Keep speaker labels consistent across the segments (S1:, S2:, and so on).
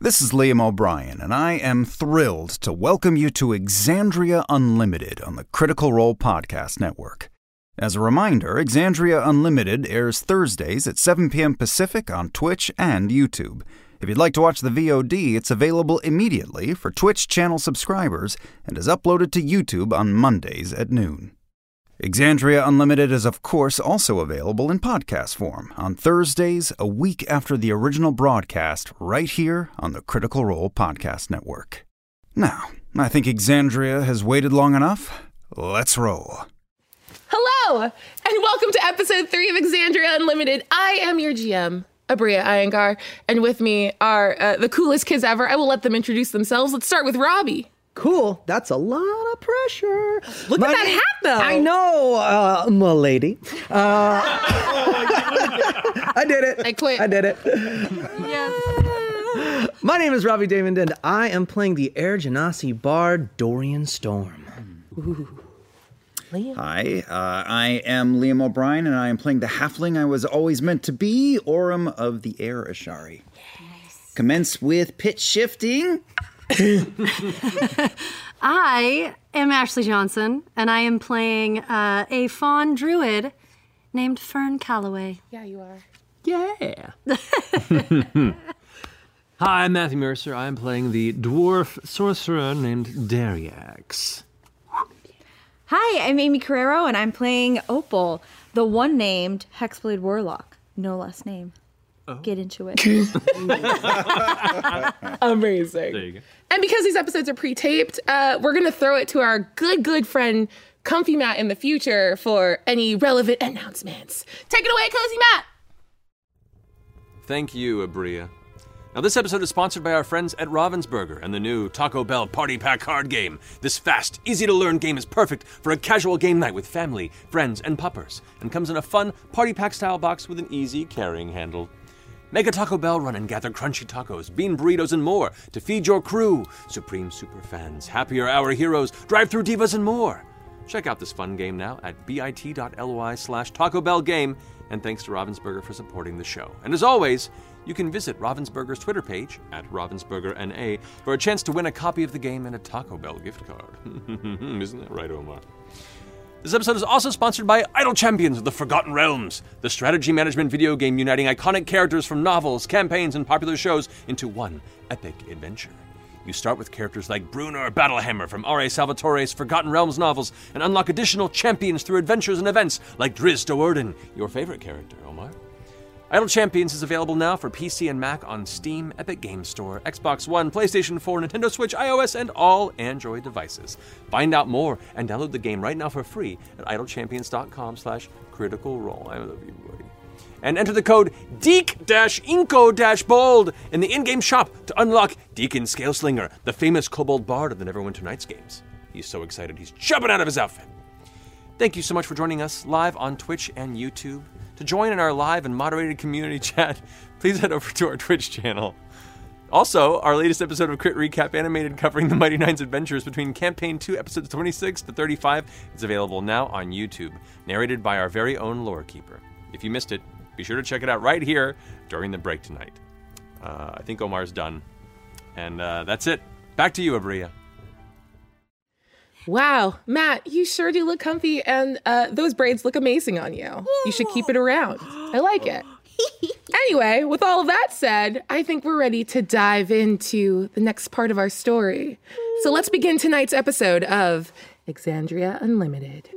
S1: This is Liam O'Brien, and I am thrilled to welcome you to Exandria Unlimited on the Critical Role Podcast Network. As a reminder, Exandria Unlimited airs Thursdays at 7 p.m. Pacific on Twitch and YouTube. If you'd like to watch the VOD, it's available immediately for Twitch channel subscribers and is uploaded to YouTube on Mondays at noon. Exandria Unlimited is, of course, also available in podcast form on Thursdays, a week after the original broadcast, right here on the Critical Role Podcast Network. Now, I think Exandria has waited long enough. Let's roll.
S2: Hello, and welcome to episode three of Exandria Unlimited. I am your GM, Abria Iyengar, and with me are uh, the coolest kids ever. I will let them introduce themselves. Let's start with Robbie.
S3: Cool. That's a lot of pressure.
S2: Look at that hat, though.
S3: I know, uh, milady. Uh, I did it.
S2: I quit.
S3: I did it. My name is Robbie Damon, and I am playing the Air Genasi bard Dorian Storm.
S1: Hi, uh, I am Liam O'Brien, and I am playing the halfling I was always meant to be, Orim of the Air Ashari. Commence with pitch shifting.
S4: I am Ashley Johnson, and I am playing uh, a fawn druid named Fern Calloway.
S2: Yeah, you are.
S5: Yeah. Hi, I'm Matthew Mercer. I'm playing the dwarf sorcerer named Dariax.
S6: Hi, I'm Amy Carrero, and I'm playing Opal, the one named Hexblade Warlock. No less name. Get into it.
S2: Amazing.
S5: There you go.
S2: And because these episodes are pre-taped, uh, we're gonna throw it to our good, good friend Comfy Matt in the future for any relevant announcements. Take it away, Cozy Matt.
S5: Thank you, Abria. Now, this episode is sponsored by our friends at Ravensburger and the new Taco Bell Party Pack Card Game. This fast, easy to learn game is perfect for a casual game night with family, friends, and puppers, and comes in a fun party pack style box with an easy carrying handle. Make a Taco Bell run and gather crunchy tacos, bean burritos, and more to feed your crew, Supreme Super fans, Happier Hour heroes, drive through divas, and more. Check out this fun game now at bit.ly slash Taco Bell Game, and thanks to Ravensburger for supporting the show. And as always, you can visit Ravensburger's Twitter page at RavensburgerNA for a chance to win a copy of the game and a Taco Bell gift card. Isn't that right, Omar? This episode is also sponsored by Idle Champions of the Forgotten Realms, the strategy management video game uniting iconic characters from novels, campaigns, and popular shows into one epic adventure. You start with characters like Bruno or Battlehammer from R.A. Salvatore's Forgotten Realms novels and unlock additional champions through adventures and events like Driz Doerden, your favorite character, Omar. Idle Champions is available now for PC and Mac on Steam, Epic Game Store, Xbox One, PlayStation 4, Nintendo Switch, iOS, and all Android devices. Find out more and download the game right now for free at idlechampions.com slash critical role. I love you, buddy. And enter the code DEEK-INCO-BOLD in the in-game shop to unlock Deacon Scaleslinger, the famous kobold bard of the Neverwinter Nights games. He's so excited, he's jumping out of his outfit. Thank you so much for joining us live on Twitch and YouTube. To join in our live and moderated community chat, please head over to our Twitch channel. Also, our latest episode of Crit Recap Animated covering the Mighty Nine's adventures between Campaign 2, episodes 26 to 35 is available now on YouTube, narrated by our very own lore keeper. If you missed it, be sure to check it out right here during the break tonight. Uh, I think Omar's done. And uh, that's it. Back to you, Abria.
S2: Wow, Matt, you sure do look comfy, and uh, those braids look amazing on you. You should keep it around. I like it. anyway, with all of that said, I think we're ready to dive into the next part of our story. So let's begin tonight's episode of Exandria Unlimited.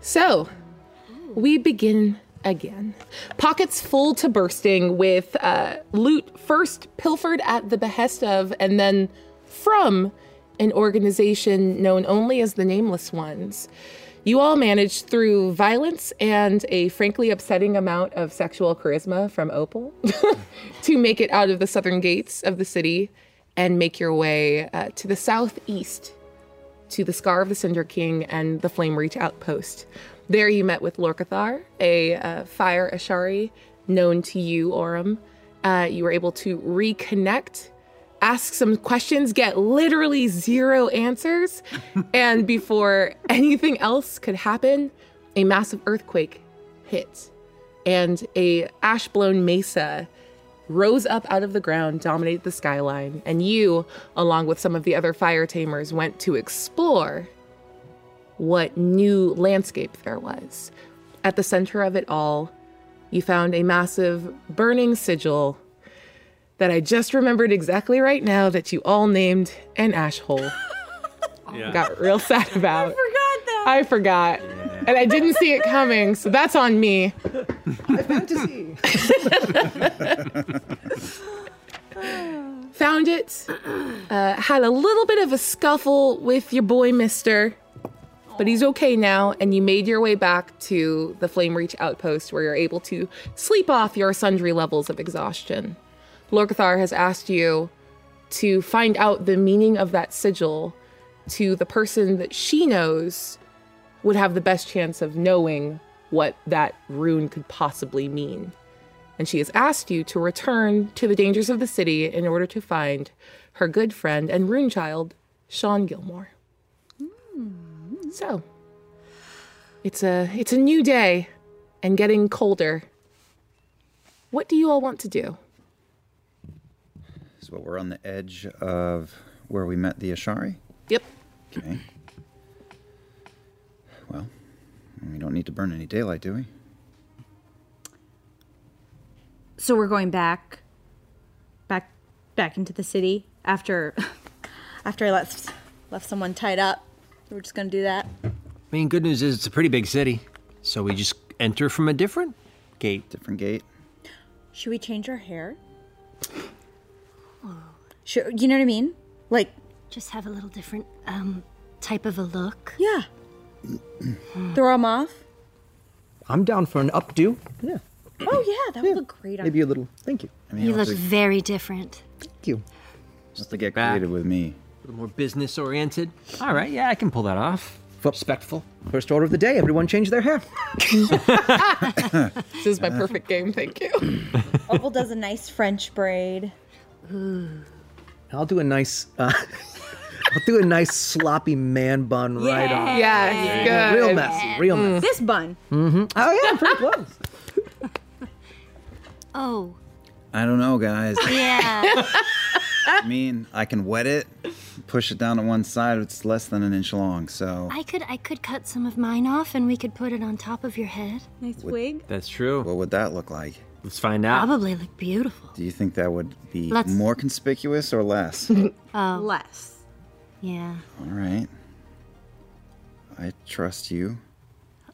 S2: So, we begin again. Pockets full to bursting with uh, loot first pilfered at the behest of and then from an organization known only as the Nameless Ones. You all managed through violence and a frankly upsetting amount of sexual charisma from Opal to make it out of the southern gates of the city and make your way uh, to the southeast to the Scar of the Cinder King and the Flame Reach outpost. There you met with Lorcathar, a uh, fire Ashari known to you, Orim. Uh, you were able to reconnect, ask some questions, get literally zero answers, and before anything else could happen, a massive earthquake hit, and a ash-blown mesa rose up out of the ground, dominated the skyline, and you, along with some of the other fire tamers, went to explore what new landscape there was. At the center of it all, you found a massive burning sigil that I just remembered exactly right now that you all named an ash hole.
S5: Yeah.
S2: Got real sad about.
S6: forgot that.
S2: I forgot. And I didn't see it coming, so that's on me.
S3: Fantasy.
S2: found it. Uh, had a little bit of a scuffle with your boy, Mister, but he's okay now. And you made your way back to the Flame Reach outpost, where you're able to sleep off your sundry levels of exhaustion. Lorcathar has asked you to find out the meaning of that sigil to the person that she knows would have the best chance of knowing what that rune could possibly mean and she has asked you to return to the dangers of the city in order to find her good friend and rune child, Sean Gilmore. So it's a it's a new day and getting colder. What do you all want to do?
S1: So we're on the edge of where we met the Ashari.
S2: Yep.
S1: Okay. Well, we don't need to burn any daylight, do we?
S6: So we're going back, back, back into the city after, after I left, left someone tied up. We're just gonna do that.
S7: I mean, good news is it's a pretty big city, so we just enter from a different gate.
S1: Different gate.
S6: Should we change our hair? Sure. You know what I mean? Like,
S4: Just have a little different um, type of a look.
S6: yeah. Throw them off.
S3: I'm down for an updo. Yeah.
S6: Oh yeah, that would look great on.
S3: Maybe a little. Thank you.
S1: I mean,
S4: You
S1: I'll
S4: look
S1: have to-
S4: very different.
S3: Thank you.
S1: just to get
S7: back.
S1: creative with me.
S7: A little more business oriented. All right, yeah, I can pull that off. Respectful.
S3: First order of the day. Everyone change their hair.
S2: This is my perfect game, thank you.
S6: Opal does a nice French braid.
S3: I'll do a nice. Uh, I'll do a nice sloppy man bun right off.
S2: Yes, good.
S3: Real messy. Real
S2: Mm.
S3: messy.
S6: This bun.
S3: Oh yeah, pretty close.
S4: Oh,
S1: I don't know, guys.
S4: yeah.
S1: I mean, I can wet it, push it down to one side. It's less than an inch long, so
S4: I could I could cut some of mine off and we could put it on top of your head.
S6: Nice wig.
S7: That's true.
S1: what would that look like?
S7: Let's find out.
S4: Probably look beautiful.
S1: Do you think that would be
S4: Let's-
S1: more conspicuous or less? All
S6: Less.
S4: Yeah.
S1: right. I trust you.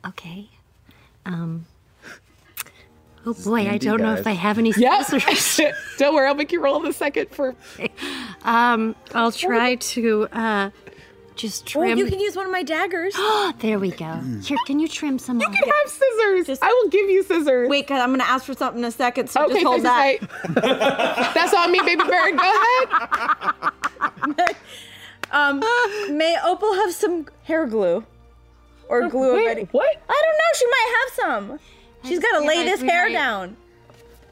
S4: Okay. Um. Oh boy, I
S1: indie,
S4: don't know if I
S1: guys.
S4: have any sponsors.
S2: Don't worry, I'll make you roll in a second for
S4: um, I'll try to uh, just
S6: Or
S4: trim.
S6: you can use one of my daggers.
S4: there we go. Here, can you trim some? off?
S2: I have scissors. I will give you scissors.
S6: Wait, i I'm gonna ask for something in a second. So
S2: okay,
S6: just hold
S2: thanks,
S6: that.
S2: I- That's on me, baby bird. Go ahead.
S6: Um, may Opal have some hair glue or glue of any?
S2: Wait, what?
S6: I don't know. She might have some. She's got to
S4: feel
S6: lay
S4: like
S6: this
S4: we
S6: hair
S4: might-
S6: down.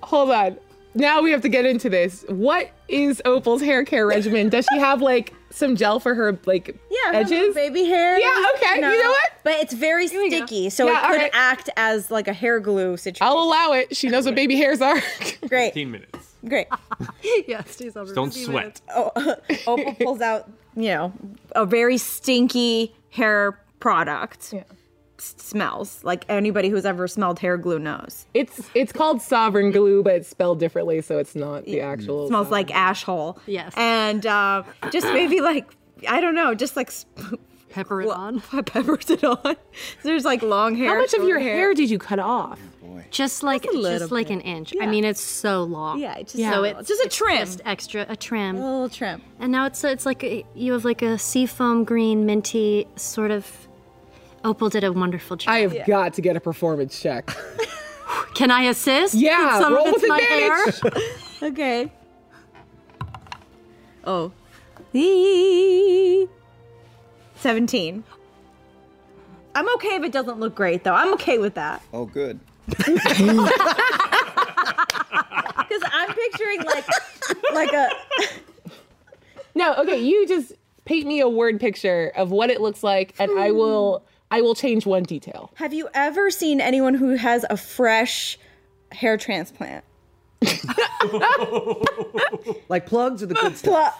S2: hold on. Now we have to get into this. What is Opal's hair care regimen? Does she have like some gel for her like
S6: Yeah, her little
S2: edges?
S6: baby hair.
S2: Yeah, okay, you know what?
S6: But it's very
S4: go.
S6: sticky, so
S2: Yeah,
S6: it could
S2: alright. Oh.
S6: act as like a hair glue situation.
S2: I'll allow it. She knows what baby hairs are.
S6: Great,
S5: 15 minutes.
S6: great.
S4: yeah, stays over.
S5: Don't sweat.
S6: Opal pulls out, you know, a very stinky hair product. S- Smells like anybody who's ever smelled hair glue knows.
S2: it's it's called sovereign glue, but it's spelled differently, so it's not the actual.
S6: smells like ash hole.
S4: Yes.
S6: And uh, just maybe like I don't know, just like sp-
S4: pepper it on.
S6: I peppered it on. There's like long hair.
S2: How much of your
S6: short
S2: hair did you cut off?
S4: Just like
S6: Just a little
S4: just like
S6: bit.
S4: an inch.
S6: Yeah.
S4: I mean, it's so long.
S6: Yeah, it's just
S2: Yeah.
S6: so
S2: So
S6: it's just a trim, Oh.
S4: Just extra a trim.
S6: a little trim.
S4: And now it's it's like a, you have like a seafoam green minty sort of. Opal did a wonderful job.
S2: I have got to get a performance check.
S4: Can I assist?
S2: Yeah,
S4: Some
S2: roll
S4: of it's
S2: with
S4: my
S2: advantage.
S4: hair.
S6: Okay. Oh. Eee. 17. I'm okay if it doesn't look great though. I'm okay with that.
S1: Oh, good.
S6: Because I'm picturing like like a
S2: No, okay, you just paint me a word picture of what it looks like, and I will I will change one detail.
S6: have you ever seen anyone who has a fresh hair transplant?
S3: Like plugs or the good stuff?
S6: Well,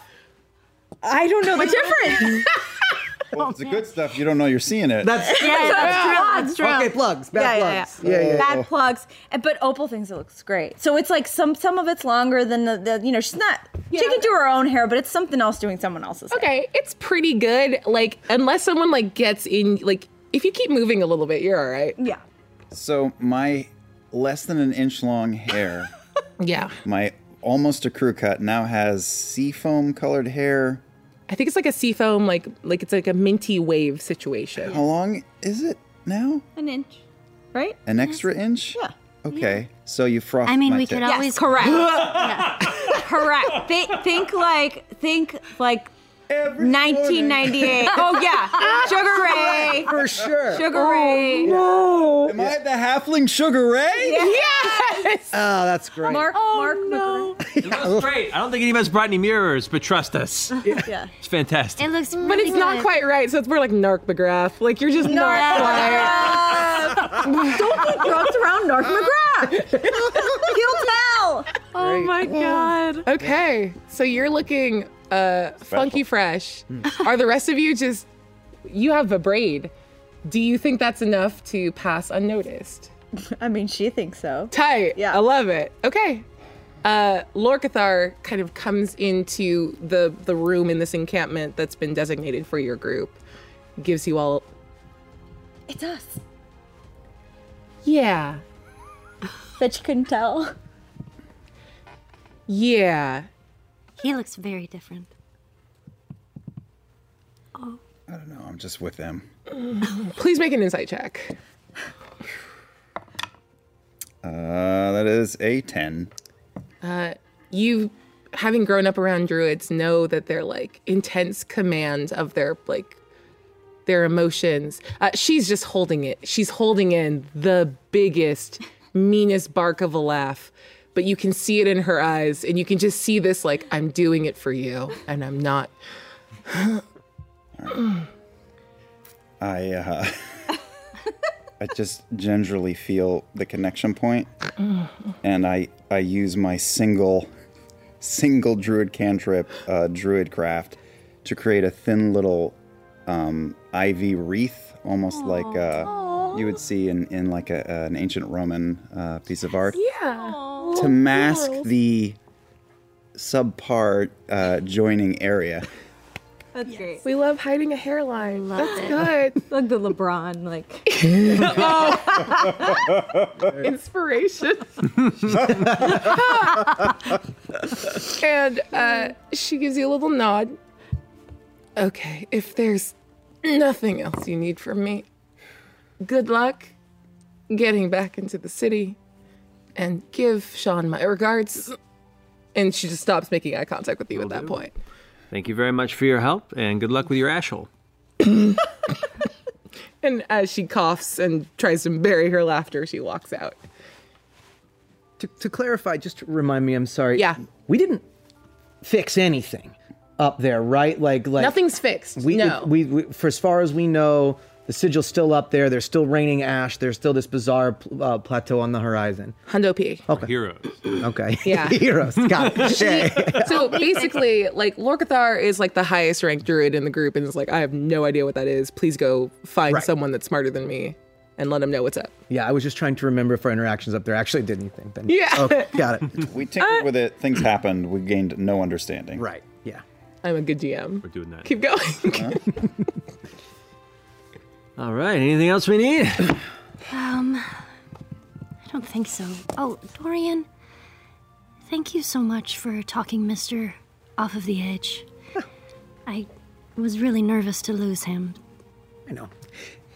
S6: I don't know the difference.
S1: Well, if
S4: Oh,
S1: it's the good stuff. You don't know you're seeing it.
S3: That's
S4: Yeah, that's true. That's true.
S3: okay. Plugs, bad
S6: Yeah, yeah,
S3: plugs.
S6: yeah. Bad plugs. And- But Opal thinks it looks great. So it's like some some of it's longer than the, the you know, she's not she can do her own hair, but it's something else doing someone else's hair.
S2: Okay, it's pretty good. Like unless someone like gets in, like if you keep moving a little bit, you're all right.
S6: Yeah.
S1: So my less than an inch long hair,
S2: Yeah,
S1: my almost a crew cut, now has seafoam colored hair.
S2: I think it's like a seafoam, like like it's like a minty wave situation.
S1: How long is it now?
S6: An inch. Right?
S1: An extra inch? Yeah. Okay. So you froth.
S4: I mean,
S1: my
S4: we
S1: tip.
S4: could
S6: Yes,
S4: always
S6: correct. correct. Think, think like think like 1998. Oh yeah, Sugar Ray.
S3: For sure.
S6: Sugar Ray.
S1: Am I the halfling Sugar Ray?
S3: Oh, that's great.
S6: Mark. Mark.
S5: It looks great. I don't think any of us brought any mirrors, but trust us.
S6: Yeah.
S5: It's fantastic.
S4: It looks really
S2: But it's not
S4: good.
S2: quite right, so it's more like Narc McGrath. Like you're just not quite.
S6: McGrath. Don't get drugs around North McGrath. He'll tell.
S4: Oh my god.
S2: Okay, so you're looking uh funky fresh. Are the rest of you just you have a braid? Do you think that's enough to pass unnoticed?
S6: I mean, she thinks so.
S2: Tight.
S6: Yeah.
S2: I love it. Okay. Uh, Lorcathar kind of comes into the the room in this encampment that's been designated for your group. Gives you all.
S6: It's us.
S2: Yeah.
S6: That you couldn't tell.
S2: Yeah.
S4: He looks very different.
S1: I don't know. I'm just with them.
S2: Please make an insight check.
S1: Uh, that is a 10.
S2: You, having grown up around druids, know that they're like intense command of their like their emotions. Uh, she's just holding it. She's holding in the biggest, meanest bark of a laugh. But you can see it in her eyes, and you can just see this like, I'm doing it for you, and I'm not.
S1: I uh, I just gingerly feel the connection point, and I I use my single single druid cantrip, uh, druid craft, to create a thin little um, ivy wreath, almost like uh, you would see in in like a, an ancient Roman uh, piece of art
S2: Yeah.
S1: to mask the subpar uh, joining area.
S6: That's great.
S2: We love hiding a hairline.
S4: Love it.
S2: Good.
S6: Like the LeBron, like
S2: inspiration. and uh, she gives you a little nod. Okay, if there's nothing else you need from me, good luck getting back into the city and give Sean my regards. And she just stops making eye contact with you at that point.
S7: Thank you very much for your help, and good luck with your asshole.
S2: And as she coughs and tries to bury her laughter, she walks out.
S3: to, to clarify, just to remind me, I'm sorry.
S2: Yeah.
S3: We didn't fix anything up there, right? Like, like
S2: Nothing's fixed.
S3: We,
S2: no.
S3: we, we, for as far as we know, the sigil's still up there. There's still raining ash. There's still this bizarre uh, plateau on the horizon.
S2: Hundo P.
S5: Heroes.
S3: Okay.
S2: Yeah.
S3: Heroes. Got it. Shay.
S2: so basically, like Lorcathar is like the highest ranked druid in the group, and is like, I have no idea what that is. Please go find
S3: Right.
S2: someone that's smarter than me, and let him know what's up.
S3: Yeah, I was just trying to remember if our interactions up there actually did anything. Then.
S2: Yeah.
S3: Okay, got it.
S1: We tinkered with it. Things happened. We gained no understanding.
S3: right. Yeah.
S2: I'm a good GM.
S5: We're doing that.
S2: Keep going.
S7: All right. Anything else we need?
S4: Um, I don't think so. Oh, Dorian, thank you so much for talking Mr. off of the edge. I was really nervous to lose him.
S3: I know.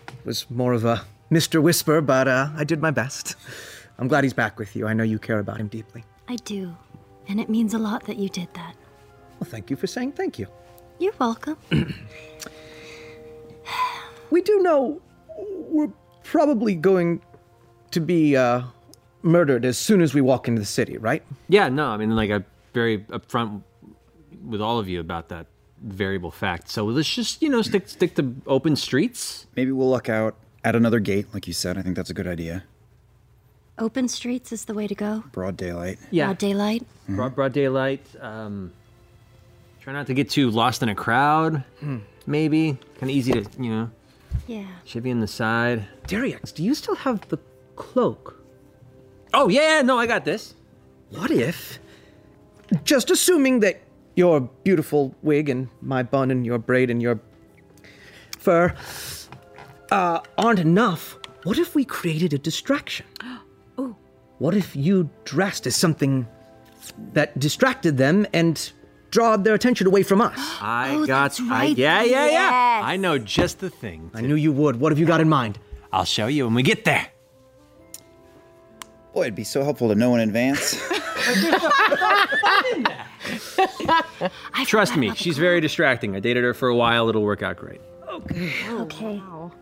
S3: It was more of a Mr. Whisper, but uh, I did my best. I'm glad he's back with you. I know you care about him deeply.
S4: I do, and it means a lot that you did that.
S3: Well, thank you for saying thank you.
S4: You're welcome.
S3: We do know we're probably going to be uh, murdered as soon as we walk into the city, right?
S7: Yeah, no, I mean, like, I'm very upfront with all of you about that variable fact. So let's just, you know, stick stick to open streets.
S1: Maybe we'll look out at another gate, like you said. I think that's a good idea.
S4: Open streets is the way to go.
S1: Broad daylight.
S4: Broad daylight.
S7: broad, broad daylight. Um, try not to get too lost in a crowd. Maybe kind of easy to, you know,
S4: Yeah.
S7: chivvy in the side.
S3: Darius, do you still have the cloak?
S7: Oh yeah, no, I got this.
S3: What if, just assuming that your beautiful wig and my bun and your braid and your fur uh, aren't enough, what if we created a distraction? oh. What if you dressed as something that distracted them and drawed their attention away from us?
S7: I
S4: Oh,
S7: got.
S4: that's
S7: I,
S4: right.
S7: yeah, yeah, yeah.
S6: Yes.
S7: I know just the thing.
S3: I knew you would. What have you got in mind?
S7: I'll show you when we get there.
S1: Boy, it'd be so helpful to know in advance.
S4: I
S7: Trust
S4: forgot
S7: me,
S4: about the
S7: she's very distracting. I dated her for a while. It'll work out great.
S4: cloak. Okay.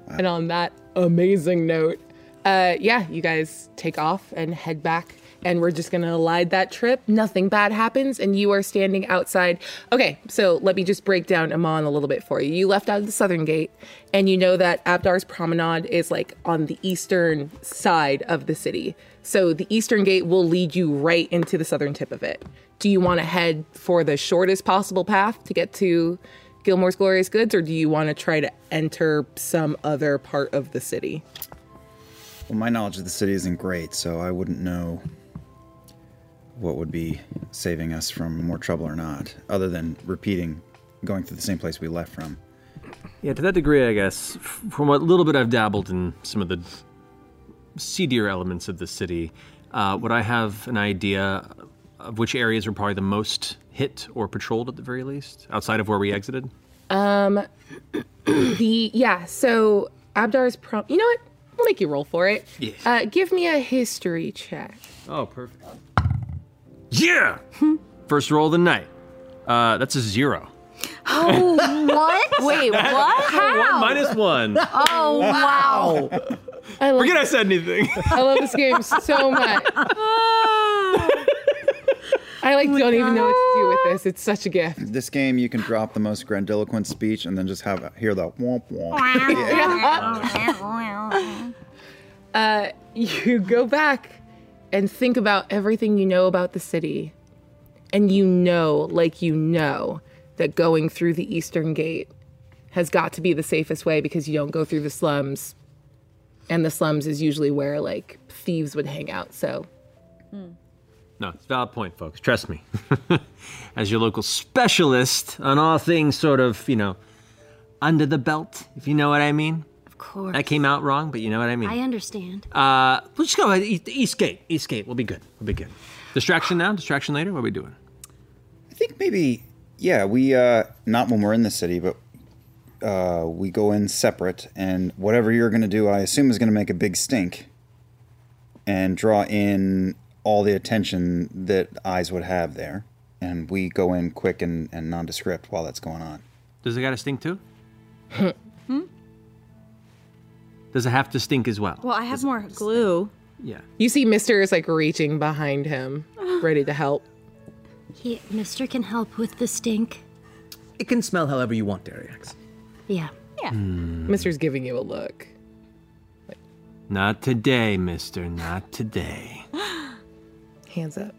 S2: And on that amazing note, uh, yeah, you guys take off and head back. And we're just gonna elide that trip. Nothing bad happens, and you are standing outside. Okay, so let me just break down Amon a little bit for you. You left out of the southern gate, and you know that Abdar's promenade is like on the eastern side of the city. So the eastern gate will lead you right into the southern tip of it. Do you wanna head for the shortest possible path to get to Gilmore's Glorious Goods, or do you want to try to enter some other part of the city?
S1: well, my knowledge of the city isn't great, so I wouldn't know what would be saving us from more trouble or not, other than repeating going through the same place we left from.
S7: Yeah, to that degree, I guess. f- From what little bit I've dabbled in some of the seedier elements of the city, uh, would I have an idea of which areas were probably the most hit or patrolled at the very least, outside of where we exited?
S8: Um,
S2: The yeah, so Abdar's prom. You know what? We'll make you roll for it. Yeah. Uh, give me a history check.
S7: Oh, perfect. Yeah! First roll of the night. Uh, that's a zero.
S6: What? Wait, what?
S7: One minus one.
S6: Oh, wow.
S2: I love,
S7: Forget I said anything.
S2: I love this game so much. Ah. I like don't even know what to do with this. It's such a gift.
S1: This game, you can drop the most grandiloquent speech and then just have hear the womp womp.
S2: you go back and think about everything you know about the city. And you know, like you know, that going through the Eastern Gate has got to be the safest way because you don't go through the slums. And the slums is usually where like thieves would hang out. So
S7: No, it's a valid point, folks. Trust me. As your local specialist on all things sort of, you know, under the belt, if you know what I mean.
S4: Of course.
S7: That came out wrong, but you know what I
S4: I
S7: mean.
S4: understand.
S7: uh, we'll just go ahead. East, East Gate. East Gate. We'll be good. We'll be good. Distraction now? Distraction later? What are we doing?
S1: I think maybe, yeah, we, uh, not when we're in the city, but uh, we go in separate, and whatever you're going to do, I assume is going to make a big stink and draw in all the attention that eyes would have there. And we go in quick and, and nondescript while that's going on.
S7: Does it got to stink too? Does it have to stink as well?
S6: Well, I have more glue.
S7: Yeah.
S2: you see Mister is like reaching behind him, ready to help.
S4: He, Mr. can help with the stink.
S3: It can smell however you want, Darius.
S4: Yeah.
S2: Mister's giving you a look.
S7: Not today, mister. Not today.
S2: Hands up.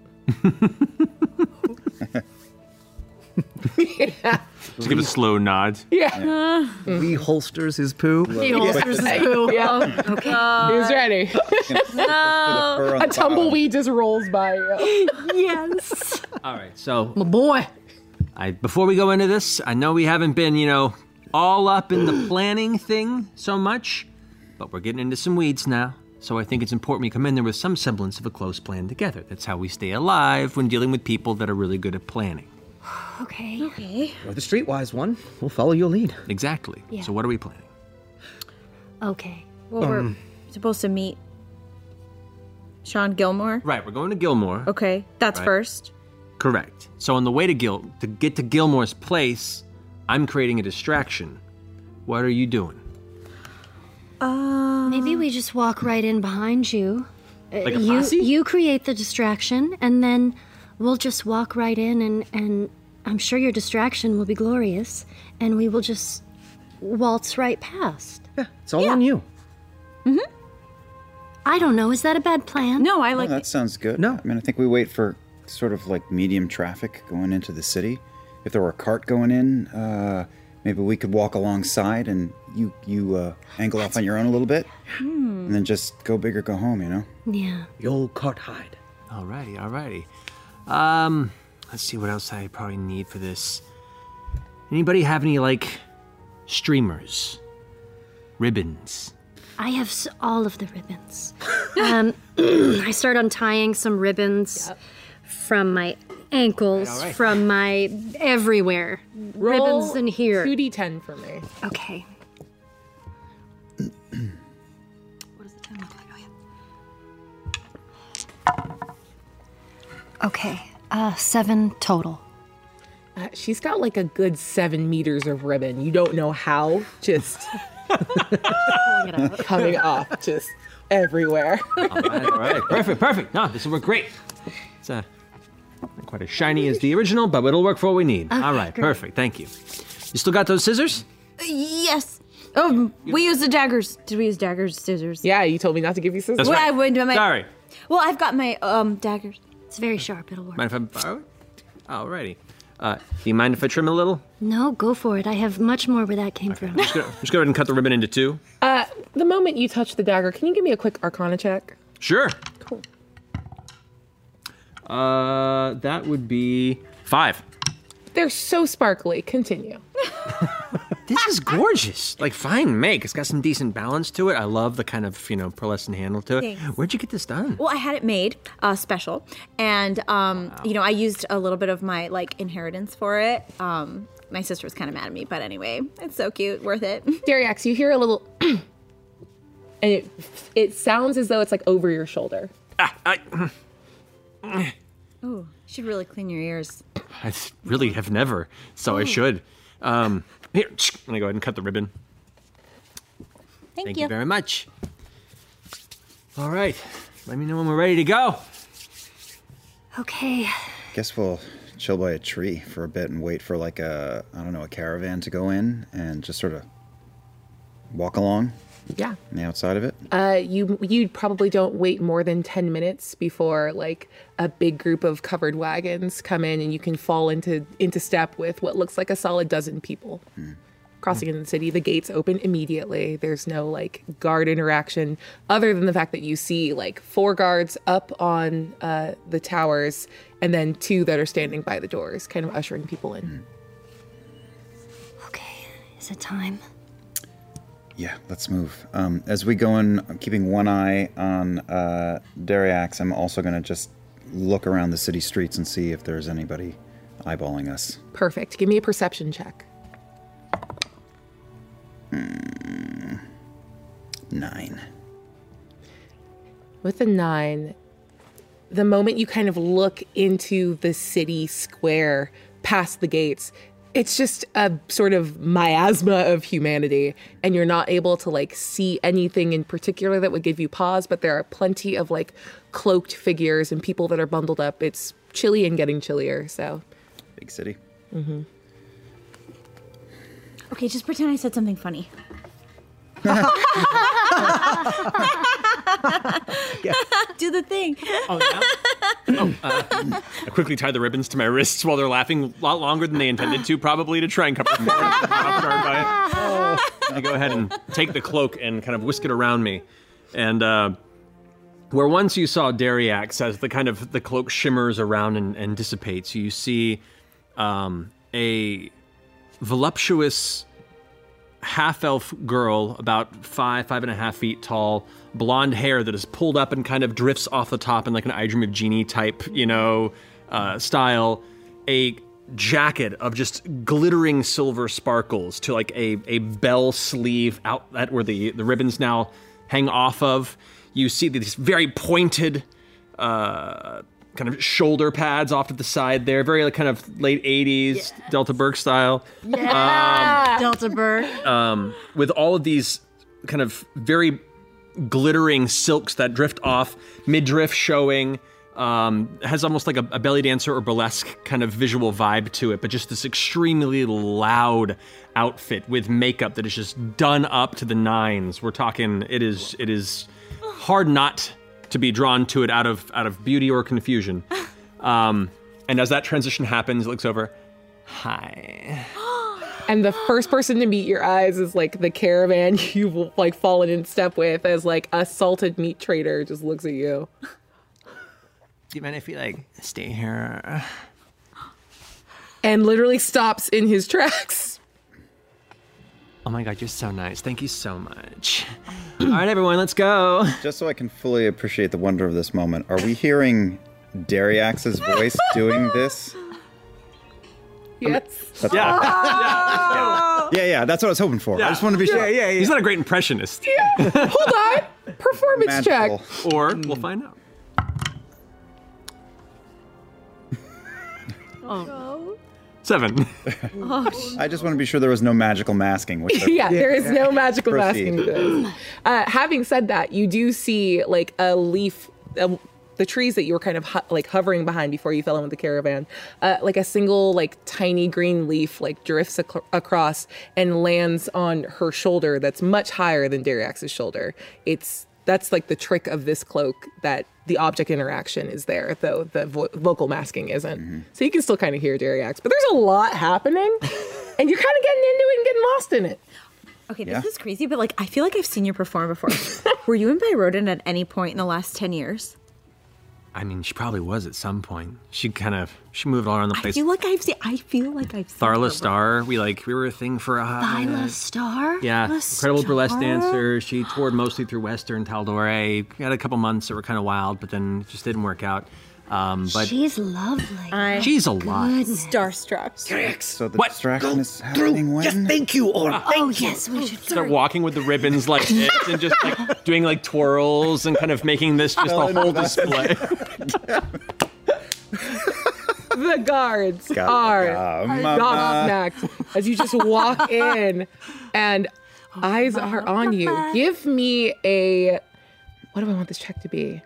S7: Just give a slow nod.
S3: He holsters his poo.
S4: He holsters his poo. Okay.
S2: He's ready.
S1: A
S2: A tumbleweed just rolls by you.
S4: yes.
S7: All right. So
S2: Boy.
S7: I, before we go into this, I know we haven't been, you know, all up in the planning thing so much, but we're getting into some weeds now. So I think it's important we come in there with some semblance of a close plan together. That's how we stay alive when dealing with people that are really good at planning.
S2: Okay.
S6: Okay.
S3: You're the streetwise one. We'll follow your lead.
S7: Exactly.
S2: Yeah.
S7: So what are we planning?
S2: Okay.
S6: Well,
S7: Um,
S6: we're supposed to meet Sean Gilmore.
S7: Right, we're going to Gilmore.
S6: Okay, that's
S7: Right.
S6: first.
S7: Correct. So on the way to Gil to get to Gilmore's place, I'm creating a distraction. What are you doing?
S6: Uh,
S2: Maybe we just walk right in behind you. Uh,
S7: Like a
S2: you
S7: posse?
S2: you create the distraction and then we'll just walk right in and and I'm sure your distraction will be glorious and we will just waltz right past.
S3: Yeah, it's all on you.
S2: I don't know, is that a bad plan?
S6: no, I like
S1: that sounds good.
S3: No.
S1: I mean, I think we wait for sort of like medium traffic going into the city. If there were a cart going in, uh, maybe we could walk alongside and you you uh, angle off on your own a little bit, and then just go big or go home. You know.
S2: Yeah.
S3: The old cart hide.
S7: Alrighty, alrighty. Um, let's see what else I probably need for this. Anybody have any like streamers, ribbons?
S2: I have s- all of the ribbons. um, I start untying some ribbons from my ankles,
S7: All right.
S2: from my everywhere. ribbons in here.
S8: 2d10 for me.
S2: Okay.
S6: What does the time look like? Oh, yeah.
S2: Oh, Okay. Uh, seven total.
S8: Uh, she's got like a good seven meters of ribbon. You don't know how, just coming off, just everywhere.
S7: Alright, alright, perfect, perfect. No, this will work great. It's uh not quite as shiny as the original, but it'll work for what we need. alright, perfect. Thank you. You still got those scissors?
S6: Yes. Oh, we use the daggers. Did we use daggers, scissors?
S8: yeah, you told me not to give you scissors.
S7: That's
S6: Well,
S7: right.
S6: I wouldn't do my-
S7: Sorry.
S6: Well, I've got my um daggers.
S2: It's very sharp. It'll work.
S7: Mind if I borrow it? Alrighty. Uh, do you mind if I trim a little?
S2: No, go for it. I have much more where that came from.
S7: Just go, just go ahead and cut the ribbon into two.
S8: Uh, the moment you touch the dagger, can you give me a quick arcana check?
S7: Sure. Cool. Uh, that would be five.
S8: They're so sparkly. Continue.
S7: This is gorgeous. Like fine make. It's got some decent balance to it. I love the kind of you know pearlescent handle to it.
S6: Thanks.
S7: Where'd you get this done?
S6: Well, I had it made uh, special, and um, you know, I used a little bit of my like inheritance for it. Um, my sister was kind of mad at me, but anyway, it's so cute, worth it.
S8: Dariax, you hear a little, and it it sounds as though it's like over your shoulder.
S7: Ah, I,
S6: Ooh, you should really clean your ears.
S7: I really have never, so I should. Um, here, I'm gonna go ahead and cut the ribbon.
S6: Thank,
S7: Thank
S6: you.
S7: you very much. All right, let me know when we're ready to go.
S2: Okay.
S1: Guess we'll chill by a tree for a bit and wait for like a I don't know a caravan to go in and just sort of walk along
S8: Yeah.
S1: on the outside of it.
S8: Uh, you you probably don't wait more than ten minutes before like a big group of covered wagons come in, and you can fall into into step with what looks like a solid dozen people crossing in the city. The gates open immediately. There's no like guard interaction other than the fact that you see like four guards up on uh, the towers, and then two that are standing by the doors, kind of ushering people in.
S2: Okay. Is it time?
S1: Yeah, let's move. Um, as we go in, I'm keeping one eye on uh, Dariax, I'm also going to just look around the city streets and see if there's anybody eyeballing us.
S8: Perfect. Give me a perception check.
S1: Nine.
S8: With a nine, the moment you kind of look into the city square past the gates, it's just a sort of miasma of humanity, and you're not able to like see anything in particular that would give you pause. But there are plenty of like cloaked figures and people that are bundled up. It's chilly and getting chillier. So
S1: Big city.
S6: Okay, just pretend I said something funny. Do the thing.
S7: Oh, yeah? Oh, uh, I quickly tied the ribbons to my wrists while they're laughing a lot longer than they intended to, probably to try and cover the forward off guard by it. I go ahead and take the cloak and kind of whisk it around me, and uh, where once you saw Dariax as the kind of the cloak shimmers around and, and dissipates, you see um, a voluptuous half elf girl, about five, five and a half feet tall, blonde hair that is pulled up and kind of drifts off the top in like an I Dream of Genie type, you know, uh, style. A jacket of just glittering silver sparkles to like a, a bell sleeve out that where the, the ribbons now hang off of. You see these very pointed uh, kind of shoulder pads off to the side there, very like, kind of late 80s Delta Burke style.
S2: Delta Bird.
S7: Um, with all of these kind of very glittering silks that drift off, midriff showing, um, has almost like a, a belly dancer or burlesque kind of visual vibe to it, but just this extremely loud outfit with makeup that is just done up to the nines. We're talking it is it is hard not to be drawn to it out of out of beauty or confusion. Um, and as that transition happens, it looks over. Hi.
S8: And the first person to meet your eyes is like the caravan you've like fallen in step with as like a salted meat trader just looks at you.
S7: Do you mind if you like stay here? uh,
S8: and literally stops in his tracks.
S7: Oh my god, you're so nice. Thank you so much. All right, everyone, let's go.
S1: Just so I can fully appreciate the wonder of this moment, are we hearing Dariax's voice doing this?
S8: Yes.
S1: That's
S7: Yeah.
S1: Yeah, yeah, that's what I was hoping for. I just want to be sure.
S7: yeah, yeah. He's not a great impressionist.
S8: Hold on. Performance
S1: Magical.
S8: check.
S7: Or we'll find out.
S6: Oh.
S7: Seven.
S1: I just want to be sure there was no magical masking. Which there-
S8: Yeah, there is no magical
S1: Proceed.
S8: masking to this. Uh, having said that, you do see like a leaf, um, the trees that you were kind of ho- like hovering behind before you fell in with the caravan. Uh, like a single like tiny green leaf like drifts ac- across and lands on her shoulder. That's much higher than Dariax's shoulder. It's that's like the trick of this cloak that the object interaction is there, though the vo- vocal masking isn't. So you can still kind of hear Dariax, but there's a lot happening, and you're kind of getting into it and getting lost in it.
S6: Okay, this is crazy, but like I feel like I've seen you perform before. Were you in Byroden at any point in the last ten years?
S7: I mean, she probably was at some point. She kind of she moved all around the
S6: I
S7: place.
S6: feel like I've seen. I feel like I've seen.
S7: Tharla
S6: her
S7: Star, we like we were a thing for a hot minute.
S2: Isla Star.
S7: Yeah,
S2: Isla
S7: incredible burlesque
S2: Star?
S7: dancer. She toured mostly through Western Taldore. We had a couple months that were kind of wild, but then it just didn't work out. Um, but
S2: She's lovely.
S7: she's a lot.
S6: before. Starstruck.
S1: So the
S7: What?
S1: distraction is happening when?
S3: Thank you, or
S2: oh yes, we should.
S7: They're walking with the ribbons like this and just like doing like twirls and kind of making this just a whole display.
S8: the guards
S1: Ga-
S8: are
S1: ga- mama.
S8: gobsmacked as you just walk in and eyes are on you. Give me a what do I want this check to be?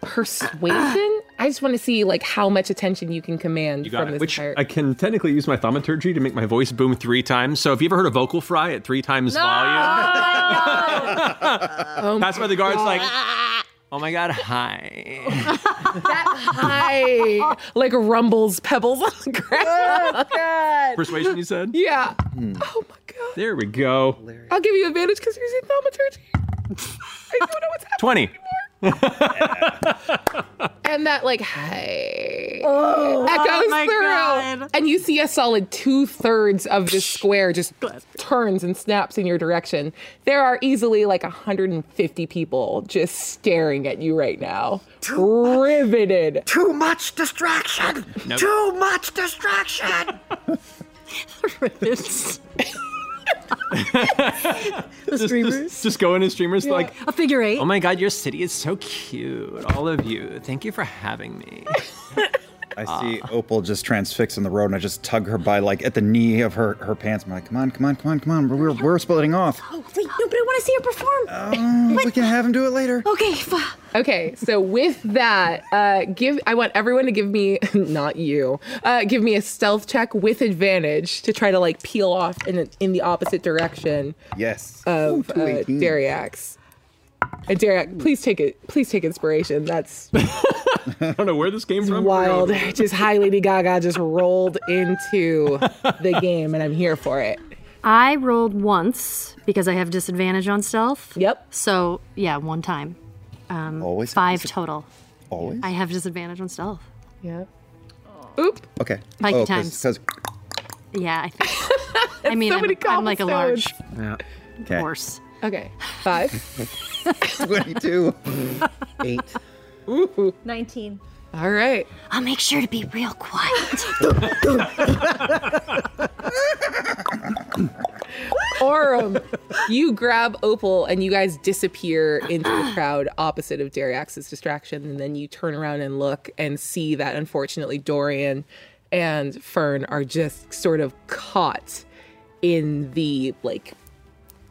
S8: Persuasion? I just want to see like how much attention you can command from this
S7: Which
S8: entire-
S7: I can technically use my thaumaturgy to make my voice boom three times. So if you ever heard of vocal fry at three times volume,
S8: Oh
S7: that's why the guard's like, oh my god, hi.
S8: my- like rumbles pebbles on the ground.
S7: Persuasion, you said?
S8: yeah. Oh my god.
S7: There we go.
S8: I'll give you advantage because you're using thaumaturgy. I don't know what's happening.
S7: 20.
S8: and that like hey echoes through and you see a solid two-thirds of this square just turns and snaps in your direction there are easily like 150 people just staring at you right now riveted
S3: too much distraction. Too much distraction.
S7: Just, just go in as streamers, like,
S2: A figure eight.
S7: oh my god, your city is so cute. All of you. Thank you for having me.
S1: I see Opal just transfixed in the road, and I just tug her by like at the knee of her her pants. I'm like, come on, come on, come on, come on. We're we're splitting off.
S6: Oh,
S2: Wait, no, but I want to see her perform.
S1: Oh, we can have him do it later.
S2: okay, f-
S8: Okay, so with that, uh, give I want everyone to give me not you, uh, give me a stealth check with advantage to try to like peel off in in the opposite direction
S1: Yes.
S8: of uh,
S1: Ooh, 218.
S8: Dariax. Uh, Dariax, please take it. Please take inspiration. That's
S7: I don't know where this came from.
S8: wild. Just high Lady Gaga just rolled into the game, and I'm here for it.
S2: I rolled once because I have disadvantage on stealth.
S8: Yep.
S2: So yeah, one time,
S1: Always
S2: five total.
S1: Always.
S2: I have disadvantage on stealth.
S8: Yep. Oop.
S1: Okay.
S2: Like
S1: oh,
S2: times.
S1: Because
S2: Yeah, I think. so. I I mean,
S8: so
S2: I'm,
S8: many
S2: I'm like a large
S3: Yeah.
S1: Okay.
S2: horse.
S8: Okay, five.
S1: 22.
S3: Eight.
S6: 19.
S8: All right.
S2: I'll make sure to be real quiet.
S8: Orum, you grab Opal and you guys disappear into the crowd opposite of Dariax's distraction. And then you turn around and look and see that unfortunately Dorian and Fern are just sort of caught in the like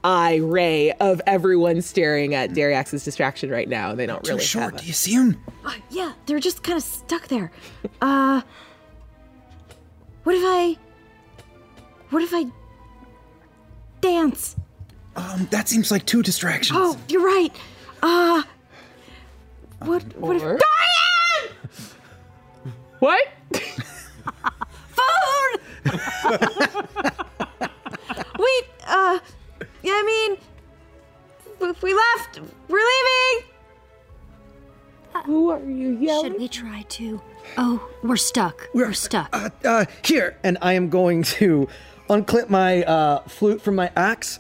S8: eye ray of everyone staring at Dariax's distraction right now. They don't really have
S9: Do you see him?
S6: Yeah, they're just kind of stuck there. Uh. What if I. What if I. Dance?
S9: Um, that seems like two distractions.
S6: Oh, you're right. Uh. What, what if.
S8: Or- What?
S6: phone! Wait, uh, yeah, I mean, if we left, we're leaving!
S8: Who are you yelling?
S2: Should we try to? Oh, we're stuck. We're, stuck.
S3: Uh, uh, here, and I am going to unclip my uh, flute from my axe,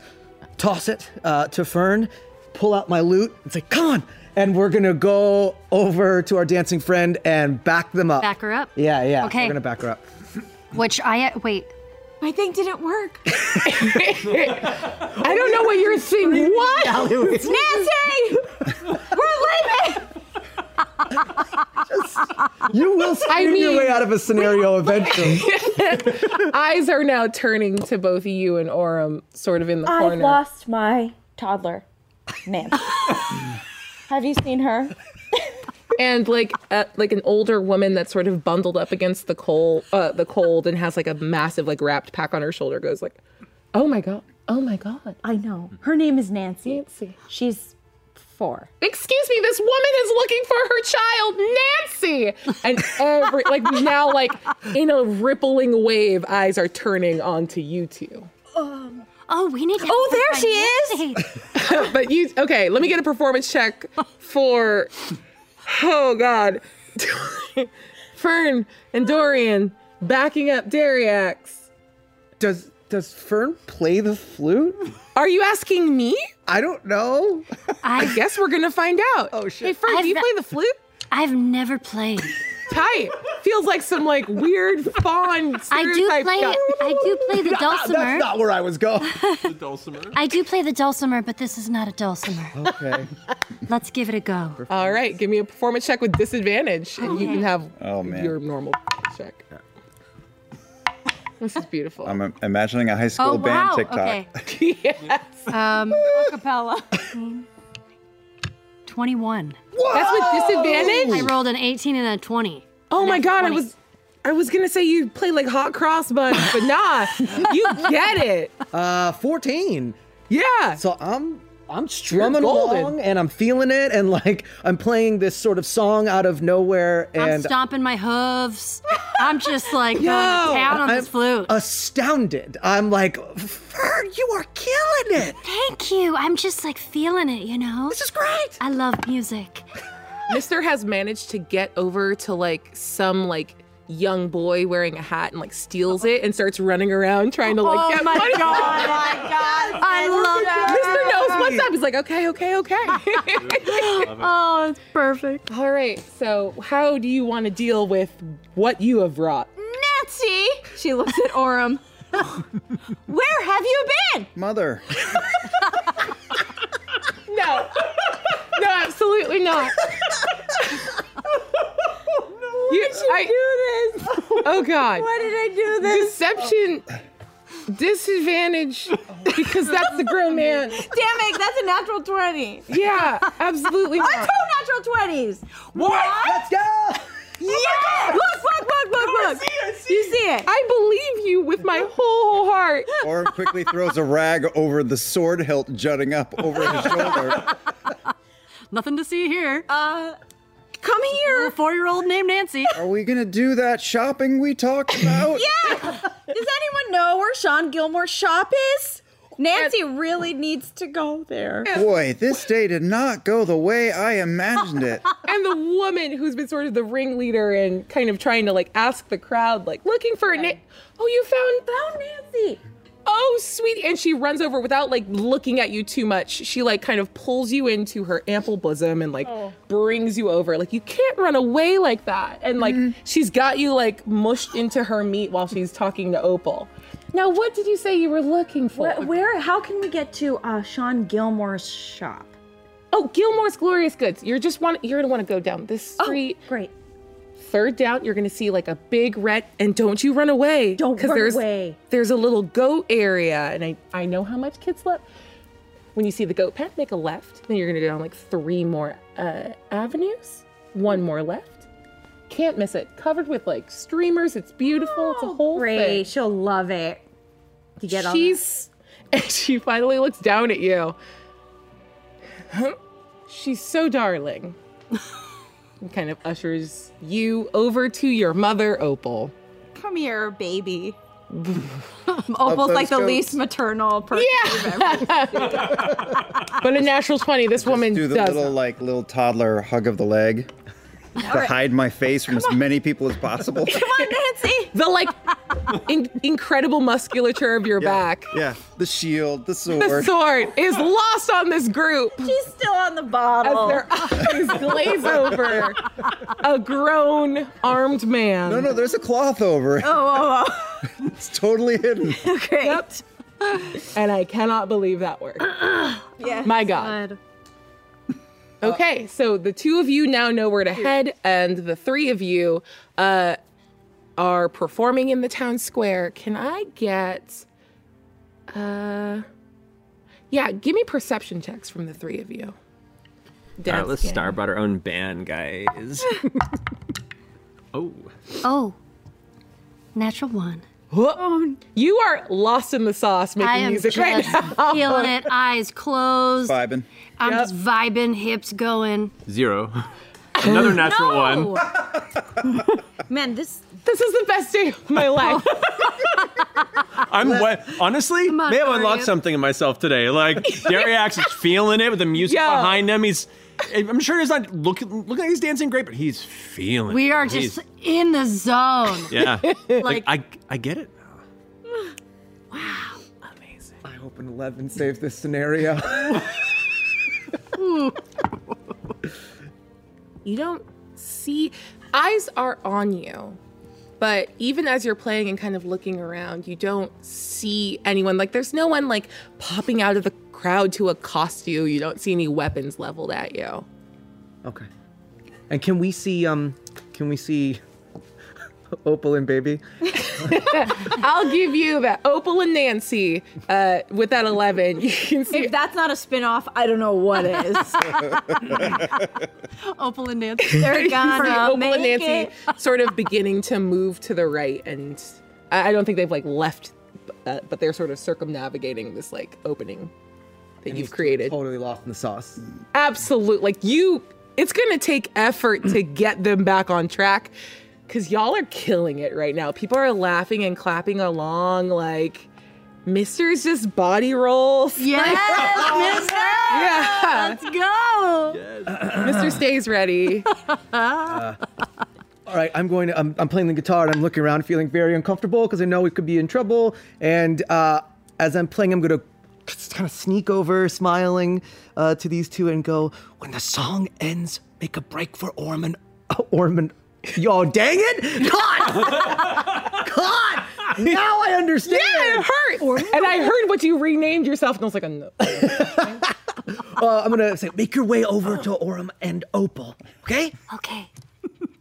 S3: toss it uh, to Fern, pull out my lute, and say, "Come on!" And we're gonna go over to our dancing friend and back them up.
S2: Back her up.
S3: Yeah, yeah.
S2: Okay.
S3: We're gonna back her up.
S2: Which I wait.
S6: My thing didn't work.
S8: I don't know what you're thinking. What?
S6: Nancy! we're leaving!
S3: You will scream your
S8: mean-
S3: way out of a scenario eventually.
S8: eyes are now turning to both you and Orum, sort of in the
S10: I
S8: corner.
S10: lost my toddler. Man. Have you seen her?
S8: and like uh, like an older woman that's sort of bundled up against the cold uh, the cold and has like a massive like wrapped pack on her shoulder goes like oh my god oh my god
S10: I know. Her name is Nancy.
S8: nancy
S10: She's four.
S8: excuse me this woman is looking for her child nancy and every like now like in a rippling wave eyes are turning onto you two
S2: Oh, we need. To
S6: Oh, there she
S2: is.
S8: but you okay let me get a performance check for oh god fern and dorian backing up dariax
S3: does does Fern play the flute?
S8: are you asking me
S3: I don't know.
S8: i guess we're gonna find out oh
S3: shit.
S8: hey fern
S2: I've
S8: do you
S2: got-
S8: play the flute
S2: I've never played.
S8: tight feels like some like weird fawn
S2: I do
S8: stereotype
S2: play.
S8: guy.
S2: I do play the dulcimer.
S3: That's not where I was going.
S2: I do play the dulcimer, but this is not a dulcimer.
S3: Okay.
S2: Let's give it a go.
S8: all right give me a performance check with disadvantage and you can have
S1: Oh,
S3: Oh,
S1: man.
S8: your normal check this is beautiful
S1: I'm im- imagining a high school
S2: oh
S1: band
S2: wow.
S1: TikTok.
S2: Okay.
S8: yes
S2: Um, Twenty-one.
S8: that's with disadvantage
S2: I rolled an eighteen and a twenty.
S8: Oh my
S2: Next
S8: god, I
S2: 20.
S8: was I was gonna say you play like hot cross buns, but nah, you get it.
S3: Uh, fourteen.
S8: Yeah.
S3: So I'm I'm strumming
S8: golden.
S3: along and I'm feeling it and like I'm playing this sort of song out of nowhere
S2: I'm
S3: and
S2: stomping my hooves. I'm just like going to
S8: Yo,
S2: town on
S3: I'm uh,
S2: this flute.
S3: astounded. I'm like, Fern, you are killing it.
S2: Thank you. I'm just like feeling it, you know?
S3: This is great.
S2: I love music.
S8: Mister has managed to get over to like some like young boy wearing a hat and like steals it and starts running around trying to like
S6: Oh
S8: get
S6: my
S8: money.
S6: god, my god.
S2: I love
S8: Mister knows what's up. He's like, okay, okay, okay.
S6: Oh, it's perfect.
S8: All right. So, how do you want to deal with what you have wrought?
S6: Nancy! She looks at Orem. Where have you been?
S1: Mother.
S8: No, no, absolutely not. You, I,
S6: Do this.
S8: oh God.
S6: Why did I do this?
S8: Deception disadvantage because that's the grown man.
S6: Damn it, that's a natural 20.
S8: Yeah, absolutely.
S6: I'm
S8: Not.
S6: two natural 20s. What? Oh
S3: Let's go.
S6: Yeah! Look, look, look, look, look. You see it?
S8: I believe you with my whole heart.
S1: Or quickly throws a rag over the sword hilt jutting up over his shoulder.
S2: Nothing to see here.
S6: Come
S2: a
S6: here.
S2: four-year-old named Nancy.
S1: Are we gonna do that shopping we talked about?
S6: Does anyone know where Sean Gilmore's shop is? Nancy really needs to go there.
S1: Boy, this day did not go the way I imagined it.
S8: And the woman who's been sort of the ringleader and kind of trying to like ask the crowd, like looking for a name. Oh, you found
S6: Found Nancy.
S8: oh, sweetie. And she runs over without like looking at you too much. She like kind of pulls you into her ample bosom and like brings you over. Like, you can't run away like that. And like, she's got you like mushed into her meat while she's talking to Opal. Now, what did you say you were looking for?
S6: But where? How can we get to uh, Sean Gilmore's shop?
S8: Oh, Gilmore's Glorious Goods. You're just want you're gonna want to go down this
S6: Oh.
S8: street.
S6: Great.
S8: Third down, you're gonna see like a big red. And don't you run away.
S6: Don't
S8: 'cause
S6: run
S8: there's,
S6: away.
S8: There's a little goat area, and I I know how much kids love. When you see the goat pen, make a left. Then you're gonna go down like three more uh, avenues. One more left. Can't miss it. Covered with like streamers. It's beautiful. it's a whole
S6: Oh, Great.
S8: thing.
S6: She'll love it. You get all that?
S8: She's and she finally looks down at you. She's so darling. and kind of ushers you over to your mother, Opal.
S6: Come here, baby. I'm almost
S1: those
S6: like the
S1: goats.
S6: least maternal person.
S8: But a natural 20, this woman
S1: Do the
S8: does.
S1: little like little toddler hug of the leg to hide my face from as many people as possible.
S6: Come on, Nancy.
S8: The like in- incredible musculature of your back.
S1: yeah, the shield, the sword.
S8: The sword is lost on this group
S6: She's still on the
S8: as
S6: bottle.
S8: their eyes glaze over a grown armed man.
S1: No, no, there's a cloth over it.
S6: oh, oh,
S1: It's totally hidden.
S6: oh, great.
S8: Yep. And I cannot believe that worked.
S6: Yes.
S8: My God. Okay, so the two of you now know where to head, and the three of you uh, are performing in the town square. Can I get. Uh, yeah, give me perception checks from the three of you.
S7: All right, let's
S8: Dance.
S7: start about our own band, guys. oh,
S2: Oh, natural one.
S8: You are lost in the sauce making
S2: I am
S8: music
S2: just
S8: right now.
S2: feeling it. Eyes closed.
S1: Vibin.
S2: I'm just vibing, hips going.
S7: zero. Another natural one.
S6: Man, this
S8: This is the best day of my life.
S7: I'm wa- honestly
S2: on,
S7: may have unlocked
S2: Daria.
S7: something in myself today. Like Dariax is feeling it with the music
S8: Yo.
S7: behind him. He's, I'm sure he's not looking. Look like he's dancing great, but he's feeling.
S2: We
S7: it.
S2: are
S7: He's-
S2: just in the zone.
S7: yeah.
S2: Like-
S7: like I, I get it.
S2: Oh,
S3: I hope an 11 saves this scenario.
S8: you don't see eyes are on you but even as you're playing and kind of looking around you don't see anyone like there's no one like popping out of the crowd to accost you you don't see any weapons leveled at you
S3: okay. And can we see, um, can we see Opal and Baby?
S8: i'll give you that opal and nancy uh, with that 11 you can see
S6: If that's not a spin-off, I don't know what is.
S2: Opal and Nancy.
S6: They're
S8: Pretty
S6: gonna
S8: Opal
S6: make
S8: and Nancy
S6: it.
S8: sort of beginning to move to the right, and I I don't think they've like left, uh, but they're sort of circumnavigating this like opening that you've created.
S3: Totally lost in the sauce.
S8: Absolute, like you, it's gonna take effort to get them back on track, because y'all are killing it right now. People are laughing and clapping along, like. Mister's just body rolls.
S6: oh,
S2: Yes, miss.
S8: Yeah.
S2: Let's go.
S8: Mister stays ready.
S3: All right, I'm going to, I'm, I'm playing the guitar and I'm looking around feeling very uncomfortable because I know we could be in trouble. And uh, as I'm playing, I'm going to just kind of sneak over, smiling uh, to these two and go, when the song ends, make a break for Ormond. Uh, Ormond. Yo, dang it! God! God! Now I understand!
S8: Yeah, it hurt. And I heard what you renamed yourself, and I was like, oh, no.
S3: Uh, I'm gonna say, make your way over to Orem and Opal, okay?
S2: Okay.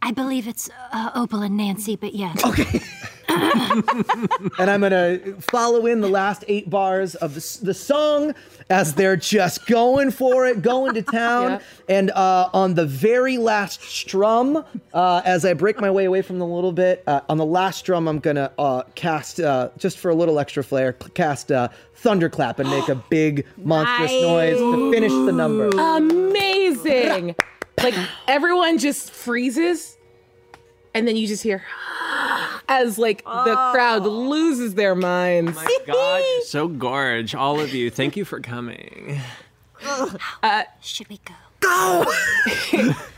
S2: I believe it's uh, Opal and Nancy, but yes.
S8: Oh.
S3: and I'm gonna follow in the last eight bars of the, s- the song as they're just going for it, going to town.
S8: Yep.
S3: And uh, on the very last strum, uh, as I break my way away from them a little bit, uh, on the last strum, I'm gonna uh, cast uh, just for a little extra flair, c- cast uh, thunderclap and make a big monstrous noise to finish the number.
S8: amazing. like everyone just freezes, and then you just hear as like the crowd loses their minds.
S7: God, you're so gorge, all of you. Thank you for coming.
S2: Should we go?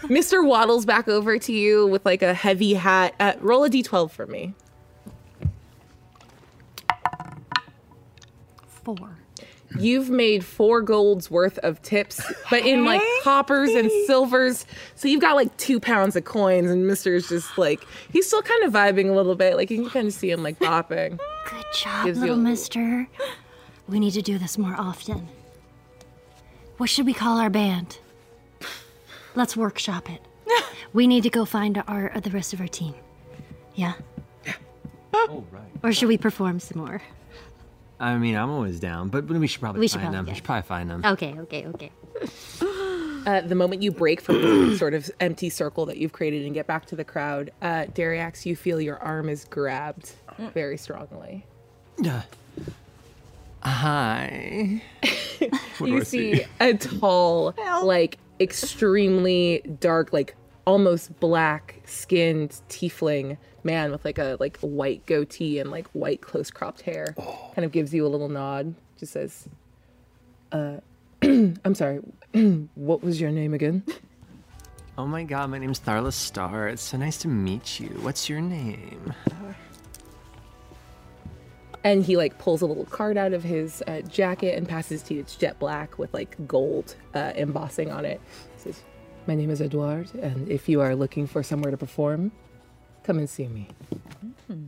S8: Mr. waddles back over to you with like a heavy hat. Uh, roll a d12 for me.
S4: four.
S8: You've made four golds worth of tips, but in like coppers and silvers. So you've got like two pounds of coins, and Mister's just like, he's still kind of vibing a little bit. Like you can kind of see him like bopping.
S4: Good job,
S8: Gives you
S4: little
S8: a-
S4: mister. We need to do this more often. What should we call our band? Let's workshop it. we need to go find our uh, the rest of our team. Yeah?
S11: Oh, right.
S4: Or should we perform some more?
S7: I mean, I'm always down, but we should probably
S4: We should
S7: find them.
S4: probably,
S7: We should probably find them.
S4: Okay, okay, okay.
S8: Uh, the moment you break from the sort of empty circle that you've created and get back to the crowd, uh, Dariax, you feel your arm is grabbed very strongly.
S7: Hi.
S8: you see a tall, like extremely dark, like almost black skinned tiefling man with like a like white goatee and like white close cropped hair. Kind of gives you a little nod. Just says, "Uh, I'm sorry. what was your name again?"
S7: Oh my god, my name's Tharla Star. It's so nice to meet you. What's your name?
S8: And he like pulls a little card out of his uh, jacket and passes to you. It's jet black with like gold uh, embossing on it. He says, "My name is Edouard, and if you are looking for somewhere to perform, come and see me."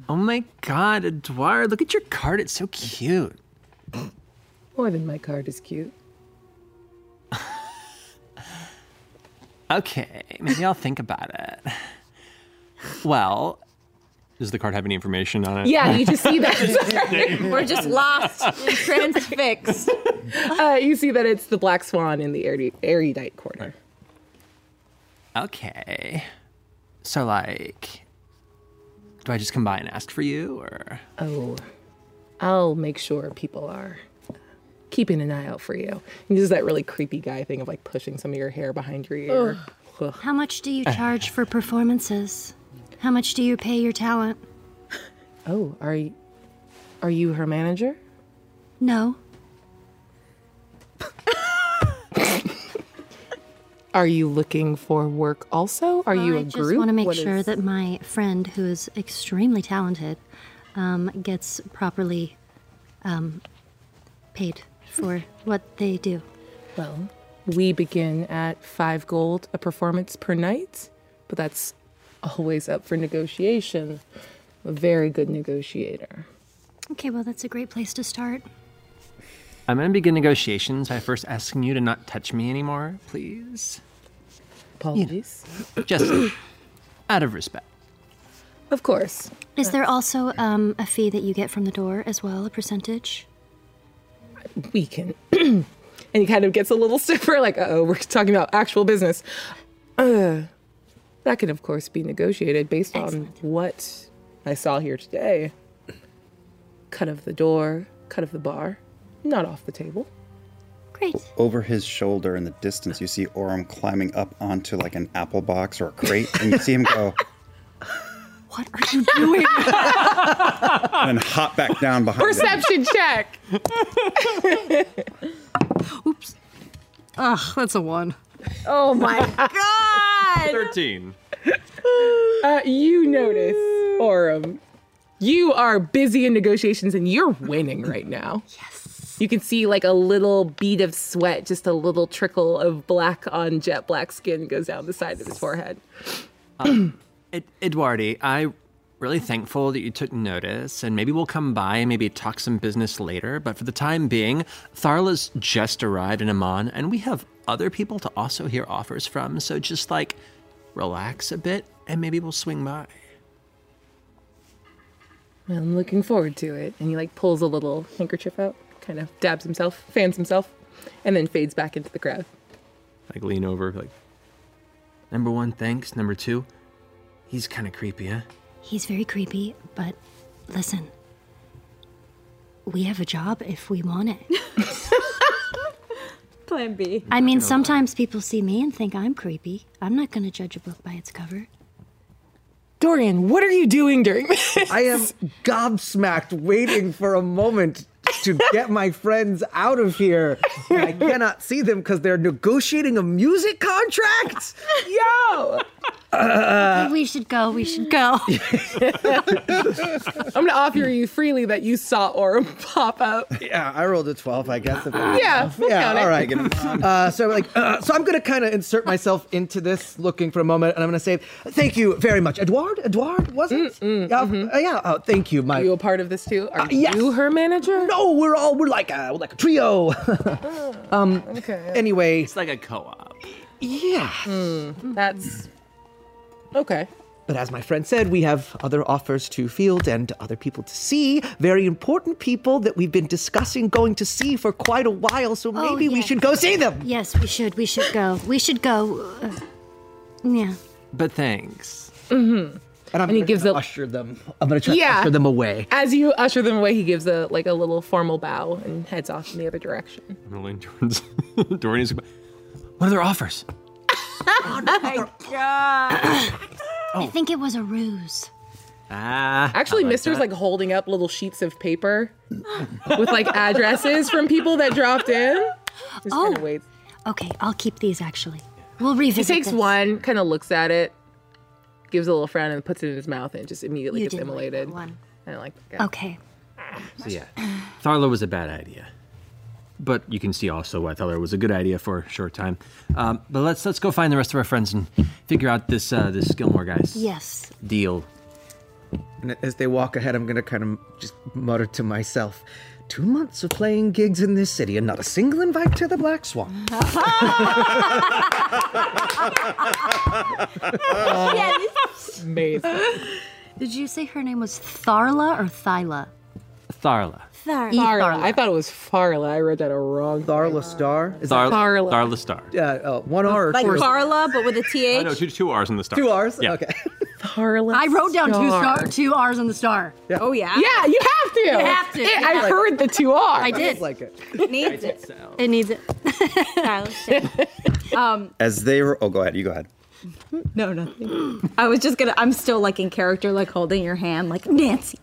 S7: Oh my god, Edouard, look at your card. It's so cute.
S8: More than my card is cute.
S7: Okay, maybe I'll think about it. Well, does the card have any information on it?
S8: Yeah, you just see that.
S6: We're just lost, and transfixed.
S8: uh, you see that it's the black swan in the erud- erudite quarter.
S7: Okay. So, like, do I just come by and ask for you, or?
S8: Oh, I'll make sure people are keeping an eye out for you. And just that really creepy guy thing of like pushing some of your hair behind your ear. Ugh.
S4: How much do you charge for performances? How much do you pay your talent?
S8: Oh, are you, are you her manager?
S4: No.
S8: Are you looking for work also? Are you
S4: I
S8: a
S4: just
S8: group?
S4: want to make
S8: What
S4: sure
S8: is-
S4: that my friend, who is extremely talented, um, gets properly um, paid for what they do.
S8: Well, we begin at five gold a performance per night, but that's always up for negotiation. I'm a very good negotiator.
S4: Okay, well, that's a great place to start.
S7: I'm gonna begin negotiations by first asking you to not touch me anymore, please.
S8: Apologies.
S7: Just out of respect.
S8: Of course.
S4: Is there also um, a fee that you get from the door as well, a percentage?
S8: We can. and he kind of gets a little stiffer, like, uh oh, we're talking about actual business. Uh, that can, of course, be negotiated based
S4: Excellent.
S8: on what I saw here today. Cut of the door, cut of the bar, not off the table.
S4: Great.
S1: Over his shoulder in the distance, you see Orum climbing up onto like an apple box or a crate, and you see him go
S4: What are you doing?
S1: and then hop back down behind him.
S8: Perception check.
S4: Ugh, that's a one.
S6: Oh my god!
S7: 13.
S8: Uh, you notice, Orum, you are busy in negotiations and you're winning right now. Yes. You can see like a little bead of sweat, just a little trickle of black on jet black skin goes down the side of his forehead.
S7: Ed- Eduardi, I'm really thankful that you took notice, and maybe we'll come by and maybe talk some business later. But for the time being, Tharla's just arrived in Amman, and we have other people to also hear offers from. So just like relax a bit, and maybe we'll swing by.
S8: Well, I'm looking forward to it. And he like pulls a little handkerchief out, kind of dabs himself, fans himself, and then fades back into the crowd.
S7: Like lean over, like. Number one, thanks. Number two, he's kind of creepy, huh?
S4: He's very creepy, but listen, we have a job if we want it.
S6: Plan B.
S4: I mean, sometimes people see me and think I'm creepy. I'm not going to judge a book by its cover.
S8: Dorian, what are you doing during this?
S3: I am gobsmacked waiting for a moment to get my friends out of here. I cannot see them because they're negotiating a music contract.
S8: Yo!
S4: we should go. We should go.
S8: I'm gonna offer you freely that you saw Orm pop up.
S3: Yeah, Uh, I rolled a 12, I guess. if it-
S8: Yeah, we'll
S3: yeah,
S8: count it.
S3: all right. uh, so like, uh, so I'm gonna kind of insert myself into this, looking for a moment, and I'm gonna say, "Thank you very much, Edward. Edward, was it?
S8: Mm,
S3: yeah,
S8: mm-hmm.
S3: uh, yeah. Uh, thank you,
S8: Are you
S3: my.
S8: a part of this too? Are
S3: yes.
S8: you her manager?
S3: No, we're all we're like a we're like a trio. Um,
S8: Okay.
S3: anyway,
S7: It's like a co-op.
S3: yeah.
S8: Mm. That's okay.
S3: But as my friend said, we have other offers to field and other people to see. Very important people that we've been discussing going to see for quite a while. So
S4: Oh,
S3: maybe we
S4: yes.
S3: should go see them.
S4: yes, we should. We should go. We should go. Uh, yeah.
S7: But thanks.
S3: And I'm
S8: And he
S3: gonna
S8: gives
S3: try to
S8: a-
S3: usher them. I'm gonna try
S8: Yeah.
S3: to usher them away.
S8: As you usher them away, he gives a like a little formal bow and heads off in the other direction.
S7: I'm gonna lean towards Dorian's. What are their offers?
S4: I think it was a ruse.
S7: Ah,
S8: Actually, Mister's like holding up little sheets of paper with like addresses from people that dropped in. Just
S4: Oh.
S8: kinda waits.
S4: Okay, I'll keep these actually. We'll
S8: He
S4: revisit.
S8: takes
S4: this.
S8: one, kind of looks at it, gives a little frown, and puts it in his mouth, and just immediately
S4: You
S8: gets
S4: didn't like that
S8: immolated.
S4: one.
S8: I don't like that guy.
S4: Okay.
S7: So yeah, Tharla was a bad idea, but you can see also why Tharla was a good idea for a short time. Um, but let's let's go find the rest of our friends and figure out this uh, this Gilmore guys
S4: Yes.
S7: deal.
S3: And as they walk ahead, I'm gonna kind of just mutter to myself, two months of playing gigs in this city and not a single invite to the Black Swan.
S8: Amazing.
S4: Did you say her name was Tharla or Thyla?
S7: Tharla,
S4: E.
S8: Farla. I thought it was Farla. I read that wrong.
S3: Tharla Star? Is
S7: Thar-
S8: Tharla.
S7: Tharla Star.
S3: that uh, uh, one R or
S6: Like
S3: two? R's?
S6: Carla, but with a
S7: I know
S6: th.
S7: two two R's in the star.
S3: Two R's?
S7: Yeah.
S3: Okay.
S8: Farla.
S4: I wrote down two
S8: Star.
S4: star, two R's on the star.
S6: Oh yeah.
S8: Yeah, you have to. You
S4: have to.
S8: I
S4: Yeah.
S8: heard the two R.
S4: I did.
S3: like it.
S6: Needs it.
S4: It needs it.
S1: As they were, oh, go ahead. You go ahead.
S6: No, nothing. I was just gonna. I'm still like in character, like holding your hand, like Nancy.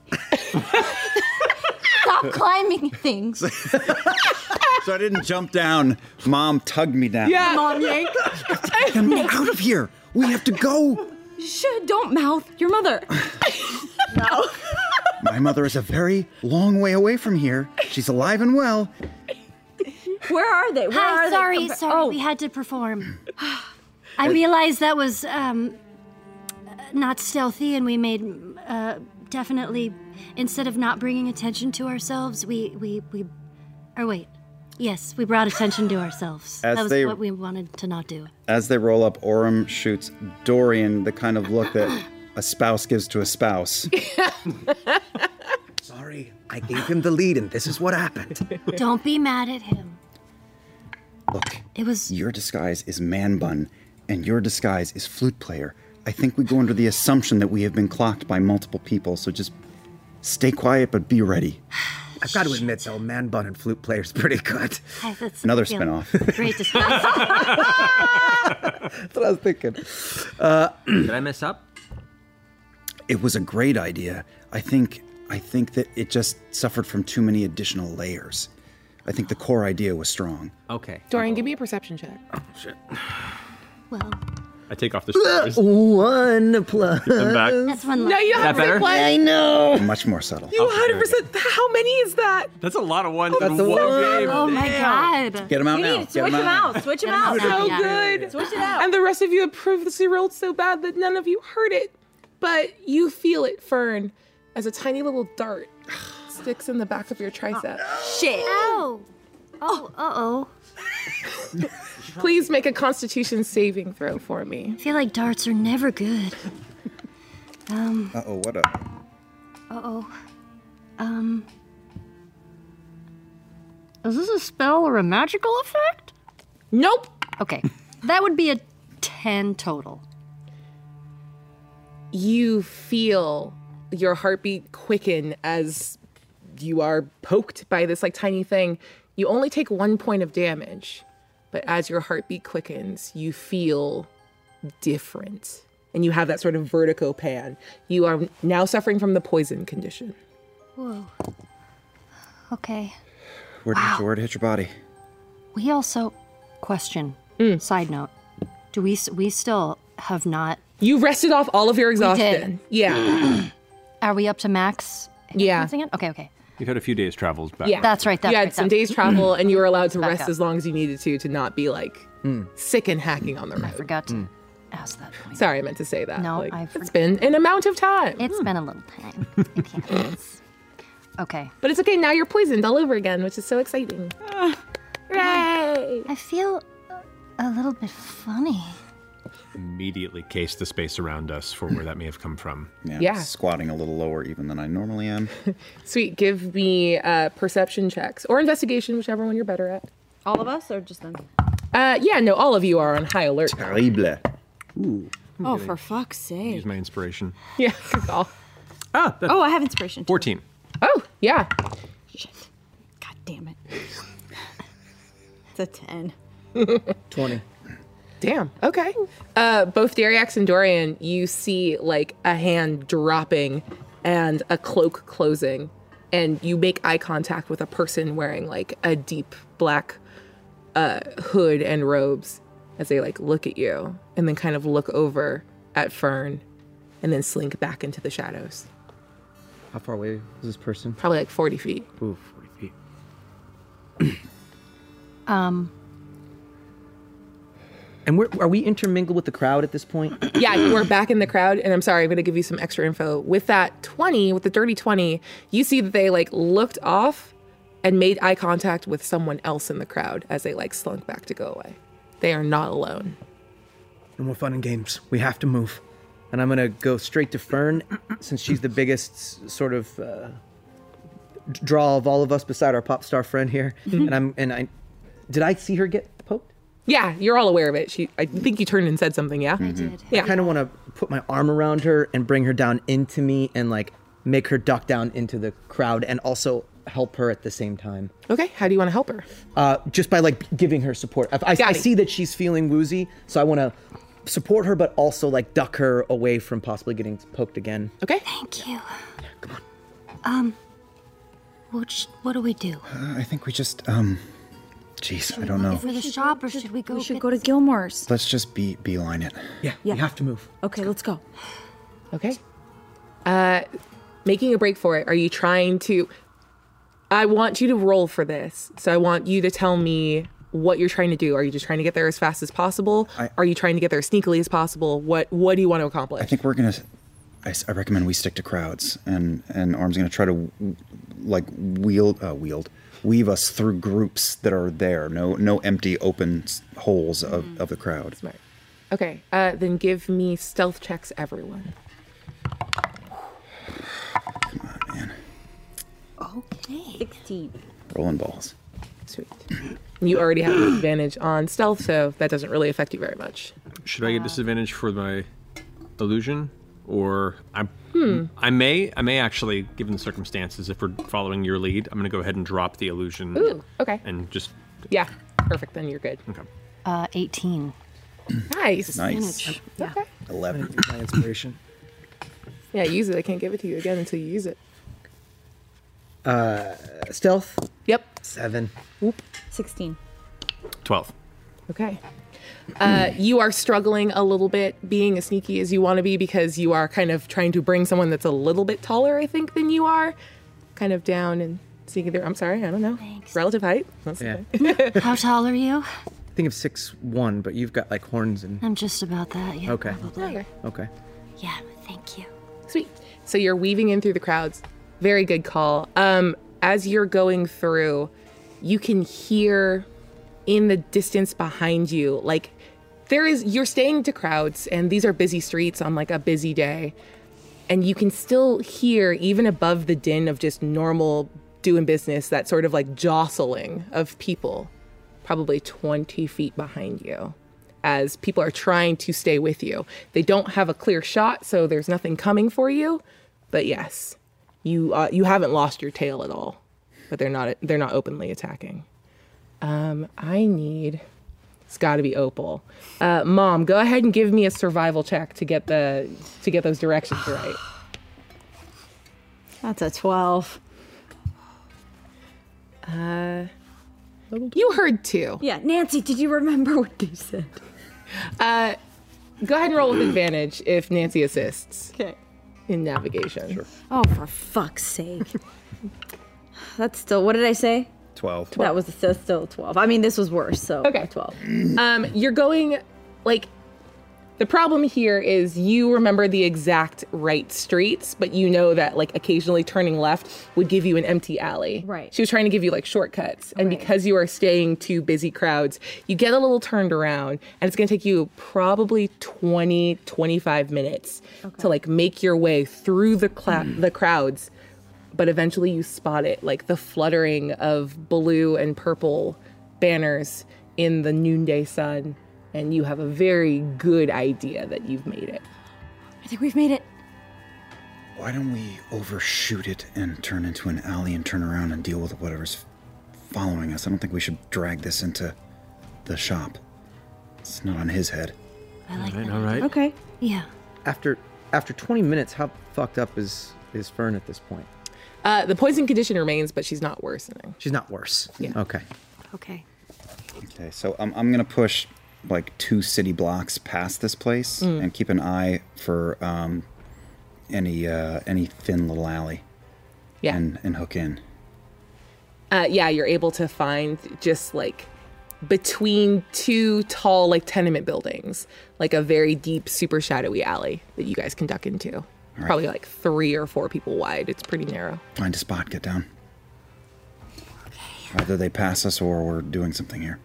S4: Stop climbing things.
S1: So I didn't jump down. Mom tugged me down.
S8: Yeah.
S6: Mom, yank.
S1: Get me out of here. We have to go.
S6: Shh, don't mouth your mother. no.
S1: My mother is a very long way away from here. She's alive and well.
S6: Where are they? Where are
S4: Hi,
S6: they?
S4: sorry,
S6: Compa-
S4: sorry,
S6: Oh,
S4: we had to perform. I realized that was um, uh, not stealthy, and we made uh, definitely instead of not bringing attention to ourselves, we we we, or wait, yes, we brought attention to ourselves.
S1: As
S4: that was
S1: they-
S4: what we wanted to not do.
S1: As they roll up, Orem shoots Dorian the kind of look that a spouse gives to a spouse.
S3: Sorry, I gave him the lead, and this is what happened.
S4: Don't be mad at him.
S1: Look,
S4: It was
S1: your disguise is man bun, and your disguise is flute player. I think we go under the assumption that we have been clocked by multiple people, so just stay quiet but be ready.
S3: I've got to admit, though, Man Bun and Flute Player's pretty good.
S4: I- that's
S1: Another
S4: I feel
S1: spinoff.
S4: Great disguise.
S3: That's what I was thinking.
S7: Did I mess up?
S1: It was a great idea. I think I think that it just suffered from too many additional layers. I think the core idea was strong.
S7: Okay.
S8: Dorian, give me a perception check.
S4: well,
S7: I take off the stars.
S3: One plus.
S4: that's one.
S8: No,
S4: less.
S8: you don't have
S7: that
S8: to
S7: better?
S8: say what.
S3: know.
S1: Much more subtle.
S8: You 100%. How many is that?
S7: That's a lot of ones
S3: That's
S7: in
S3: a
S7: one
S3: lot.
S7: game.
S4: Oh my god.
S1: Get him out
S6: You
S1: now.
S6: need
S1: Get
S6: to switch
S1: 'em
S6: them
S1: now.
S6: out. Switch them
S4: Get 'em out.
S6: out.
S8: So
S4: Yeah.
S8: good.
S6: Switch it out.
S8: And the rest of you approve this. You rolled so bad that none of you heard it. But you feel it, Fern, as a tiny little dart sticks in the back of your tricep.
S6: Shit.
S4: Oh, oh, uh oh.
S8: Please make a constitution saving throw for me.
S4: I feel like darts are never good.
S1: Uh oh, what a
S4: Uh oh. Um. Is this a spell or a magical effect?
S8: Nope.
S4: Okay. that would be a 10 total.
S8: You feel your heartbeat quicken as you are poked by this like tiny thing. You only take one point of damage, but as your heartbeat quickens, you feel different. And you have that sort of vertigo pan. You are now suffering from the poison condition.
S4: Whoa. Okay.
S1: where did where did it hit your body?
S8: Mm.
S4: We also question. Side note. Do we s- we still
S2: have not.
S8: You rested off all of your
S2: did.
S8: exhaustion. Yeah.
S2: Are we to max?
S8: yeah.
S2: Using it? Okay, okay.
S7: You've had a few days travels back.
S8: Yeah.
S2: That's right, that's
S8: you had
S2: right,
S8: some
S2: that's-
S8: days travel and you were allowed to
S2: Back
S8: rest
S2: up.
S8: as long as you needed to to not be like sick and hacking on the road.
S2: Forgot to ask that point.
S8: Sorry, I meant to say that.
S2: No,
S8: Mm. Like,
S2: I
S8: it's
S2: forgot.
S8: been an amount of time.
S2: It's been a little time. It happens. Okay.
S8: but it's okay. Now you're poisoned all over again, which is so exciting. Hooray!
S2: I feel a little bit funny.
S7: Immediately case the space around us for where that may have come from.
S1: Yeah,
S8: Yeah.
S1: Squatting a little lower even than I normally am.
S8: Sweet. Give me uh, perception checks or investigation, whichever one you're better at.
S6: All of us or just them?
S8: Uh, yeah, no, all of you are on high alert.
S1: Terrible.
S6: Oh, for fuck's sake.
S7: Use my inspiration.
S8: Yeah, good call.
S7: Ah, that,
S6: Oh, I have inspiration. too.
S7: 14.
S8: Oh, yeah.
S6: Shit. God damn it. It's a 10.
S3: 20.
S8: Damn. Okay. Uh, both Dariax and Dorian, you see like a hand dropping and a cloak closing, and you make eye contact with a person wearing like a deep black uh, hood and robes as they like look at you and then kind of look over at Fern and then slink back into the shadows.
S3: How far away is this person?
S8: Probably like 40 feet.
S3: Ooh, 40 feet.
S2: Um,
S3: And we're, are we intermingled with the crowd at this point?
S8: yeah, you are back in the crowd, and I'm sorry, I'm gonna give you some extra info. With that 20, with the dirty 20, you see that they like looked off and made eye contact with someone else in the crowd as they like slunk back to go away. They are not alone.
S3: No more fun and games. We have to move. And I'm gonna go straight to Fern, since she's the biggest s- sort of uh, d- draw of all of us beside our pop star friend here.
S8: Mm-hmm.
S3: And I'm and I did I see her get poked?
S8: Yeah, you're all aware of it. She, I think you turned and said something. Yeah, I did.
S3: I
S8: Yeah,
S3: kind of want to put my arm around her and bring her down into me and like make her duck down into the crowd and also help her at the same time.
S8: Okay. How do you want to help her?
S3: uh, just by like giving her support. I, I-
S8: Got
S3: I
S8: it.
S3: see that she's feeling woozy, so I want to support her, but also like duck her away from possibly getting poked again.
S8: Okay.
S2: thank you. come on. Um, what, sh- what do we do?
S1: I think we just um jeez, I don't know.
S2: For the shop, or should we go?
S6: We should
S2: get-
S6: go to Gilmore's.
S1: Let's just be beeline it.
S3: Yeah,
S6: Yeah.
S3: we have to move.
S6: Okay, let's go.
S8: Okay. Uh, making a break for it. Are you trying to? I want you to roll for this. So I want you to tell me what you're trying to do. Are you just trying to get there as fast as possible? Are you trying to get there as sneakily as possible? What What do you want to accomplish?
S1: I think we're gonna. I, s- I recommend we stick to crowds, and and Arm's gonna try to w- like wield uh, wield weave us through groups that are there. No no empty open s- holes of, of the crowd.
S8: Smart. Okay. Uh, then give me stealth checks, everyone.
S2: Okay.
S6: 16.
S1: Rolling balls.
S8: Sweet. You already have an advantage on stealth, so that doesn't really affect you very much.
S7: Should I get disadvantage for my illusion, or I? I may. I may actually, given the circumstances, if we're following your lead, I'm going to go ahead and drop the illusion.
S8: Ooh, okay.
S7: And just
S8: Yeah. Perfect. Then you're good.
S7: okay.
S2: Uh, 18.
S8: Nice.
S1: Nice.
S8: Okay.
S1: Eleven.
S3: My inspiration.
S8: Yeah, use it. I can't give it to you again until you use it.
S3: Stealth
S8: Yep.
S3: seven.
S6: 16.
S7: Twelve.
S8: Okay. Uh, you are struggling a little bit being as sneaky as you want to be because you are kind of trying to bring someone that's a little bit taller, I think, than you are, kind of down and seeing their. I'm sorry, I don't know.
S2: Thanks.
S8: Relative height. That's
S3: Yeah,
S8: okay.
S2: How tall are you?
S3: think of six one, but you've got like horns and
S2: I'm just about that. Yeah,
S3: Okay.
S2: probably.
S8: Okay.
S3: okay.
S2: Yeah, thank you.
S8: Sweet. So you're weaving in through the crowds. Very good call. Um, as you're going through, you can hear in the distance behind you, like there is you're staying to crowds and these are busy streets on like a busy day. And you can still hear, even above the din of just normal doing business, that sort of like jostling of people, probably 20 feet behind you as people are trying to stay with you. They don't have a clear shot, so there's nothing coming for you. But yes, you uh, you haven't lost your tail at all. But they're not they're not openly attacking. Um, I need it's got to be Opal. Uh, Mom, go ahead and give me a survival check to get the to get those directions right.
S6: That's a 12.
S8: You heard two.
S6: Yeah, Nancy, did you remember what you said?
S8: Go ahead and roll with advantage if Nancy assists
S6: Okay.
S8: in navigation. Sure.
S6: Oh, for fuck's sake. That's still, what did I say?
S1: 12.
S6: That was still, still 12. I mean, this was worse, so
S8: Okay.
S6: 12.
S8: Um, you're going like the problem here is you remember the exact right streets, but you know that like occasionally turning left would give you an empty alley.
S6: Right.
S8: She was trying to give you like shortcuts, and because you are staying to busy crowds, you get a little turned around, and it's going to take you probably 20 25 minutes to like make your way through the cla- the crowds. But eventually you spot it, like the fluttering of blue and purple banners in the noonday sun, and you have a very good idea that you've made it.
S6: I think we've made it.
S1: Why don't we overshoot it and turn into an alley and turn around and deal with whatever's following us? I don't think we should drag this into the shop. It's not on his head.
S7: All right.
S6: Okay.
S2: Yeah.
S3: After after 20 minutes, how fucked up is is Fern at this point?
S8: Uh, the poison condition remains, but she's not worsening.
S3: She's not worse. Yeah. Okay.
S2: Okay.
S1: Okay, so I'm, I'm gonna push like two city blocks past this place and keep an eye for um, any uh, any thin little alley
S8: Yeah.
S1: and and hook in.
S8: uh, yeah, you're able to find just like between two tall like tenement buildings, like a very deep, super shadowy alley that you guys can duck into. Probably like three or four people wide. It's pretty narrow.
S1: Find a spot, get down. Either they pass us or we're doing something here.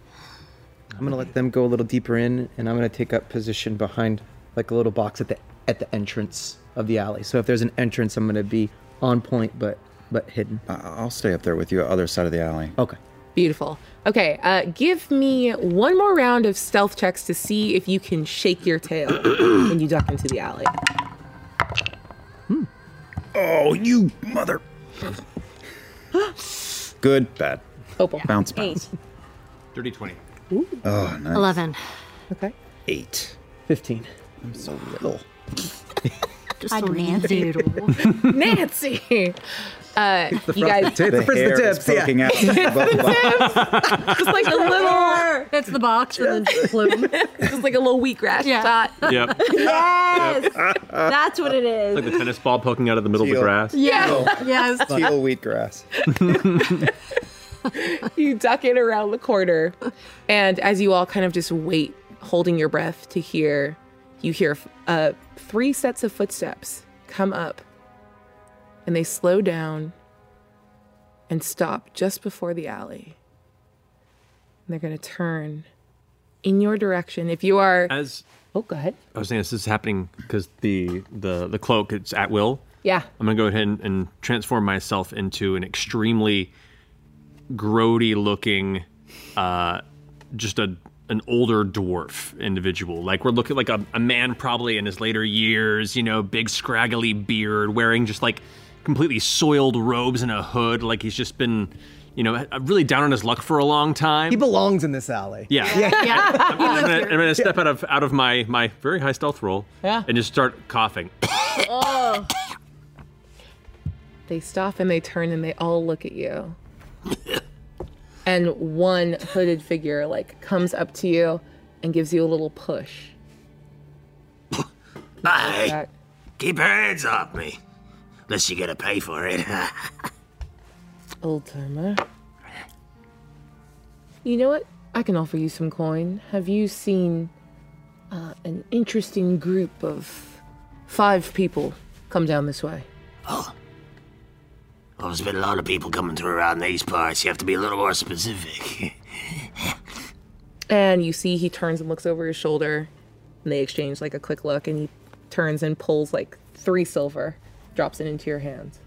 S3: I'm gonna let them go a little deeper in, and I'm gonna take up position behind like a little box at the at the entrance of the alley. So if there's an entrance, I'm gonna be on point, but but hidden.
S1: I- I'll stay up there with you, other side of the alley.
S3: Okay.
S8: Beautiful. Okay, uh, give me one more round of stealth checks to see if you can shake your tail when you duck into the alley.
S1: Oh, you mother! Good, bad.
S8: Opal.
S1: Bounce, bounce.
S7: Dirty 20.
S1: Oh, nice.
S2: 11.
S8: Okay.
S1: Eight.
S3: 15.
S1: I'm so little.
S2: Just a Nancy.
S8: Nancy! Uh, you guys, just
S3: The
S1: The
S3: frizz- the
S1: hair
S3: tips,
S1: is
S3: yeah.
S1: poking out. Above the bottom.
S8: like a little,
S2: That's the box and then plume.
S8: just like a little wheatgrass
S2: Yeah.
S8: shot.
S7: Yep.
S6: Yes! That's what it
S7: like
S6: is.
S7: the tennis ball poking out of the middle of
S1: Teal.
S7: the grass.
S6: Yeah. Yes.
S1: Teal wheatgrass.
S8: you duck it around the corner and as you all kind of just wait holding your breath to hear you hear uh, three sets of footsteps come up and they slow down and stop just before the alley and they're going to turn in your direction if you are
S7: As
S8: oh go ahead
S7: I was saying, this is happening because the, the the cloak it's at will.
S8: yeah
S7: I'm gonna go ahead and, and transform myself into an extremely grody looking, uh, just a an older dwarf individual. Like we're looking like a, a man probably in his later years, you know, big scraggly beard, wearing just like completely soiled robes and a hood, like he's just been, you know, really down on his luck for a long time.
S4: He belongs in this alley.
S7: Yeah. I'm, I'm gonna, I'm gonna step out of out of my my very high stealth roll.
S8: Yeah.
S7: And just start coughing.
S8: They stop and they turn and they all look at you. and one hooded figure like comes up to you and gives you a little push. Bye.
S12: Keep your hands off me. Unless you gotta pay for it.
S8: Old timer. You know what? I can offer you some coin. Have you seen uh, an interesting group of five people come down this way?
S12: Oh, there's been a lot of people coming through around these parts. You have to be a little more specific.
S8: And you see he turns and looks over his shoulder, and they exchange like a quick look, and he turns and pulls like three silver, drops it into your hands.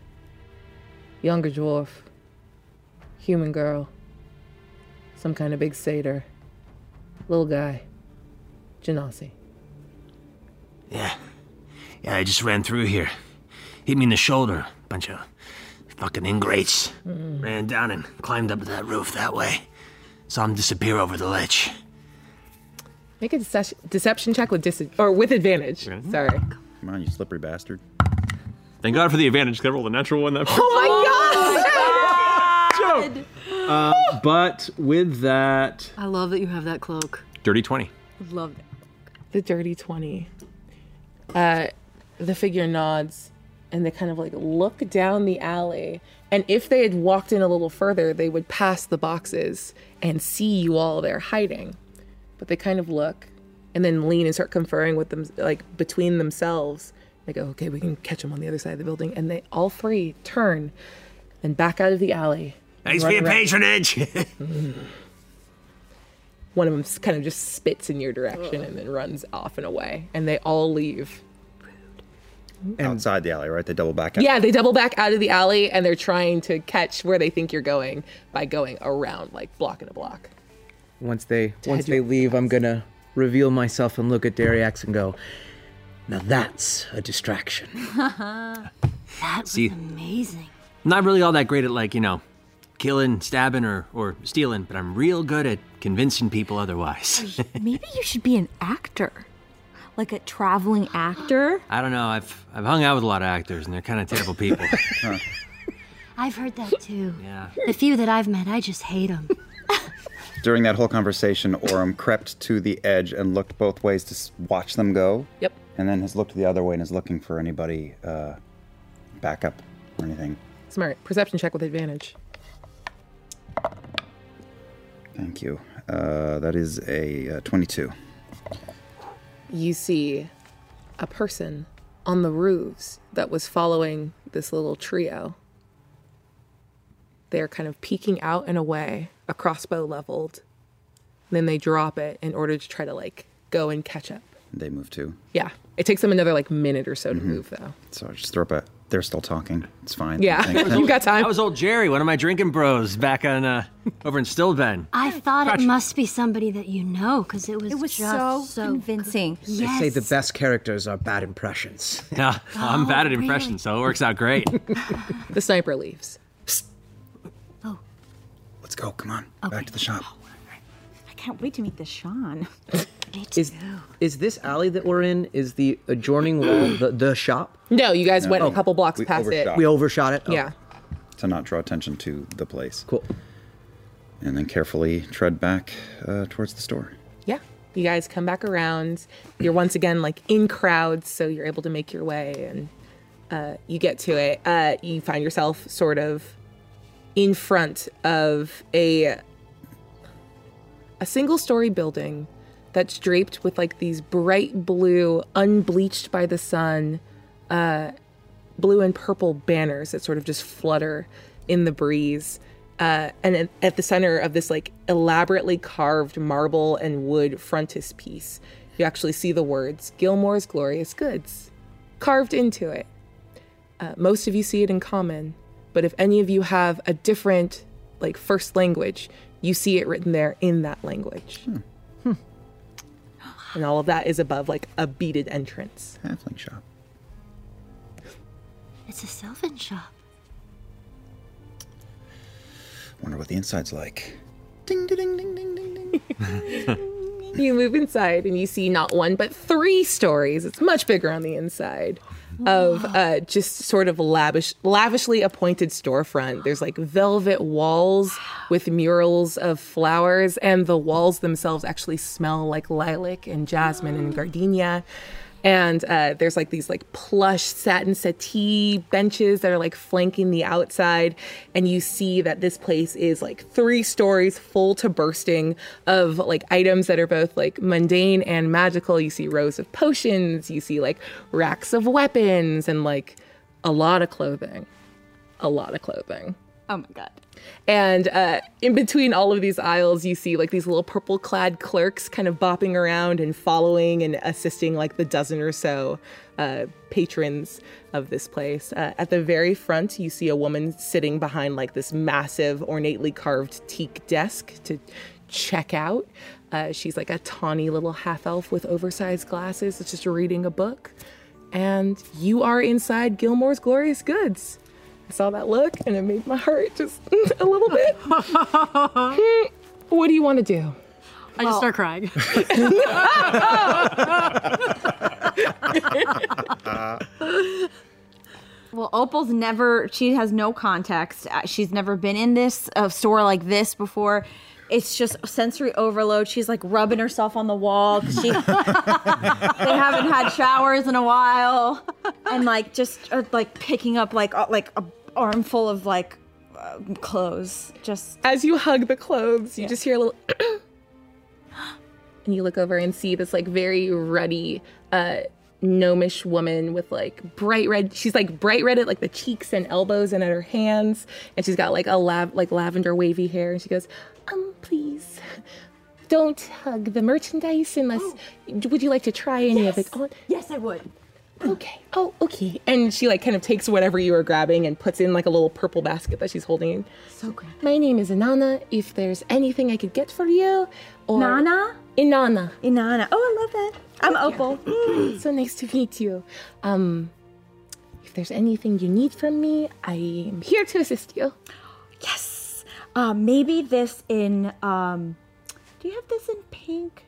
S8: Younger dwarf, human girl, some kind of big satyr, little guy, Genasi.
S12: yeah. Yeah, I just ran through here. Hit me in the shoulder. Bunch of fucking ingrates.
S7: Hmm.
S12: Ran down and climbed up to that roof that way. Saw him disappear over the ledge.
S8: Make a dece- deception check with dis- or with advantage. Sorry.
S1: Come on, you slippery bastard.
S7: Thank God for the advantage. 'cause I rolled a natural one. That Oh Uh,
S2: I love that you have that cloak.
S7: dirty twenty.
S2: Love it. the dirty 20. Uh, the figure nods and they kind of like look down the alley. And if they had walked in a little further, they would pass the boxes and see you all there hiding. But they kind of look and then lean and start conferring with them, like between themselves. They go, okay, we can catch them on the other side of the building. And they all three turn and back out of the alley.
S13: Thanks for
S2: and run
S13: your
S2: around.
S13: patronage.
S2: One of them kind of just spits in your direction and then runs off and away. And they all leave.
S1: Outside the alley, right? They double back. out.
S2: Mm. Yeah, Uh, they double back out of the alley and they're trying to catch where they think you're going by going around, like blocking a block.
S3: Once they once
S2: had you-
S3: they leave, I'm gonna reveal myself and look at Dariax and go, "Now that's a distraction."
S4: That was
S7: See-
S4: amazing.
S7: I'm not really all that great at like you know, killing, stabbing, or or stealing, but I'm real good at convincing people otherwise.
S14: Maybe you should be an actor, like a traveling actor.
S7: I don't know. I've I've hung out with a lot of actors, and they're kind of terrible people.
S4: I've heard that too.
S7: Yeah.
S4: The few that I've met, I just hate them.
S1: During that whole conversation, Orem crept to the edge and looked both ways to s- watch them go.
S2: Yep.
S1: And then has looked the other way and is looking for anybody uh, backup or anything.
S2: Smart. Perception check with advantage.
S1: Thank you. Uh, that is a uh, 22.
S2: You see a person on the roofs that was following this little trio. They're kind of peeking out and away, a crossbow leveled. Then they drop it in order to try to like go and catch up.
S1: They move too.
S2: Yeah. It takes them another like minute or so to move though.
S1: So I just throw up a. They're still talking. It's fine. Thank-
S2: Yeah. You've got time.
S7: I was old Jerry, one of my drinking bros, back on uh, over in Stillben.
S4: I thought it must be somebody that you know because it was
S6: It was
S4: just
S6: so,
S4: so
S6: convincing.
S3: They
S4: Yes.
S3: say the best characters are bad impressions.
S7: Yeah, I'm bad at
S4: really?
S7: impressions, so it works out great.
S2: The sniper leaves.
S1: Let's go. Come on. Back to the shop.
S6: I can't wait to meet this Sean.
S4: Me too.
S3: Is is this alley that we're in? Is the adjoining wall the, the shop?
S2: No, you guys went a couple blocks
S1: Oh, we
S2: past it.
S1: overshot.
S3: We overshot it. Oh,
S2: Yeah.
S1: To not draw attention to the place.
S3: Cool.
S1: And then carefully tread back uh, towards the store.
S2: Yeah. You guys come back around. You're once again like in crowds, so you're able to make your way and uh, you get to it. Uh, you find yourself sort of in front of a a single story building that's draped with like these bright blue, unbleached by the sun, uh, blue and purple banners that sort of just flutter in the breeze. Uh, and at- at the center of this like elaborately carved marble and wood frontispiece, you actually see the words Gilmore's Glorious Goods carved into it. Uh, most of you see it in common, but if any of you have a different, like, first language, you see it written there in that language. And all of that is above, like, a beaded entrance.
S1: Halfling shop.
S4: it's a Sylvan shop.
S1: Wonder what the inside's like. Ding, ding, ding, ding, ding, ding, ding.
S2: You move inside and you see not one, but three stories. It's much bigger on the inside of uh, just sort of lavish, lavishly appointed storefront. There's like velvet walls with murals of flowers, and the walls themselves actually smell like lilac and jasmine and gardenia. And uh, there's like these like plush satin settee benches that are like flanking the outside, and you see that this place is like three stories full to bursting of like items that are both like mundane and magical. You see rows of potions, you see like racks of weapons, and like a lot of clothing, a lot of clothing.
S6: Oh my god.
S2: And uh, in between all of these aisles, you see like these little purple clad clerks kind of bopping around and following and assisting like the dozen or so uh, patrons of this place. Uh, at the very front, you see a woman sitting behind like this massive, ornately carved teak desk to check out. Uh, she's like a tawny little half elf with oversized glasses that's just reading a book. And you are inside Gilmore's Glorious Goods. I saw that look and it made my heart just a little bit. Hmm. what do you want to do?
S6: I just start crying. well, Opal's never, she has no context. Uh, She's never been in this uh, store like this before. It's just sensory overload. She's like rubbing herself on the wall 'cause she they haven't had showers in a while, and like just uh, like picking up like uh, like a armful of like uh, clothes. Just
S8: As you hug the clothes, you just hear a little. and you look over and see this like very ruddy, uh, gnomish woman with like bright red. She's like bright red at like the cheeks and elbows and at her hands, and she's got like a lav- like lavender wavy hair. And she goes, "Um, please." Don't hug the merchandise unless. Would you like to try any of it? Oh,
S6: yes, I would.
S8: okay. Oh, okay. And she like kind of takes whatever you are grabbing and puts in like a little purple basket that she's holding.
S6: So great.
S8: My name is Inanna. If there's anything I could get for you, or
S6: Nana,
S8: Inanna.
S6: Inanna. Oh, I love that. I'm Opal.
S8: So nice to meet you. Um, if there's anything you need from me, I am here to assist you.
S6: Yes. Uh, maybe this in. Um, do you have this in pink?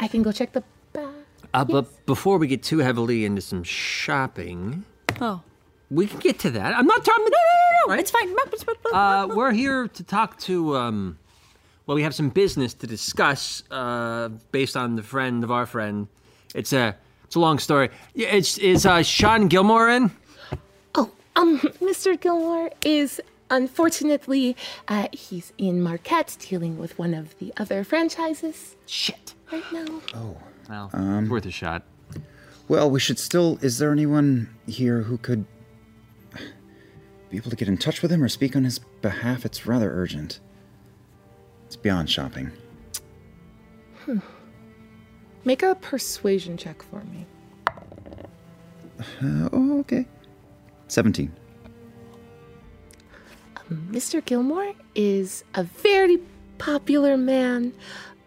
S8: I can go check the back.
S12: Uh, But before we get too heavily into some shopping,
S6: Oh.
S12: we can get to that. I'm not talking. No,
S6: No, it's fine. It's fine.
S12: Uh, we're here to talk to. Um, well, we have some business to discuss uh, based on the friend of our friend. It's a it's a long story. Yeah, It's is uh, Sean Gilmore in?
S8: Oh, um, Mr. Gilmore is unfortunately uh, he's in Marquette dealing with one of the other franchises
S12: Shit.
S8: right now.
S7: Well, it's worth a shot.
S1: Well, we should still. Is there anyone here who could be able to get in touch with him or speak on his behalf? It's rather urgent. It's beyond shopping.
S8: Make a persuasion check for me.
S1: Uh, oh, okay. 17.
S8: Mr. Gilmore is a very popular man,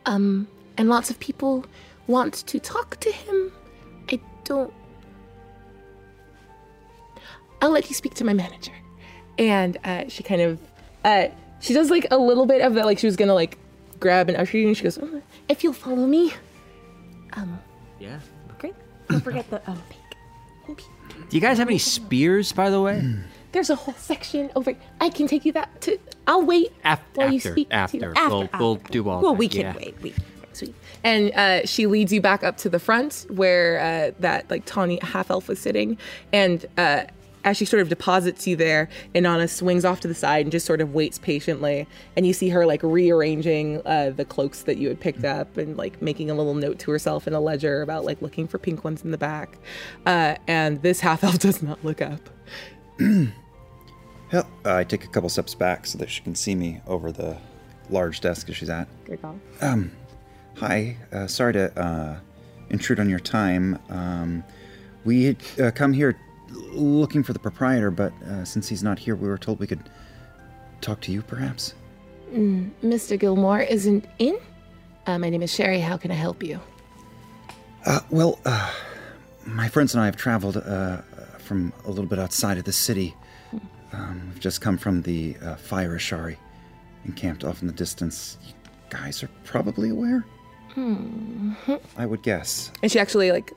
S8: um, and lots of people want to talk to him. I don't. I'll let you speak to my manager. And uh, she kind of, uh, she does like a little bit of that, like she was gonna like grab and usher you, and she goes, "Mm, "If you'll follow me."
S12: Yeah.
S6: Great. Don't forget the um, pink.
S12: Do you guys have any spears, by the way?
S3: Hmm.
S8: There's a whole section over. I can take you that to. I'll wait
S12: Af-
S8: while you
S12: after-
S8: speak
S12: after.
S8: to.
S12: We'll- we'll do all
S6: Well,
S12: that,
S6: we can
S12: yeah.
S6: wait. We.
S8: Sweet. And uh, she leads you back up to the front where uh, that like tawny half elf was sitting. And uh, as she sort of deposits you there, Inanna swings off to the side and just sort of waits patiently. And you see her like rearranging uh, the cloaks that you had picked up and like making a little note to herself in a ledger about like looking for pink ones in the back. Uh, and this half elf does not look up.
S1: Hell, Uh, I take a couple steps back so that she can see me over the large desk that she's at. Um,
S8: Good call.
S1: Hi, uh, sorry to uh, intrude on your time. Um, we had uh, come here looking for the proprietor, but uh, since he's not here, we were told we could talk to you, perhaps.
S8: Mr. Gilmore isn't in. Uh, my name is Sherry. How can I help you?
S1: Uh, well, uh, my friends and I have traveled uh, from a little bit outside of the city. Um, we've just come from the uh, fire Ashari, encamped off in the distance. You guys are probably aware. I would guess.
S8: and she actually like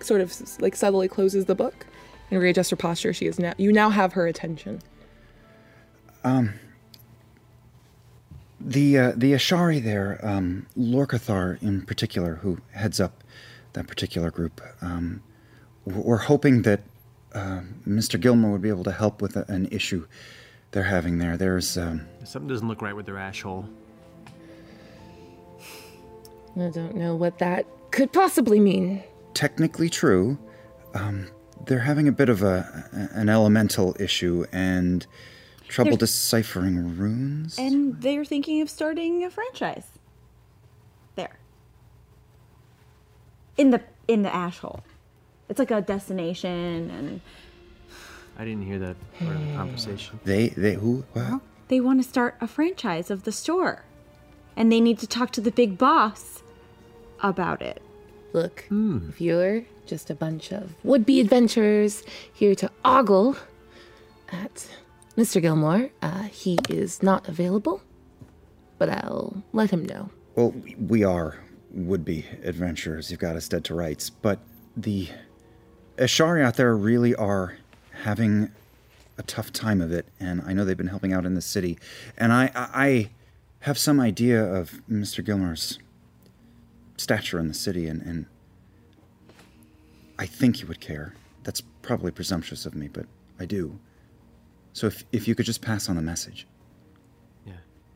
S8: sort of s- like subtly closes the book and readjusts her posture she is now you now have her attention
S1: The uh, the Ashari there, um, Lorcathar in particular, who heads up that particular group, um, w- we're hoping that uh, Mr. Gilmore would be able to help with a, an issue they're having there. There's um,
S7: Something doesn't look right with their ash hole.
S8: i don't know what that could possibly mean
S1: technically true. Um, they're having a bit of a, a- an elemental issue and trouble deciphering runes.
S6: And they're thinking of starting a franchise. There. In the in the ash hole. It's like a destination and
S7: I didn't hear that part of the conversation.
S1: they they who what?
S6: they want to start a franchise of the store. And they need to talk to the big boss about it.
S8: look if you're just a bunch of would-be adventurers here to ogle at mr gilmore uh, he is not available but i'll let him know
S1: Well, we are would be adventurers. You've got us dead to rights. But the Ashari out there really are having a tough time of it. And I know they've been helping out in the city. And I, I, I have some idea of Mr. Gilmer's stature in the city, and, and I think he would care. That's probably presumptuous of me, but I do. So if, if you could just pass on the message.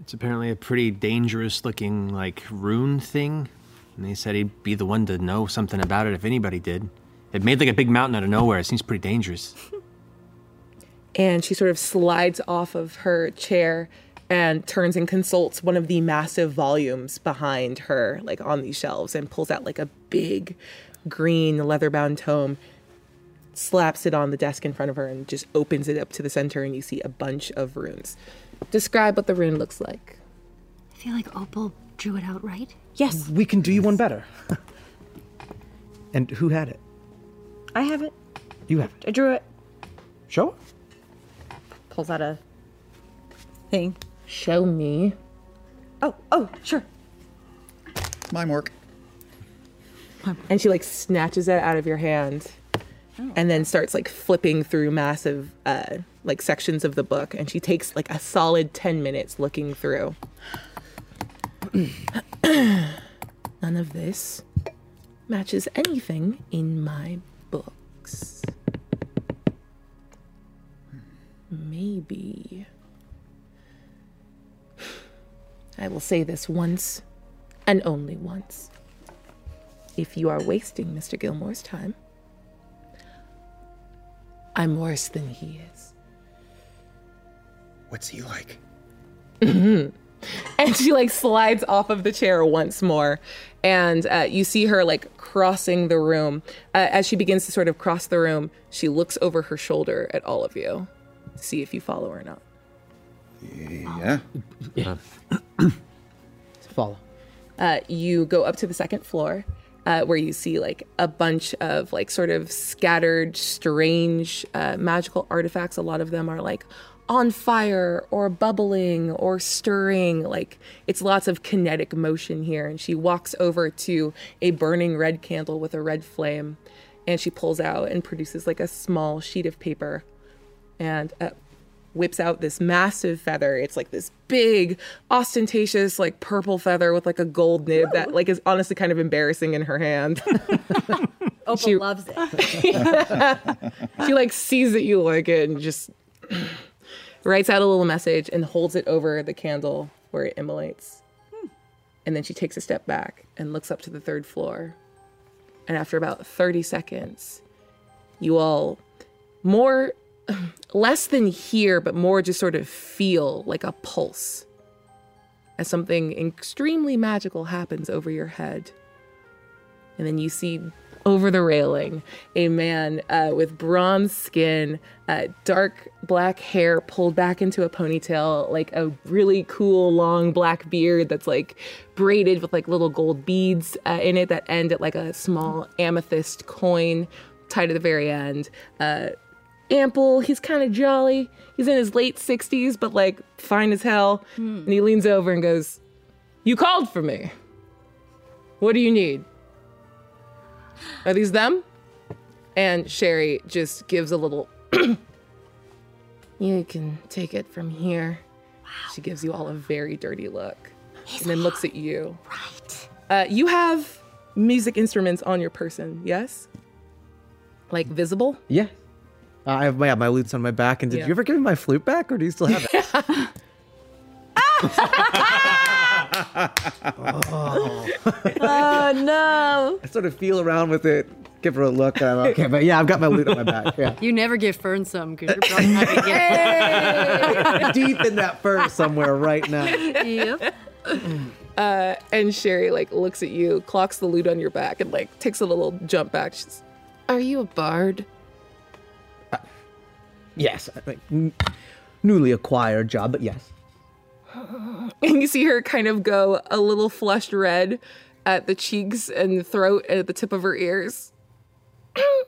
S7: It's apparently a pretty dangerous looking, like, rune thing. And they said he'd be the one to know something about it if anybody did. It made like a big mountain out of nowhere. It seems pretty dangerous.
S8: And she sort of slides off of her chair and turns and consults one of the massive volumes behind her, like on these shelves, and pulls out like a big green leather bound tome, slaps it on the desk in front of her, and just opens it up to the center. And you see a bunch of runes. Describe what the rune looks like.
S2: I feel like Opal drew it out right.
S6: Yes,
S3: We can do you one better. and who had it?
S6: I have it.
S3: You have it.
S6: I drew it.
S3: Show it.
S6: Pulls out a thing.
S8: Show me.
S6: Oh, oh, sure.
S1: Mime work.
S8: and she like snatches it out of your hand and then starts like flipping through massive uh like sections of the book and she takes like a solid 10 minutes looking through none of this matches anything in my books maybe i will say this once and only once if you are wasting Mr. Gilmore's time, I'm worse than he is.
S1: What's he like?
S8: And she like slides off of the chair once more, and uh, you see her like crossing the room. Uh, as she begins to sort of cross the room, she looks over her shoulder at all of you to see if you follow or not.
S1: Yeah.
S3: Uh, Follow.
S8: uh, you go up to the second floor uh, where you see like a bunch of like sort of scattered strange uh, magical artifacts a lot of them are like on fire or bubbling or stirring like it's lots of kinetic motion here and she walks over to a burning red candle with a red flame and she pulls out and produces like a small sheet of paper and uh, whips out this massive feather. It's like this big, ostentatious, like purple feather with like a gold nib that like is honestly kind of embarrassing in her hand.
S6: Opal loves it.
S8: she like sees that you like it and just writes out a little message and holds it over the candle where it immolates. And then she takes a step back and looks up to the third floor. And after about 30 seconds, you all more less than hear, but more just sort of feel like a pulse as something extremely magical happens over your head. And then you see over the railing a man uh, with bronze skin, uh, dark black hair pulled back into a ponytail, like a really cool long black beard that's like braided with like little gold beads uh, in it that end at like a small amethyst coin tied at the very end. Uh, ample. He's kind of jolly. He's in his late 60s, but like fine as hell. And he leans over and goes, You called for me. What do you need? Are these them? And Sherry just gives a little, You can take it from here. She gives you all a very dirty look and then looks at you. Right. Uh, you have music instruments on your person, yes? Like visible?
S3: Yeah. Uh, I have my, yeah, my lutes on my back. And did
S8: Yeah.
S3: you ever give me my flute back, or do you still have it?
S6: Oh
S8: Uh,
S6: no!
S3: I sort of feel around with it, give her a look, and I'm like, okay. But yeah, I've got my lute on my back. Yeah.
S4: You never give Fern some because you're probably not gonna get
S3: Deep in that fur somewhere right now.
S4: it. Yep.
S8: And Sherry like looks at you, clocks the loot on your back, and like takes a little jump back. She's, "Are you a bard?"
S3: Yes. I think n- newly acquired job, but yes.
S8: And you see her kind of go a little flushed red at the cheeks and the throat and at the tip of her ears. I'll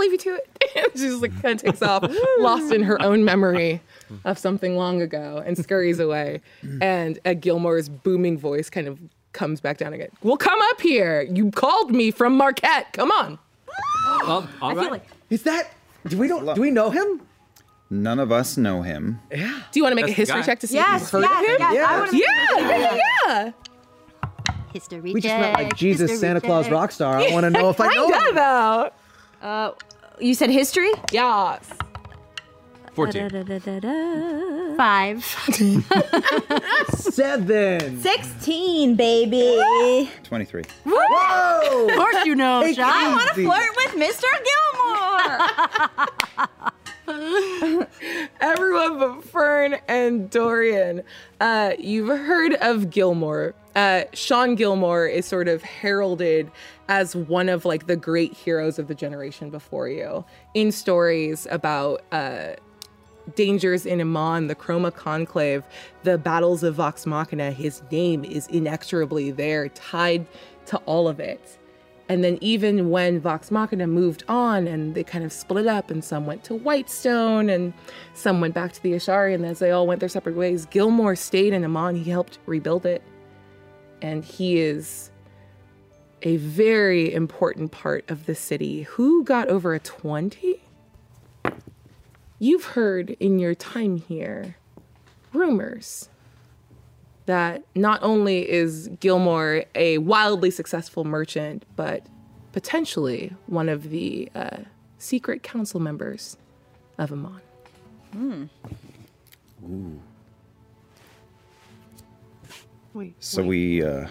S8: leave you to it. And she just like kind of takes off, lost in her own memory of something long ago, and scurries away. And uh, Gilmore's booming voice kind of comes back down again. Well, come up here. You called me from Marquette. Come on.
S7: well, all right.
S3: Is that? Do we don't? Do we know him?
S1: None of us know him.
S8: Yeah. Do you want to make
S1: That's
S8: a
S1: the
S8: history
S1: guy.
S8: check to see
S1: Yes,
S8: if you've heard
S1: yes,
S8: of him?
S1: yes, I
S8: yeah.
S1: would've-
S8: yeah, yeah, yeah.
S2: History
S3: We just met like
S6: check,
S3: Jesus,
S6: history
S3: Santa Claus,
S6: check.
S3: Rockstar. I want to know if I know. him.
S6: know though. Uh, you said history?
S8: Yes.
S7: 14.
S6: Five.
S3: Seven.
S6: Sixteen, baby.
S1: 23.
S6: Whoa!
S1: Of course you know, Take it Sean.
S6: I want to
S1: easy.
S6: flirt with Mr. Gilmore. Oh,
S8: Everyone but Fern and Dorian. Uh, you've heard of Gilmore. Uh, Sean Gilmore is sort of heralded as one of like the great heroes of the generation before you in stories about uh, dangers in Amman, the Chroma Conclave, the battles of Vox Machina. His name is inexorably there, tied to all of it. And then even when Vox Machina moved on and they kind of split up and some went to Whitestone and some went back to the Ashari and as they all went their separate ways, Gilmore stayed in Amman. He helped rebuild it. And he is a very important part of the city. Who got over a 20? You've heard in your time here rumors that not only is Gilmore a wildly successful merchant, but potentially one of the uh, secret council members of Amon.
S10: Hmm.
S1: Ooh.
S4: Wait.
S1: So we uh,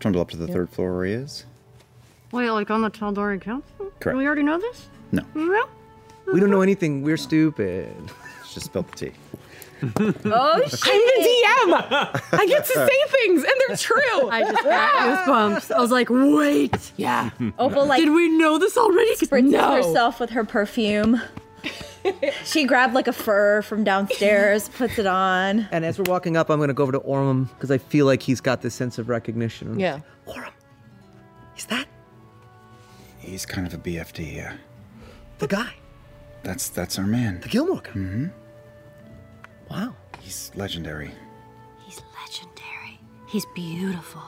S1: trundle up to the
S4: Yeah.
S1: third floor where he is.
S4: Wait, like on the Tal'Dorei Council?
S1: Correct.
S4: Do we already know this?
S1: No.
S8: Hmm?
S4: No?
S3: We don't know anything. We're stupid.
S1: Just spilled the tea.
S4: Oh,
S8: I'm the DM. I get to say things, and they're true.
S4: I just got goosebumps. I was like, wait.
S10: Yeah.
S4: Opal,
S10: Opal,
S4: like,
S10: like,
S4: did we know this already?
S10: spritzes
S4: No.
S10: herself with her perfume. she grabbed like a fur from downstairs, puts it on.
S3: And as we're walking up, I'm going to go over to Ormum because I feel like he's got this sense of recognition.
S8: Yeah.
S1: He's kind of a BFD, yeah.
S3: The guy.
S1: uh, That's that's our man. The
S3: Gilmore guy.
S1: Mm-hmm.
S3: Wow.
S1: He's legendary.
S2: He's legendary. He's beautiful.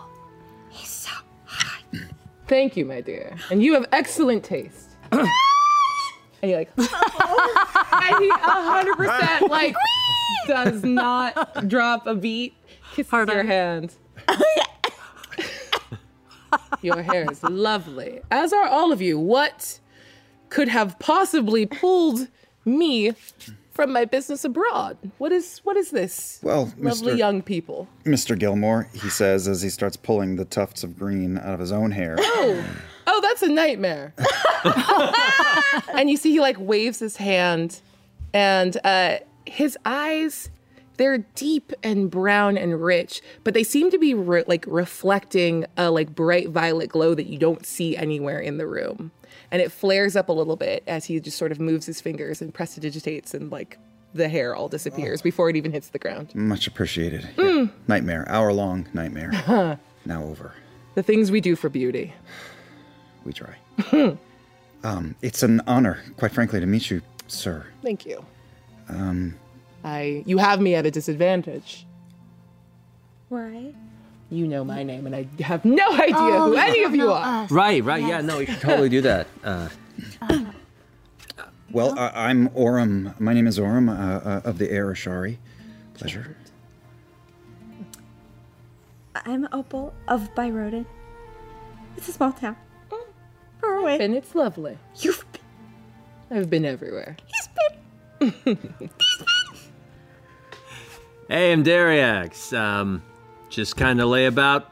S8: He's so Thank you, my dear. And you have excellent taste. and you're like, and he 100% like does not drop a beat. Kisses your hand. your hair is lovely, as are all of you. What could have possibly pulled me from my business abroad? What is what is this?
S1: Well,
S8: lovely
S1: Mr.
S8: young people.
S1: Mr. Gilmore, he says as he starts pulling the tufts of green out of his own hair.
S8: Oh, oh, that's a nightmare. and you see, he like waves his hand, and uh, his eyes. They're deep and brown and rich, but they seem to be re- like reflecting a like bright violet glow that you don't see anywhere in the room. And it flares up a little bit as he just sort of moves his fingers and prestidigitates and like the hair all disappears before it even hits the ground.
S1: Much appreciated. Yeah.
S8: Mm.
S1: Nightmare, hour long nightmare. now over.
S8: the things we do for beauty.
S1: We try.
S8: Hmm.
S1: Um, it's an honor, quite frankly, to meet you, sir.
S8: Thank you.
S1: Um,
S8: I you have me at a disadvantage.
S10: Why?
S8: You know my name, and I have no idea
S10: Oh,
S8: who
S10: you
S8: any
S10: don't
S8: of you
S10: know
S8: are.
S7: Right, right. Yeah, no, we should totally do that. Uh,
S1: well, I- I'm Orim. My name is Orim uh, uh, of the Air Ashari. Pleasure.
S10: I'm Opal of Byroden. It's a small town. Far away.
S8: And it's lovely.
S10: You've
S8: been. I've been everywhere.
S7: hey, I'm Dariax. Um, just kind of layabout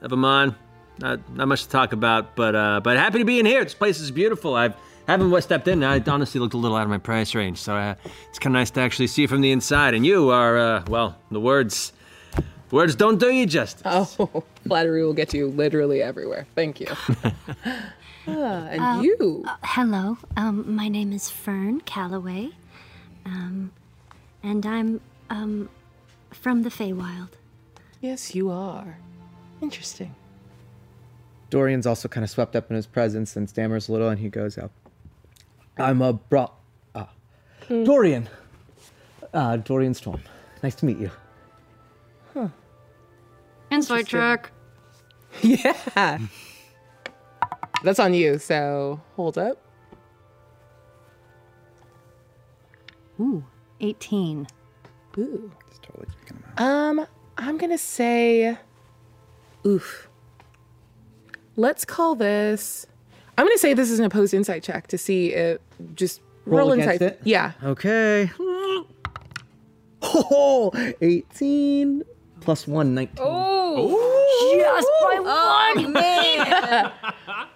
S7: of Amon. Not, not much to talk about, but uh, but happy to be in here. This place is beautiful. I've haven't stepped in. I honestly looked a little out of my price range, so uh, it's kind of nice to actually see from the inside. And you are uh, well, the words words don't do you justice.
S8: Oh, flattery will get you literally everywhere. Thank you. Ah, and
S10: Um,
S2: Uh,
S8: you.
S2: uh, hello. Um, my name is Fern Calloway. Um, and I'm um, from the Feywild.
S8: Yes, you are. Interesting.
S3: Dorian's also kind of swept up in his presence and stammers a little, and he goes, "Oh, I'm a bro, uh, Dorian, uh, Dorian Storm. Nice to meet you."
S4: Insight check.
S8: Yeah. That's on you, so hold up.
S2: Ooh, 18.
S8: Ooh. Um, I'm gonna say, oof. Let's call this. I'm gonna say this is an opposed insight check to see if just
S3: Roll
S8: insight.
S3: against it?
S8: Yeah.
S3: Okay. Oh, 18 plus 1, 19.
S8: Oh,
S4: Just by
S8: Oh,
S4: one.
S8: man.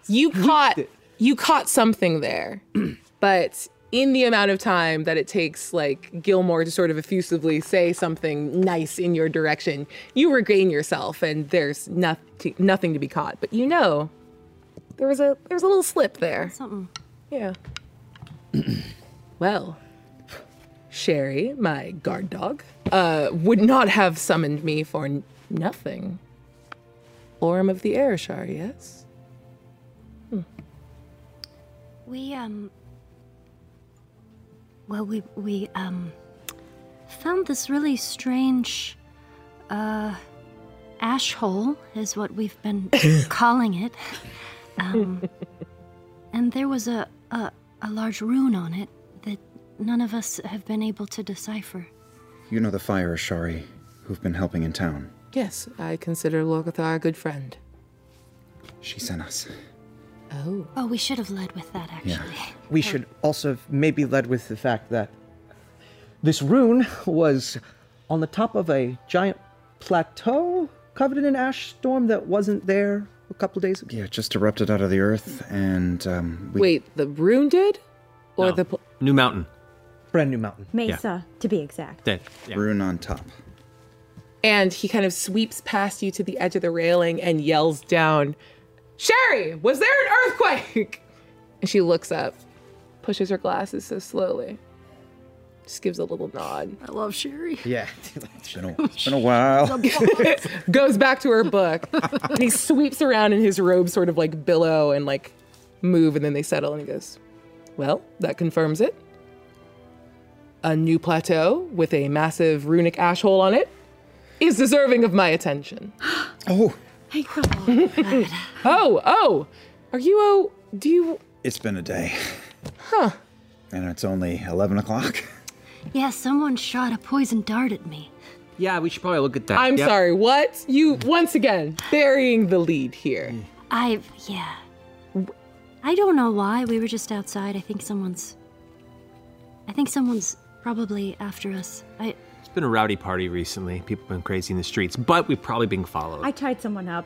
S8: you caught you caught something there, but in the amount of time that it takes, like Gilmore to sort of effusively say something nice in your direction, you regain yourself, and there's nothing nothing to be caught. But you know, there was a there was a little slip there.
S2: Something.
S8: Yeah. Well, Sherry, my guard dog, uh, would not have summoned me for n- nothing. Orm of the Aerishar, yes?
S2: We, um. Well, we, we, um. Found this really strange, uh. Ash hole is what we've been calling it. Um, and there was a, a, a large rune on it that none of us have been able to decipher.
S1: You know the fire Ashari who've been helping in town.
S8: Yes, I consider Logothar a good friend.
S1: She sent us.
S8: Oh.
S2: Oh, we should have led with that, actually.
S3: We should also have maybe led with the fact that this rune was on the top of a giant plateau covered in an ash storm that wasn't there a couple days ago.
S1: Yeah, it just erupted out of the earth, and um, we
S8: Wait, the rune did? Or the. Pl-
S7: New mountain.
S3: Brand new mountain.
S6: Mesa, to be exact.
S7: Dead.
S1: Rune on top.
S8: and he kind of sweeps past you to the edge of the railing and yells down, Sherry, was there an earthquake? And she looks up, pushes her glasses so slowly, just gives a little nod.
S4: I love Sherry.
S1: Yeah, it's been a, it's been a while.
S8: Goes back to her book. and he sweeps around in his robes sort of like billow and like move, and then they settle. And he goes, Well, that confirms it. A new plateau with a massive runic ash hole on it is deserving of my attention.
S1: oh.
S8: oh, oh. Are you, oh, do you,
S1: It's been a day,
S8: huh?
S1: and it's only eleven o'clock.
S2: Yeah, someone shot a poison dart at me.
S7: Yeah, we should probably look
S3: Uh,
S7: at that.
S8: I'm
S7: Yep.
S8: sorry, what? You, once again, burying the lead here.
S2: I yeah. I don't know why. We were just outside. I think someone's I think someone's probably after us. I
S7: It's been a rowdy party recently. People been crazy in the streets, but we've probably been followed.
S6: I tied someone up.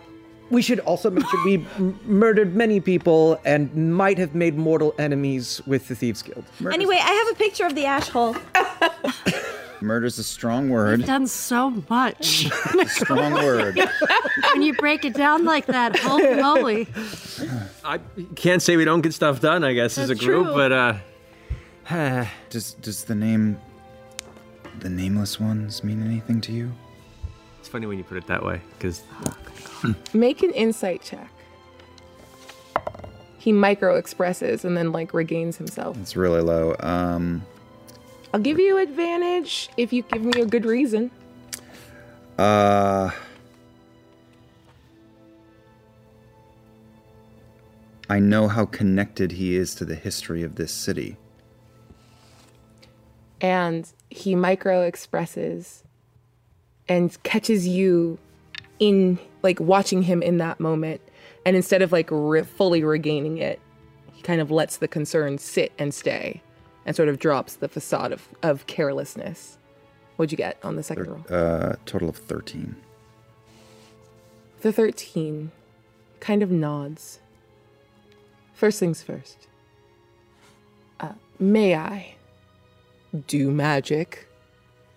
S3: We should also mention we m- murdered many people and might have made mortal enemies with the Thieves Guild.
S6: Anyway, I have a picture of the ash hole.
S1: Murder's a strong word.
S4: Done so much.
S1: Strong word.
S4: when you break it down like that, holy moly.
S7: I can't say we don't get stuff done. I guess as a
S4: That's
S7: group,
S4: true.
S7: but uh,
S1: does does the name, the nameless ones, mean anything to you?
S7: it's funny when you put it that way because
S8: Make an insight check. He micro expresses and then, like, regains himself.
S1: It's really low. Um,
S8: I'll give you advantage if you give me a good reason.
S1: uh, I know how connected he is to the history of this city.
S8: and he micro expresses and catches you in like watching him in that moment and instead of like re- fully regaining it he kind of lets the concern sit and stay and sort of drops the facade of, of carelessness what'd you get on the second roll
S1: Uh, total of thirteen.
S8: the 13 kind of nods first things first uh, may i do magic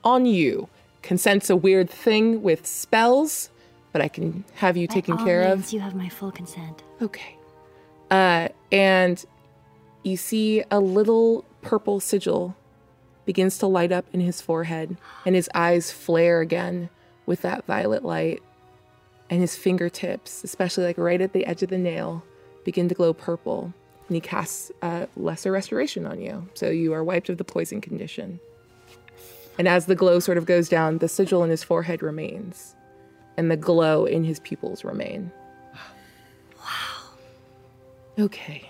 S8: on you. Can sense a weird thing with spells, but I can have you
S2: by
S8: taken
S2: all
S8: care of.
S2: means, You have my full consent.
S8: Okay. Uh, and you see a little purple sigil begins to light up in his forehead, and his eyes flare again with that violet light. And his fingertips, especially like right at the edge of the nail, begin to glow purple. And he casts uh, lesser restoration on you, so you are wiped of the poison condition. And as the glow sort of goes down, the sigil in his forehead remains, and the glow in his pupils remain. Okay.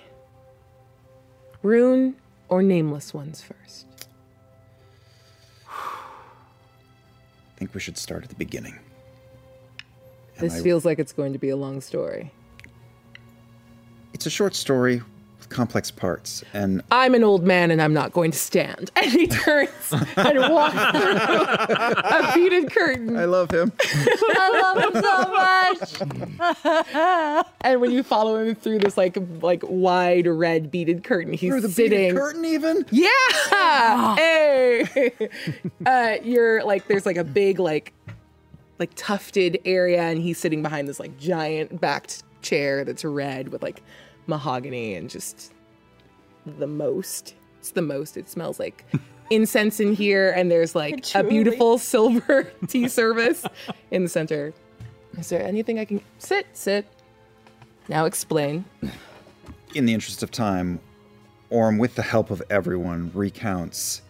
S8: Rune or nameless ones first?
S1: think we should start at the beginning. And
S8: This
S1: I-
S8: feels like it's going to be a long story.
S1: It's a short story with complex parts, and
S8: I'm an old man and I'm not going to stand. And he turns and walks through a beaded curtain. I
S1: love him.
S8: I love him so much. and when you follow him through this like like wide red beaded curtain, he's
S1: Through the beaded
S8: sitting.
S1: curtain even?
S8: Yeah. Hey. uh, you're like there's like a big like like tufted area, and he's sitting behind this like giant backed chair that's red with like mahogany and just the most. It's the most. It smells like incense in here, and there's like a
S15: Patchouli.
S8: beautiful silver tea service in the center. Is there anything I can sit? Sit. Now explain.
S1: in the interest of time, Orm, with the help of everyone, recounts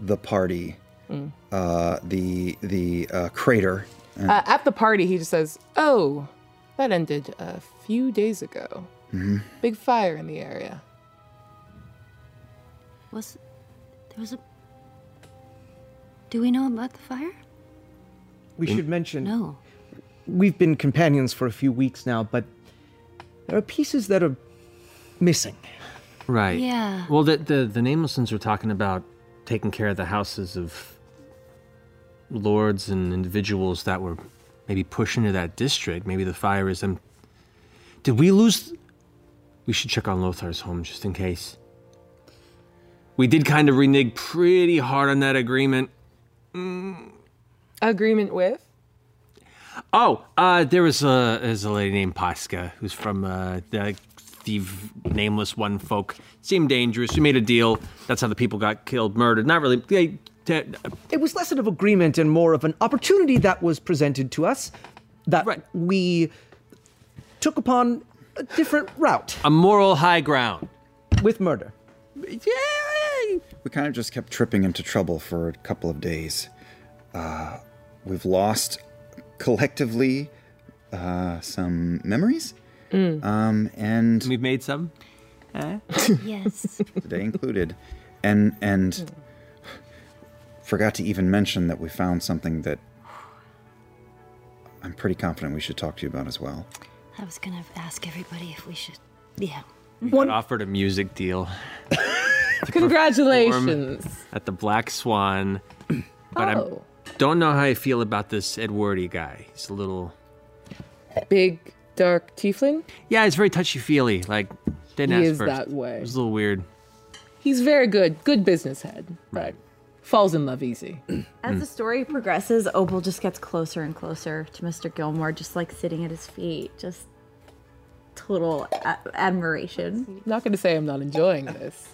S1: the party,
S8: Mm.
S1: uh, the the uh, crater. and-
S8: Uh, at the party, he just says, "Oh, that ended a few days ago.
S7: Mm-hmm.
S1: Mhm.
S8: Big fire in the area.
S2: Was there was a? Do we know about the fire?
S3: We
S2: Mm.
S3: should mention.
S2: No.
S3: We've been companions for a few weeks now, but there are pieces that are missing.
S7: Right.
S2: Yeah.
S7: Well, the the, the nameless ones were talking about taking care of the houses of lords and individuals that were maybe pushed into that district. Maybe the fire is them. Did we lose? We should check on Lothar's home just in case. We did kind of renege pretty hard on that agreement.
S8: Agreement with?
S7: Oh, uh, there was a there's a lady named Pasca who's from uh, the the nameless one folk. Seemed dangerous. We made a deal. That's how the people got killed, murdered. Not really. They, they-
S3: It was less of an agreement and more of an opportunity that was presented to us that we took upon a different route
S7: a moral high ground
S3: with murder.
S1: We kind of just kept tripping into trouble for a couple of days. Uh, we've lost collectively uh, some memories. Um, and
S7: we've made some.
S2: yes.
S1: Today included. And and forgot to even mention that we found something that I'm pretty confident we should talk to you about as well.
S2: I was gonna ask everybody if we should. Yeah.
S7: got offered a music deal. to
S8: Congratulations.
S7: perform at the Black Swan. But
S8: Oh.
S7: I don't know how I feel about this Edwardy guy. He's a little
S8: Big dark tiefling.
S7: yeah, he's very touchy feely. Like didn't
S8: He
S7: ask
S8: is
S7: first.
S8: that way.
S7: It was a little weird.
S8: He's very good. Good business head. Right. Falls in love easy.
S6: As the story progresses, Opal just gets closer and closer to Mr. Gilmore, just like sitting at his feet, just total a- admiration.
S8: Not gonna say I'm not enjoying this.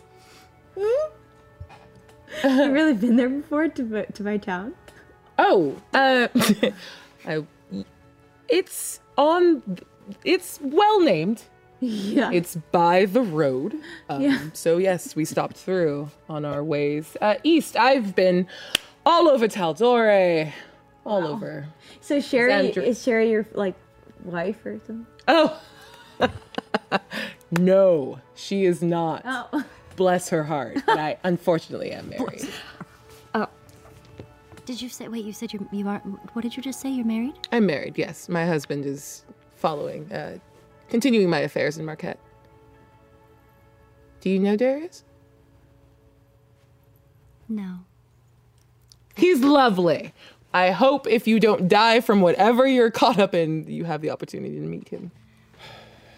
S6: You've really been there before to, my- to my town?
S8: Oh, uh, I, it's on. It's well named.
S6: Yeah.
S8: It's by the road. Um,
S6: Yeah.
S8: So yes, we stopped through on our ways uh, east. I've been all over Taldore, all over.
S6: So Sherry
S8: Xandra-
S6: is Sherry your like wife or something?
S8: Oh. no, she is not.
S6: Oh.
S8: Bless her heart. But I unfortunately am married.
S2: Did you say? Wait, you said you you are. What did you just say? You're married?
S8: I'm married. Yes, my husband is following, uh, continuing my affairs in Marquette. Do you know Darius?
S2: No.
S8: He's lovely. I hope if you don't die from whatever you're caught up in, you have the opportunity to meet him.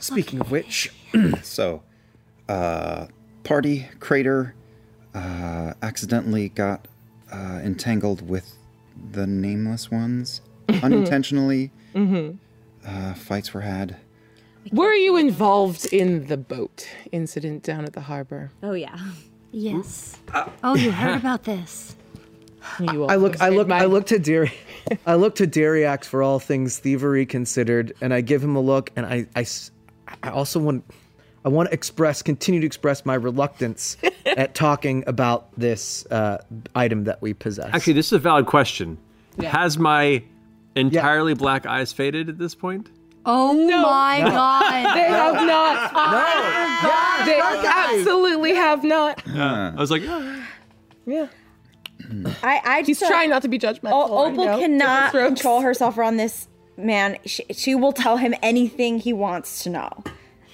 S3: Speaking of which,
S1: so, uh, party crater uh, accidentally got uh, entangled with the nameless ones unintentionally.
S8: Mm-hmm.
S1: Uh, fights were had.
S8: Were you involved in the boat incident down at the harbor?
S6: Oh yeah.
S2: Yes. oh, you heard about this?
S8: You
S3: I look, I look, I look to Diri, I look to Diriax for all things thievery considered, and I give him a look, and I, I s- I also want, I want to express, continue to express my reluctance at talking about this uh, item that we possess.
S7: Actually, this is a valid question.
S8: Yeah.
S7: Has my entirely black eyes faded at this point?
S2: Oh my
S7: No.
S2: God!
S8: They have not.
S2: Yeah,
S8: they
S2: right.
S8: absolutely have not.
S7: "Ah." I was like,
S8: Yeah.
S10: I, I
S8: He's
S10: so-
S8: trying not to be judgmental.
S10: O-
S8: right
S10: Opal
S8: now.
S10: cannot
S8: Different strokes.
S10: control herself around this man. She, she will tell him anything he wants to know.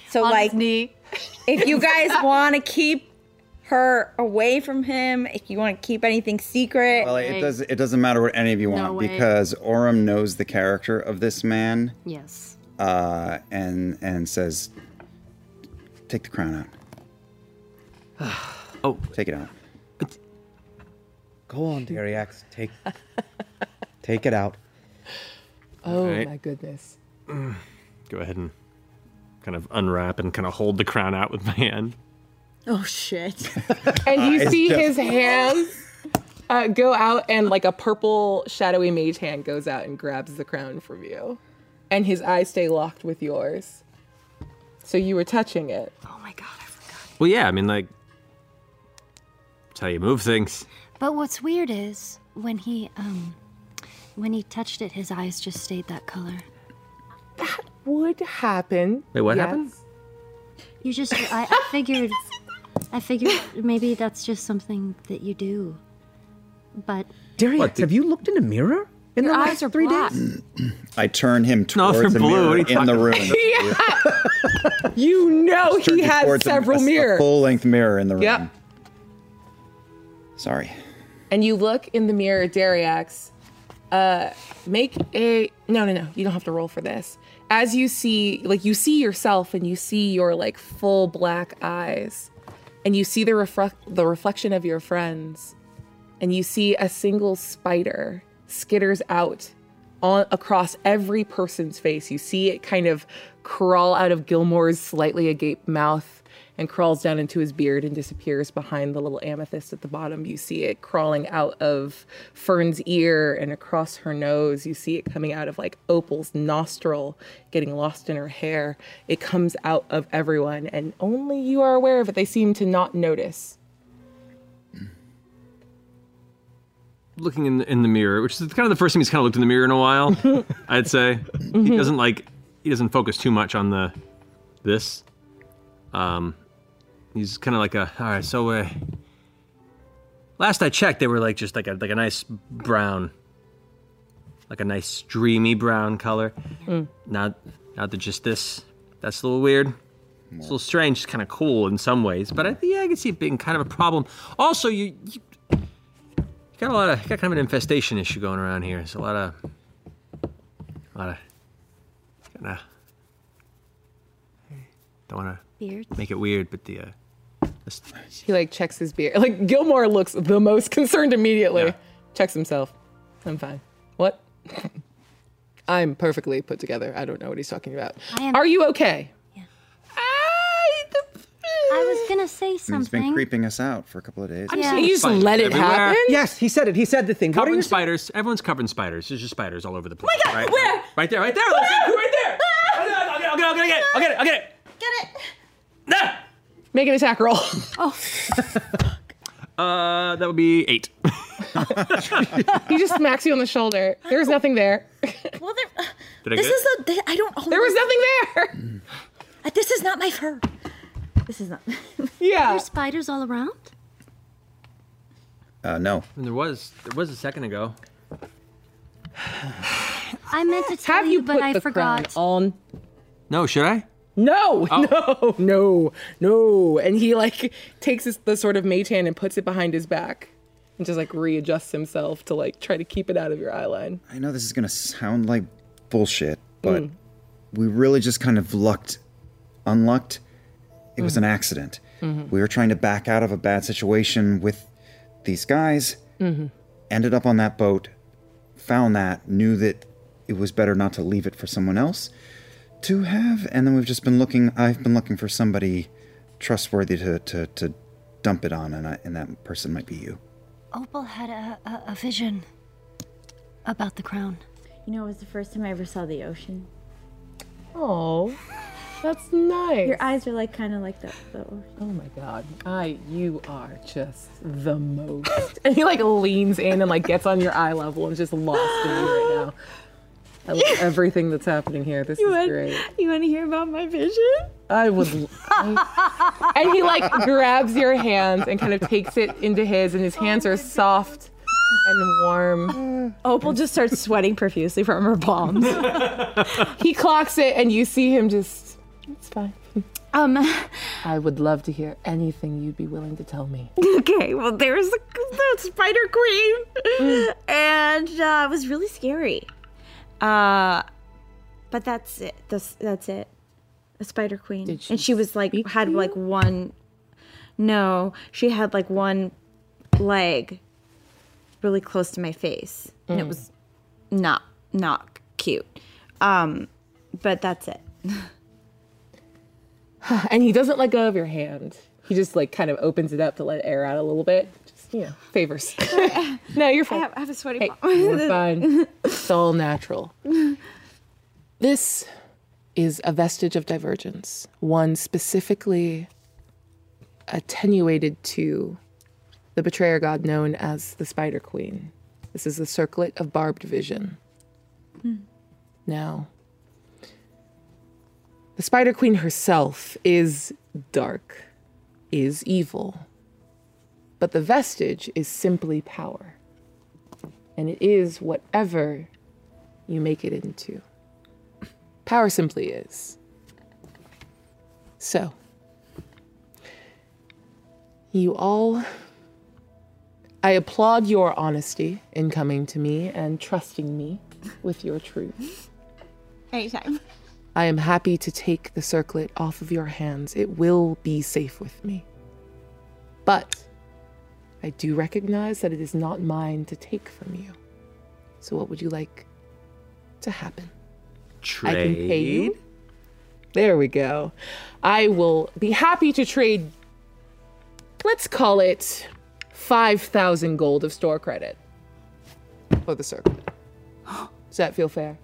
S10: So
S4: On his
S10: like, if you guys want to keep her away from him, if you want to keep anything secret,
S1: Well, it does. It doesn't matter what any of you
S10: No
S1: want
S10: way.
S1: because Orem knows the character of this man,
S4: Yes.
S1: uh, and and says, "Take the crown out."
S7: oh,
S1: take it out.
S3: Go on, Dariax. Take, take it out.
S8: Oh
S7: Right.
S8: my goodness.
S7: Go ahead and kind of unwrap and kind of hold the crown out with my hand.
S8: Oh shit. and
S7: Uh,
S8: you
S7: it's
S8: see
S7: just-
S8: his hands uh, go out and like a purple shadowy mage hand goes out and grabs the crown from you. And his eyes stay locked with yours. So you were touching it.
S4: Oh
S7: Well, yeah, I mean, like, it's how you move things.
S4: But what's weird is when he um when he touched it, his eyes just stayed that color.
S8: Would happen.
S7: Wait, what
S4: Yes.
S7: happened?
S4: You just I, I figured I figured maybe that's just something that you do. But
S3: Dariax, have you looked in a mirror in
S4: Your
S3: the
S4: eyes
S3: last
S4: are
S3: three
S4: black.
S3: days?
S1: I turn him
S7: No,
S1: towards
S7: they're
S1: a
S7: blue. What
S1: mirror
S7: are you
S1: in the
S7: talking
S1: room.
S8: You know Oh, he has
S1: Towards a-
S8: several
S1: a,
S8: mirrors.
S1: full length mirror in the room.
S8: Yep.
S1: Sorry.
S8: And you look in the mirror, Dariax. Uh, make a no, no, no. You don't have to roll for this. As you see, like you see yourself, and you see your like full black eyes, and you see the reflec the reflection of your friends, and you see a single spider skitters out on across every person's face. You see it kind of crawl out of Gilmore's slightly agape mouth and crawls down into his beard and disappears behind the little amethyst at the bottom. You see it crawling out of Fern's ear and across her nose. You see it coming out of like Opal's nostril, getting lost in her hair. It comes out of everyone, and only you are aware of it. They seem to not notice.
S7: Looking in the, in the mirror, which is kind of the first time he's kind of looked in the mirror in a while, I'd say.
S8: Mm-hmm.
S7: He doesn't like, he doesn't focus too much on the, this. Um, he's kind of like a, all right, so, uh, last I checked, they were like just like a, like a nice brown, like a nice dreamy brown color.
S4: Mm.
S7: Now, now that just this, that's a little weird. It's a little strange. It's kind of cool in some ways, but I, yeah, I can see it being kind of a problem. Also, you, you you got a lot of you got kind of an infestation issue going around here. It's a lot of, a lot of, kind of. Don't want
S4: Beards?
S7: to make it weird, but the uh, this,
S8: He like checks his beard. Like Gilmore looks the most concerned immediately. Checks himself. I'm fine. What? I'm perfectly put together. I don't know what he's talking about.
S4: I am-
S8: Are you okay?
S4: I was gonna say
S1: He's been
S4: something.
S1: creeping us out for a couple of days.
S4: I'm Yeah. saying you just
S8: let it happen?
S3: Yes, he said it. He said the thing.
S7: Covered in spiders. Everyone's covered in spiders. There's just spiders all over the place. Oh my God, right?
S6: where?
S7: Right there, right there. Let's see, right there. I'll get it. I'll get it. I'll get it. I'll get it. I'll get it.
S8: Make an attack roll.
S4: Oh.
S7: Uh, that would be eight.
S8: he just smacks you on the shoulder. There's nothing there.
S7: Did I
S10: this
S7: get
S10: is a. th- I don't. Oh
S8: There was nothing there.
S10: Uh, This is not my fur. This is not.
S8: Yeah.
S4: There's spiders all around.
S1: Uh, no.
S7: there was there was a second ago.
S4: I meant to tell
S8: Have
S4: you,
S8: you
S4: but
S8: put
S4: I
S8: the
S4: forgot.
S8: crown on?
S7: No, should I?
S8: No, no, no, no. And he like takes his, the sort of mage hand and puts it behind his back and just like readjusts himself to like try to keep it out of your eye line.
S1: I know this is gonna sound like bullshit, but we really just kind of lucked, unlucked. It was an accident.
S15: Mhm.
S1: We were trying to back out of a bad situation with these guys.
S15: Mm-hmm.
S1: ended up on that boat, found that, knew that it was better not to leave it for someone else to have, and then we've just been looking. I've been looking for somebody trustworthy to to, to dump it on, and I, and that person might be you.
S4: Opal had a, a, a vision about the crown.
S10: You know, it was the first time I ever saw the ocean.
S8: Oh, that's nice.
S10: Your eyes are like kind of like that. Though.
S8: Oh my god, I you are just the most. And he like leans in and like gets on your eye level and is just lost in you right now. I love everything that's happening here. This is great.
S10: You want to hear about my vision?
S8: I would. I- and he like grabs your hands and kind of takes it into his, and his hands are soft and warm.
S6: Opal just starts sweating profusely from her palms.
S8: he clocks it, and you see him just. It's fine.
S4: Um,
S8: I would love to hear anything you'd be willing to tell me.
S6: Okay, well, there was the, the spider queen, and uh, it was really scary. Uh, but that's it. That's that's it. A spider queen, and she was like had like one. No, she had like one leg, really close to my face, and it
S10: Mm.
S6: was not not cute. Um, but that's it.
S8: And he doesn't let go of your hand. He just like kind of opens it up to let air out a little bit. Just you know, favors. no, you're fine. I
S6: have, I have a sweaty.
S8: Hey,
S6: palm.
S8: we're fine. It's all natural. This is a vestige of divergence, one specifically attenuated to the betrayer god known as the Spider Queen. This is the circlet of barbed vision.
S10: Hmm.
S8: Now, the Spider Queen herself is dark, is evil, but the vestige is simply power. And it is whatever you make it into. Power simply is. So, you all, I applaud your honesty in coming to me and trusting me with your truth.
S6: Anytime.
S8: I am happy to take the circlet off of your hands. It will be safe with me. But I do recognize that it is not mine to take from you. So, what would you like to happen? I can pay you. There we go. I will be happy to trade, let's call it 5,000 gold of store credit for the circlet. Does that feel fair?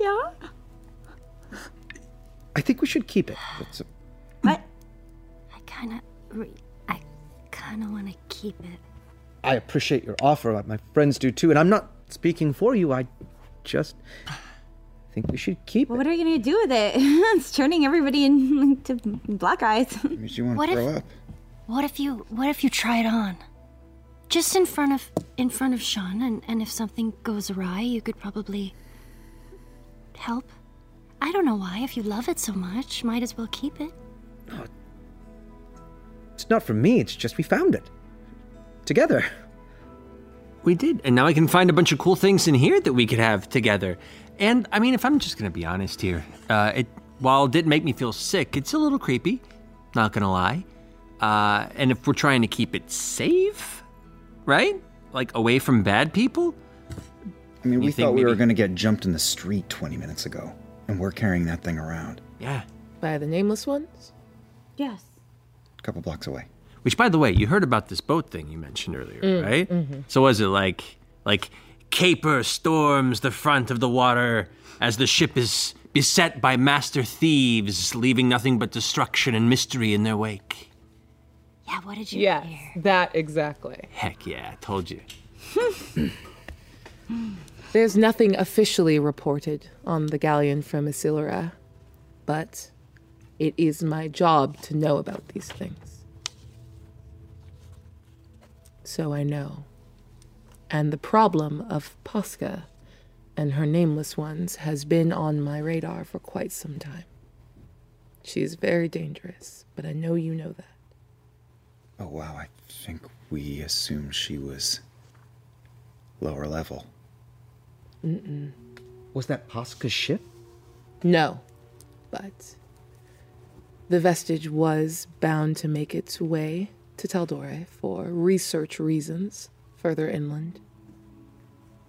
S6: Yeah.
S3: I think we should keep it. That's
S4: I kind of, re- I kind of want to keep it.
S3: I appreciate your offer. My friends do too, and I'm not speaking for you. I just think we should keep
S6: Well, what are you gonna do with it? it's turning everybody into black eyes.
S1: you want
S4: What
S1: to
S4: if-
S1: throw up?
S4: What if you, what if you try it on? Just in front of, in front of Sean, and, and if something goes awry, you could probably help. I don't know why. If you love it so much, might as well keep it.
S3: It's not from me. It's just we found it together.
S7: We did. And now I can find a bunch of cool things in here that we could have together. And I mean, if I'm just going to be honest here, uh, it while it didn't make me feel sick, it's a little creepy. Not going to lie. Uh, and if we're trying to keep it safe, right? Like away from bad people.
S1: I mean,
S7: You
S1: we
S7: think
S1: thought we were
S7: maybe-
S1: going to get jumped in the street 20 minutes ago, and we're carrying that thing around
S7: Yeah.
S8: By the nameless ones?
S6: Yes.
S1: a couple blocks away.
S7: Which, by the way, you heard about this boat thing you mentioned earlier,
S12: Mm,
S7: right?
S12: mhm.
S7: So was it like like caper storms the front of the water as the ship is beset by master thieves, leaving nothing but destruction and mystery in their wake?
S4: Yeah, what did
S8: you Yes, that exactly.
S7: Heck yeah, I told you.
S8: There's nothing officially reported on the galleon from Isilra, but it is my job to know about these things. So I know. And the problem of Posca and her nameless ones has been on my radar for quite some time. She is very dangerous, but I know you know that.
S1: Oh, wow. I think we assumed she was lower level.
S8: Mm-mm.
S3: Was that Posca's ship?
S8: No, but the vestige was bound to make its way to Taldore for research reasons further inland.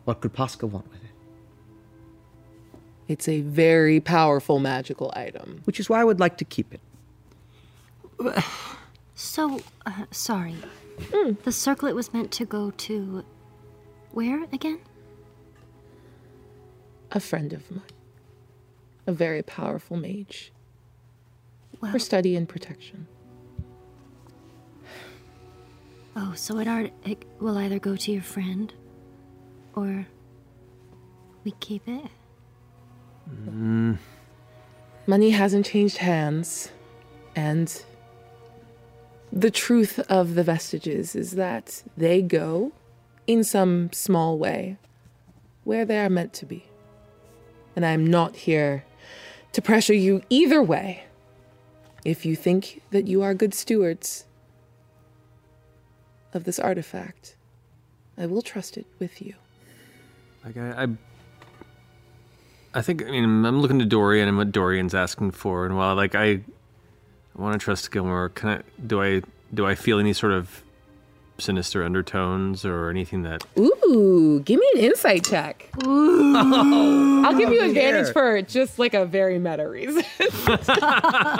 S3: What could Posca want with it?
S8: It's a very powerful magical item.
S3: Which is why I would like to keep it.
S4: So, uh, sorry. The circlet was meant to go to where again?
S8: A friend of mine, a very powerful mage, for study and protection.
S4: Oh, so it, are, it will either go to your friend or we keep it.
S8: Money hasn't changed hands, and the truth of the vestiges is that they go, in some small way, where they are meant to be. And I'm not here to pressure you either way. If you think that you are good stewards of this artifact, I will trust it with you.
S7: Like I, I, I think I mean I'm looking to Dorian and what Dorian's asking for, and while like I, I want to trust Gilmore. Can I? Do I? Do I feel any sort of sinister undertones or anything that?
S8: Ooh, give me an insight check. I'll give you advantage
S1: Here.
S8: for just like a very meta reason.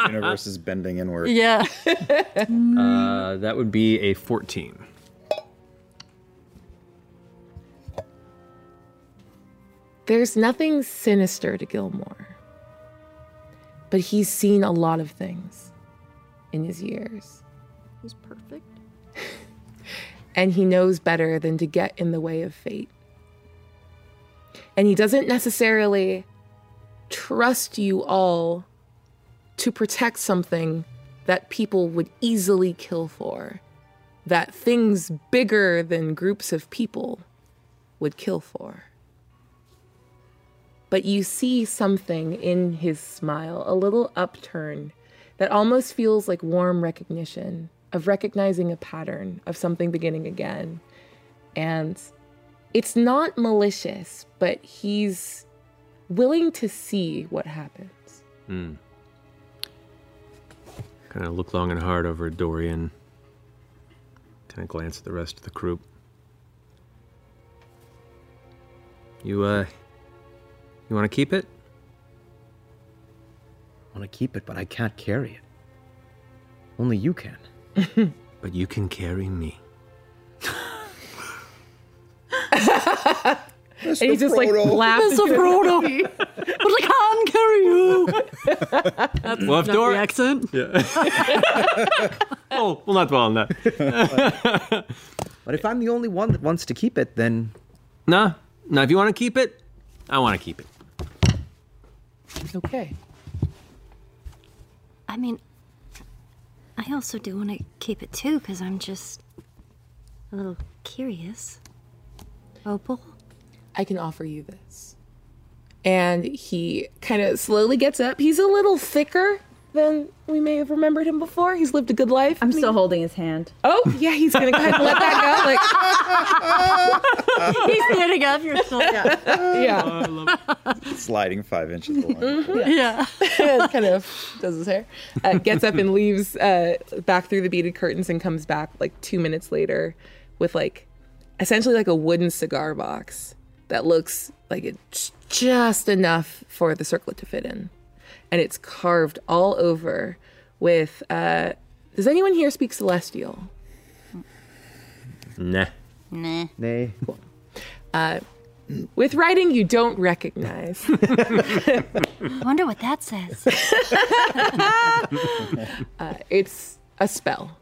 S1: universe is bending inward.
S8: yeah.
S7: Uh, that would be a 14.
S8: There's nothing sinister to Gilmore, but he's seen a lot of things in his years,
S4: He's perfect.
S8: and he knows better than to get in the way of fate. And he doesn't necessarily trust you all to protect something that people would easily kill for, that things bigger than groups of people would kill for. but you see something in his smile, a little upturn that almost feels like warm recognition of recognizing a pattern of something beginning again. And it's not malicious, but he's willing to see what happens.
S7: Hmm. Kind of look long and hard over at Dorian. Kind of glance at the rest of the group. You uh, you want to keep it?
S3: I want to keep it, but I can't carry it. Only you can.
S7: but you can carry me.
S8: and he just like
S15: Frodo.
S8: laughs.
S15: Mr. Frodo.
S8: but
S15: I can't carry you. That's not
S7: Left door.
S15: the accent.
S7: Yeah. oh, we'll not dwell on that.
S3: But if I'm the only one that wants to keep it, then
S7: nah, nah. If you want to keep it, I want to keep it.
S8: Okay.
S4: I mean, I also do want to keep it too because I'm just a little curious. Opal?
S8: I can offer you this. And he kind of slowly gets up. He's a little thicker than we may have remembered him before. He's lived a good life. I'm still
S6: holding his hand.
S8: Oh, yeah, he's going to go ahead and let that go. Like,
S6: He's standing up. You're still yeah.
S8: yeah.
S1: Sliding five inches along.
S8: Yeah. kind of does his hair. Uh, gets up and leaves uh, back through the beaded curtains and comes back like two minutes later with like essentially like a wooden cigar box that looks like it's just enough for the circlet to fit in. And it's carved all over with. Uh, does anyone here speak Celestial?
S7: Nah.
S4: Nah.
S3: nay.
S8: Uh, with writing you don't recognize.
S4: I wonder what that says.
S8: uh, it's a spell.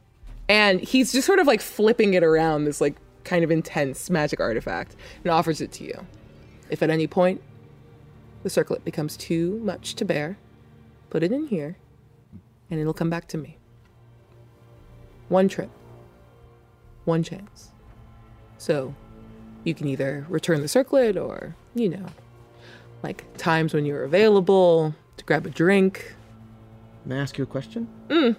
S8: And he's just sort of like flipping it around, this like kind of intense magic artifact, and offers it to you. If at any point the circlet becomes too much to bear, put it in here, and it'll come back to me. One trip, one chance. So you can either return the circlet or, you know, like times when you're available to grab a drink,
S3: May I ask you a question?
S8: Mm.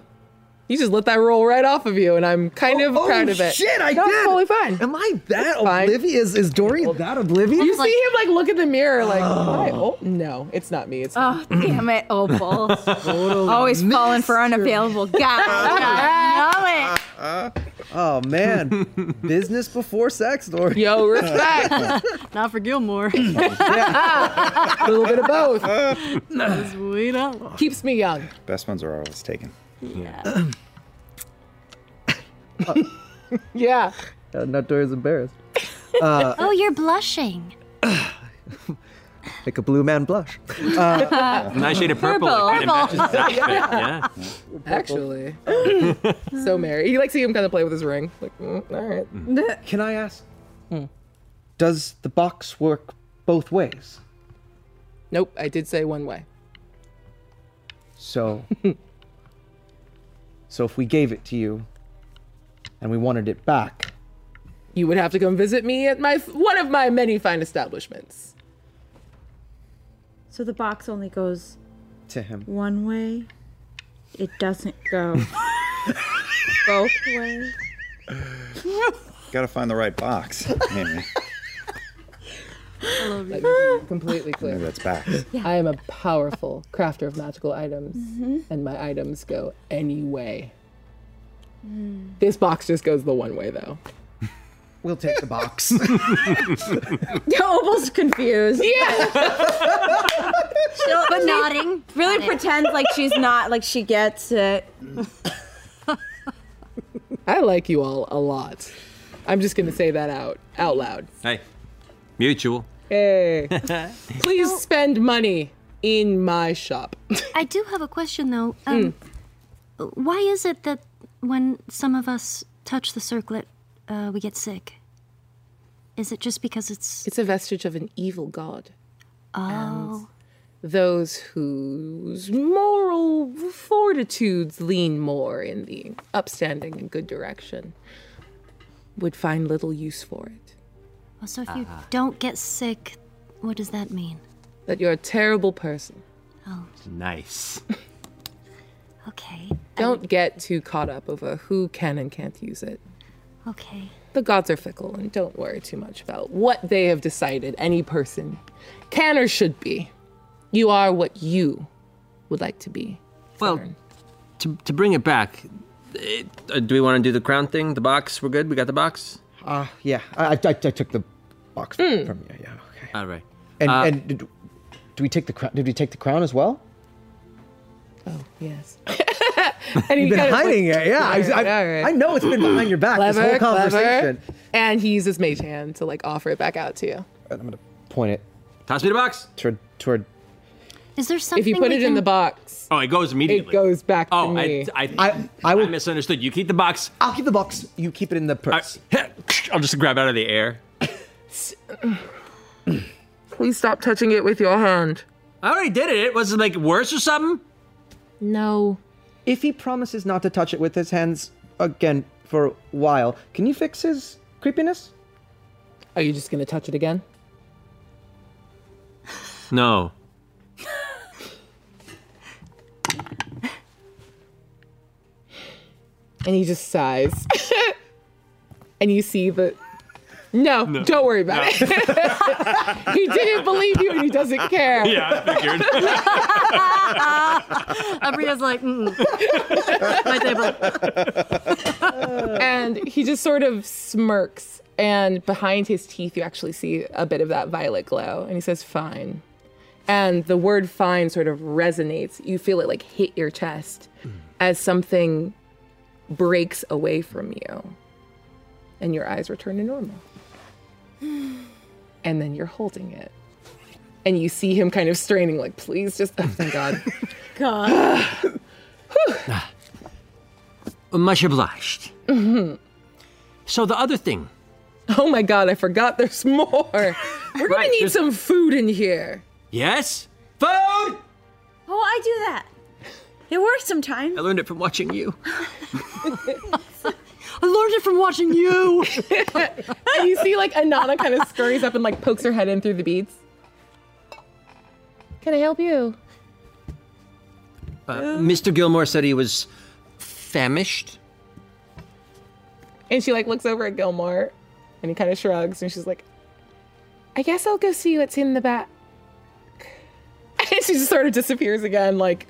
S8: You just let that roll right off of you, and I'm kind of
S3: oh,
S8: proud of it.
S3: shit, I
S8: That's
S3: did!
S8: totally fine.
S3: Am I that oblivious? Is Dorian that oblivious?
S8: You see him like look in the mirror, like, "Hi." oh no, it's not me. It's
S15: Uh,
S6: oh damn it, Opal. Always falling for unavailable guys. I know it.
S3: Oh man, business before sex, Dorian.
S8: Yo,
S15: Not for Gilmore.
S8: a little bit of both.
S15: Sweet up.
S8: Keeps me young.
S1: Best ones are always taken.
S8: Yeah. yeah.
S3: Uh, not Dorian's embarrassed. Uh,
S4: oh, you're blushing.
S3: make a blue man blush. Uh,
S7: Nice shade of purple. It kinda
S8: Purple.
S7: matches the outfit,
S8: Yeah.
S7: Yeah.
S8: Actually, so merry. You like see him kind of play with his ring. Like, mm, all right.
S3: Can I ask?
S8: Hmm.
S3: Does the box work both ways?
S8: Nope, I did say one way.
S3: So, so if we gave it to you, and we wanted it back.
S8: You would have to come visit me at my one of my many fine establishments.
S6: So the box only goes
S3: To him.
S6: one way. It doesn't go both ways.
S1: Gotta find the right box. Maybe.
S16: I love
S8: Let me be completely clear.
S1: Maybe that's box.
S16: I am a powerful crafter of magical items,
S8: Mm-hmm.
S16: and my items go any way.
S8: Mm.
S16: This box just goes the one way, though.
S3: We'll take the box.
S6: Yeah, Opal's confused.
S16: Yeah.
S6: She'll-
S10: But
S6: she
S10: nodding.
S6: Really
S10: Nodding.
S6: pretends like she's not, like she gets it.
S8: I like you all a lot. I'm just gonna say that out out loud.
S5: Hey, mutual.
S8: Hey. Please spend money in my shop.
S4: I do have a question though. Um, Why is it that when some of us touch the circlet, uh, we get sick? Is it just because it's
S8: It's a vestige of an evil god.
S4: Oh.
S8: And those whose moral fortitudes lean more in the upstanding and good direction would find little use for it.
S4: Well, so if you
S8: Ah.
S4: don't get sick, what does that mean?
S8: That you're a terrible person.
S4: Oh,
S5: Nice.
S4: okay.
S8: Don't get too caught up over who can and can't use it.
S4: Okay.
S8: The gods are fickle, and don't worry too much about what they have decided any person can or should be. You are what you would like to be.
S7: Well, to, to bring it back, it, uh, do we want to do the crown thing? The box? We're good? We got the box?
S3: Uh, yeah, I, I, I took the box
S8: Hmm.
S3: from you. Yeah.
S7: All right.
S3: And,
S7: Uh,
S3: and did, do we take the crown? Did we take the crown as well?
S8: Yes.
S3: You've
S8: he
S3: been
S8: kind of
S3: hiding
S8: looked-
S3: it, yeah. I-
S8: Alright,
S3: I-
S8: alright.
S3: I know it's been behind your back this
S8: Clever,
S3: whole
S8: clever.
S3: conversation.
S8: And he uses mage hand to like offer it back out to you.
S3: And I'm gonna point it.
S5: Toss me the box.
S3: Toward toward.
S4: Is there
S8: If you put it in the box,
S5: Oh, it goes immediately.
S8: goes back
S5: oh, I, I, I, will, I misunderstood. You keep the box.
S3: I'll keep the box. You keep it in the purse.
S5: I'll just grab it out of the air.
S8: please stop touching it with your hand.
S5: I already did it. Was it like worse or something?
S8: No.
S3: If he promises not to touch it with his hands again for a while, can you fix his creepiness?
S8: Are you just gonna touch it again?
S7: No.
S8: And he just sighs. and you see the. No, don't worry about it. he didn't believe you and he doesn't care.
S15: Yeah, I figured.
S16: Abria's like, mm
S8: and he just sort of smirks. And behind his teeth, you actually see a bit of that violet glow. And he says, Fine. And the word fine sort of resonates. You feel it like hit your chest as something breaks away from you. And your eyes return to normal. And then you're holding it. And you see him kind of straining, like, Please just, oh, thank God.
S6: God.
S7: Much obliged.
S5: Mm-hmm.
S8: Mhm.
S7: So the other thing.
S8: Oh my god, I forgot there's more. We're gonna need some food in here.
S7: Yes? Food!
S6: Oh, I do that. It works sometimes.
S7: I learned it from watching you.
S16: I learned it from watching you.
S8: and you see like Anana kind of scurries up and like pokes her head in through the beads. Can I help you?
S7: Uh, Mr. Gilmore said he was famished.
S8: And she like looks over at Gilmore and he kind of shrugs and she's like, I guess I'll go see what's in the back. And she just sort of disappears again. Like,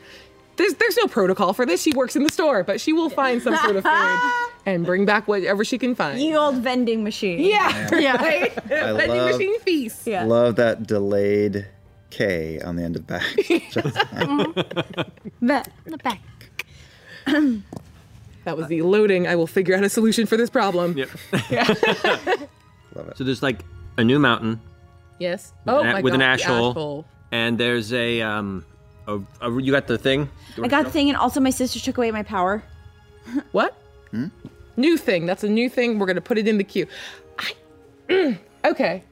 S8: there's there's no protocol for this. She works in the store, but she will find some sort of food and bring back whatever she can find.
S6: Ye old vending machine.
S8: Yeah,
S1: Yeah.
S8: right?
S1: I
S8: Vending
S1: love-
S8: machine feast.
S6: Yeah.
S1: Love that delayed K on the end of back.
S6: But
S4: the back.
S8: that was the loading. I will figure out a solution for this problem. Yep.
S7: Love it. So there's like a new mountain
S8: Yes.
S7: with,
S8: oh
S7: an, a-
S8: my
S7: with an
S8: God,
S7: ash
S8: the
S7: hole, and there's a um, a, a- you got the thing.
S6: I got the thing, and also my sister took away my power.
S8: What? New thing. That's a new thing. We're gonna put it in the queue. I, okay.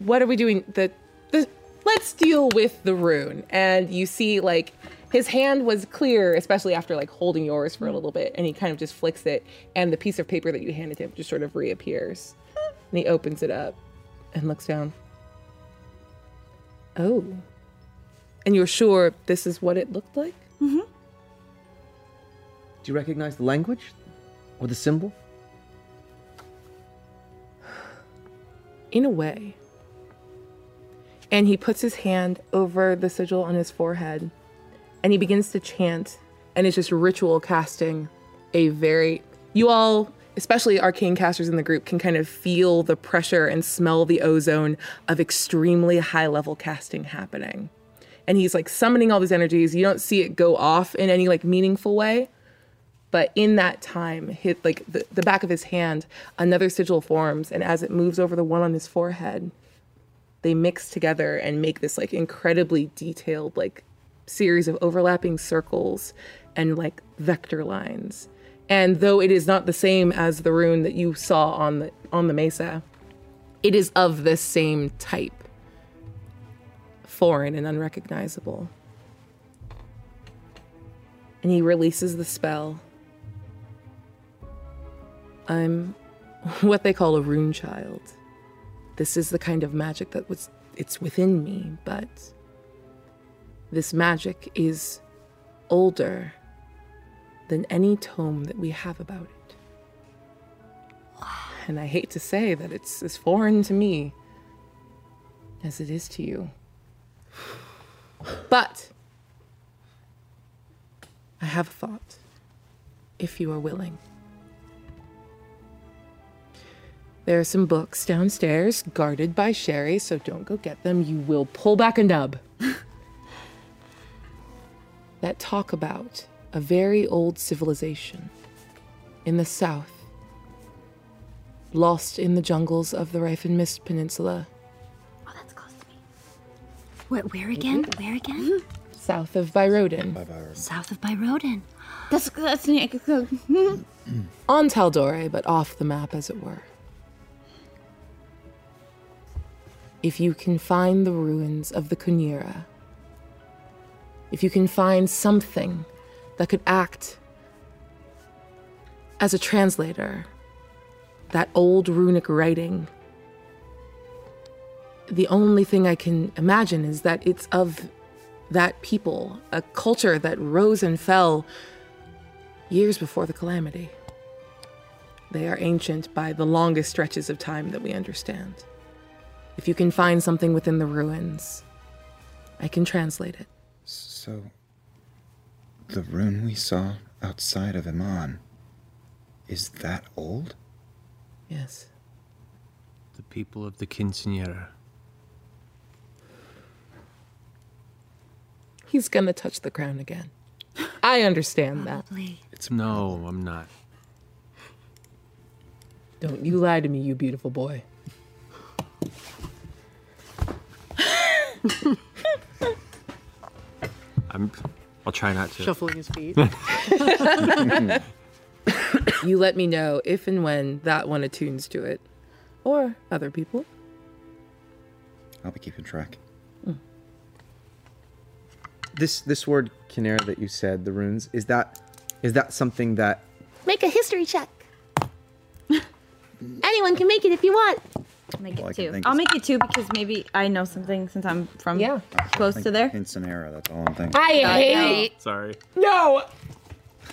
S8: What are we doing? The the let's deal with the rune. And you see like His hand was clear, especially after like holding yours for a little bit, and he kind of just flicks it, and the piece of paper that you handed him just sort of reappears. And he opens it up and looks down. Oh. And you're sure this is what it looked like?
S6: Mm-hmm.
S3: Do you recognize the language or the symbol?
S8: In a way. And he puts his hand over the sigil on his forehead and he begins to chant. And it's just ritual casting a very. You all, especially arcane casters in the group, can kind of feel the pressure and smell the ozone of extremely high level casting happening. And he's like summoning all these energies. You don't see it go off in any like meaningful way. But in that time, hit like the, the back of his hand, another sigil forms, and as it moves over the one on his forehead, they mix together and make this like incredibly detailed like series of overlapping circles and like vector lines. And though it is not the same as the rune that you saw on the on the mesa, it is of the same type. Foreign and unrecognizable. And he releases the spell. I'm what they call a rune child. This is the kind of magic that was it's within me, but this magic is older than any tome that we have about it. And I hate to say that it's as foreign to me as it is to you. But I have a thought, if you are willing. There are some books downstairs guarded by Sherry, so don't go get them. You will pull back a nub that talk about a very old civilization in the south, lost in the jungles of the Rife and Mist Peninsula.
S4: Oh, Where, where
S8: Mm-hmm.
S4: again? Where again?
S8: South of Byrodin.
S4: South of Byrodin.
S6: That's that's
S8: On Taldore, but off the map, as it were. If you can find the ruins of the Kunira, if you can find something that could act as a translator, that old runic writing, the only thing I can imagine is that it's of that people, a culture that rose and fell years before the calamity. They are ancient by the longest stretches of time that we understand. If you can find something within the ruins, I can translate it.
S1: So, the rune we saw outside of Iman is that old?
S8: Yes.
S7: The people of the Quinceanera.
S8: He's gonna touch the crown again. I understand that.
S7: It's no, I'm not.
S8: Don't you lie to me, you beautiful boy.
S7: I'm. I'll try not to.
S15: Shuffling his feet.
S8: you let me know if and when that one attunes to it, or other people.
S1: I'll be keeping track.
S3: This this word Kinera that you said, the runes, is that is that something that
S4: Make a history check. Anyone can make it if you want.
S6: Make
S1: All I
S6: it
S1: can
S6: two.
S1: think
S6: I'll
S1: is-
S6: make it two because maybe I know something since I'm from close to there.
S1: Quinceanera, that's all I'm thinking.
S8: I hate
S7: Sorry.
S8: No!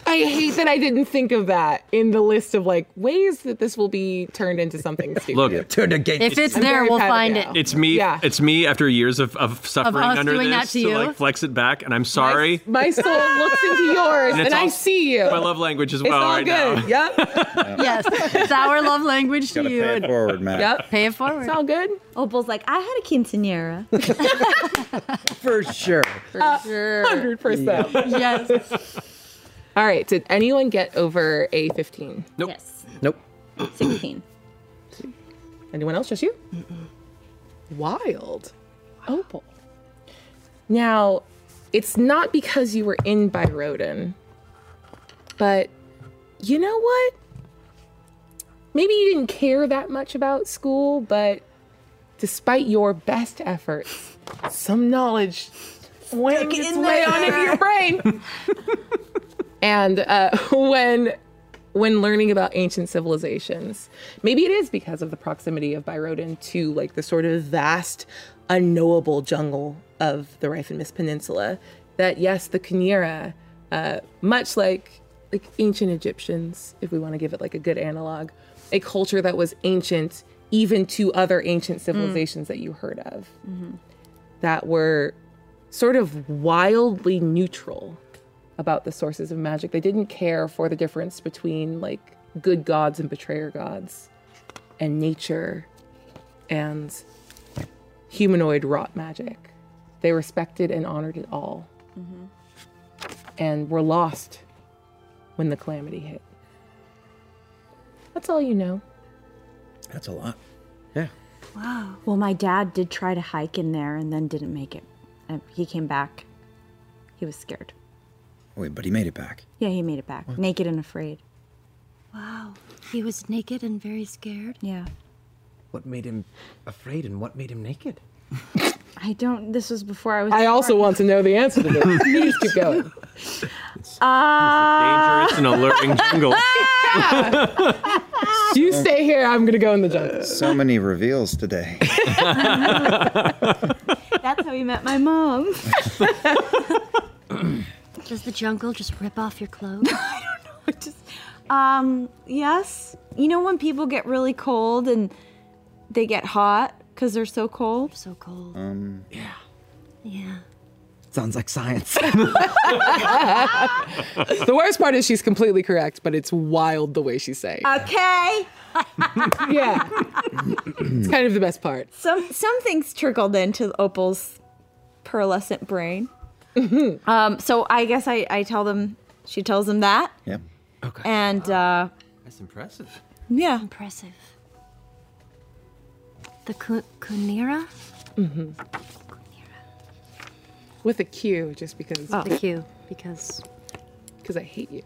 S8: I hate that I didn't think of that in the list of like ways that this will be turned into something stupid.
S7: Look,
S3: turn
S8: against If it's it. there, we'll find it.
S7: It's me.
S8: Yeah.
S7: It's me after years of, of suffering
S8: us
S7: under
S8: doing that
S7: this
S8: to you.
S7: like flex it back, and I'm sorry.
S8: My soul looks into yours
S7: And
S8: and,
S7: it's
S8: I
S7: all- Oh,
S8: see you.
S7: my love language as
S8: It's
S7: well
S8: all
S7: right
S8: good.
S7: now.
S8: Yep.
S6: yes, it's our love language
S7: Gotta
S6: to you.
S7: pay it forward, Matt.
S8: Yep.
S6: pay it forward. It's
S8: all good.
S6: Opal's like, I had a quinceanera.
S3: for sure?
S6: For sure.
S8: 100%.
S6: Yes.
S8: All right. Did anyone get over a 15?
S7: Nope.
S6: Yes.
S3: Nope.
S6: 16.
S8: Anyone else? Just you? Wild. Opal. Now, it's not because you were in Byrodin, but you know what? Maybe you didn't care that much about school, but despite your best efforts, some knowledge wang its way onto your brain. and uh, when when learning about ancient civilizations, maybe it is because of the proximity of Byrodin to like the sort of vast, unknowable jungle of the Rife Peninsula. That yes, the Kinera, uh, much like like ancient Egyptians, if we want to give it like a good analog, a culture that was ancient even to other ancient civilizations that you heard of that were sort of wildly neutral about the sources of magic. They didn't care for the difference between like good gods and betrayer gods and nature and humanoid wrought magic. They respected and honored it all and were lost when the calamity hit. That's all you know.
S3: That's a lot.
S17: Wow.
S6: Well, my dad did try to hike in there and then didn't make it. Uh, He came back. He was scared.
S3: Oh, Wait, but he made it back.
S6: Yeah, he made it back,
S3: What?
S6: naked and afraid.
S4: Wow. He was naked and very scared.
S6: Yeah.
S3: What made him afraid and what made him naked?
S6: I don't. This was before I was.
S18: I also want to know the answer to this. Please keep going.
S6: Uh,
S5: Dangerous and alerting jungle.
S18: you stay here. I'm gonna go in the jungle.
S1: So many reveals today.
S6: That's how he met my mom.
S4: Does the jungle just rip off your clothes?
S6: Um, yes. You know when people get really cold and they get hot because they're so cold?
S4: So cold.
S3: Um,
S4: Yeah. Yeah.
S3: sounds like science.
S18: the worst part is she's completely correct, but it's wild the way she's saying. it.
S6: Okay.
S18: yeah. It's kind of the best part.
S6: Some some things trickled into Opal's pearlescent brain. Um, so I guess I, I tell them she tells them that.
S1: Yep.
S6: Okay. And uh,
S19: That's impressive.
S6: yeah.
S4: Impressive. The Ku- Kunira?
S18: hmm With a Q, just because.
S4: Oh. The Q, because.
S18: Because I hate you.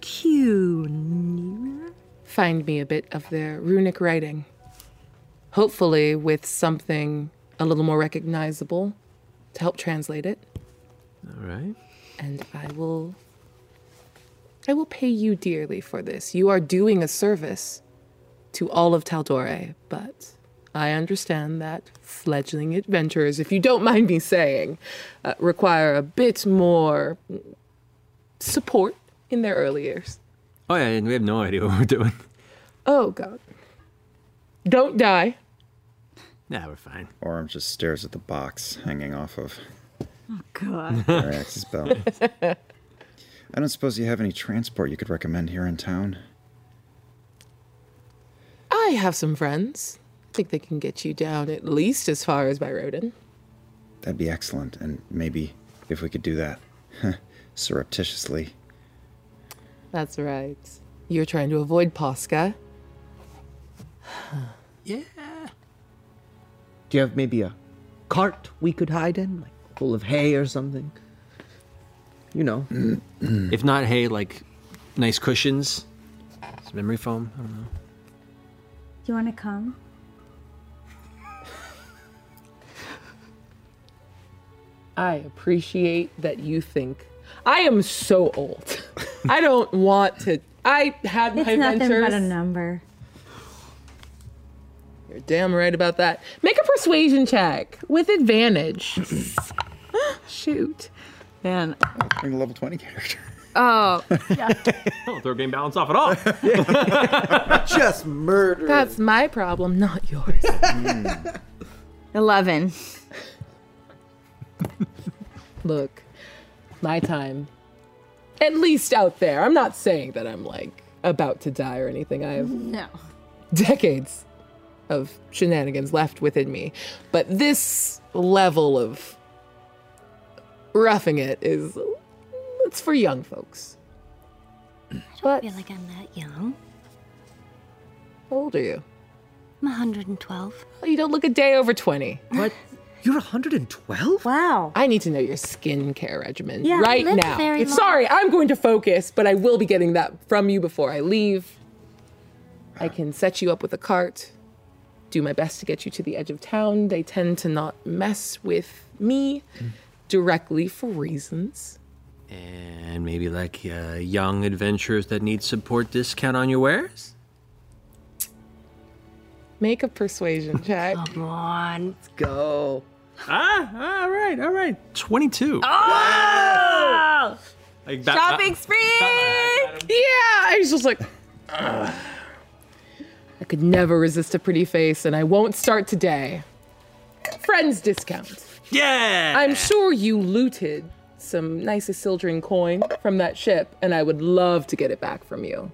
S8: Cunera? Find me a bit of their runic writing. Hopefully, with something a little more recognizable to help translate it.
S5: All right.
S8: And I will. I will pay you dearly for this. You are doing a service to all of Taldore, but I understand that fledgling adventurers, if you don't mind me saying, uh, require a bit more support in their early years.
S5: Oh yeah, and we have no idea what we're doing.
S8: Oh God. Don't die.
S5: Nah, we're fine.
S1: Oram just stares at the box hanging off of
S6: Oh god.
S1: Arax's belt. I don't suppose you have any transport you could recommend here in town.
S8: I have some friends. I think they can get you down at least as far as by Roden.
S1: That'd be excellent, and maybe if we could do that surreptitiously.
S8: That's right. You're trying to avoid Posca.
S3: yeah. Do you have maybe a cart we could hide in, like full of hay or something? You know.
S5: if not, hey, like nice cushions, some memory foam. I don't know.
S6: Do you want to come?
S8: I appreciate that you think I am so old. I don't want to. I had
S6: It's
S8: my
S6: nothing but a
S8: adventures.
S6: number.
S8: You're damn right about that. Make a persuasion check with advantage. Shoot.
S17: Man.
S1: Bring a level 20 character.
S17: Oh.
S5: Don't throw game balance off at all.
S3: Just murder.
S8: That's my problem, not yours.
S6: 11.
S8: Look, my time, at least out there, I'm not saying that I'm like about to die or anything.
S6: Mm-hmm.
S8: I have
S17: No.
S8: decades of shenanigans left within me. But this level of roughing it is it's for young folks.
S4: I don't feel like I'm that young.
S8: How old are you?
S4: I'm 112.
S8: Oh, You don't look a day over 20.
S3: What? You're 112?
S6: Wow.
S8: I need to know your skincare regimen
S4: Yeah,
S8: right
S4: live
S8: now.
S4: very long.
S8: Sorry, I'm going to focus, but I will be getting that from you before I leave. I can set you up with a cart. do my best to get you to the edge of town. They tend to not mess with me directly for reasons.
S7: And maybe like uh, young adventurers that need support discount on your wares?
S8: Make a persuasion check.
S4: Come on. Let's
S8: go.
S7: Ah, all right, all right. 22.
S6: Oh!
S7: Like that-
S6: Shopping
S7: that-
S6: spree!
S8: Yeah, I was just like, "Ugh." I could never resist a pretty face, and I won't start today. Friends discount.
S7: Yeah!
S8: I'm sure you looted some nice Isildren coin from that ship, and I would love to get it back from you.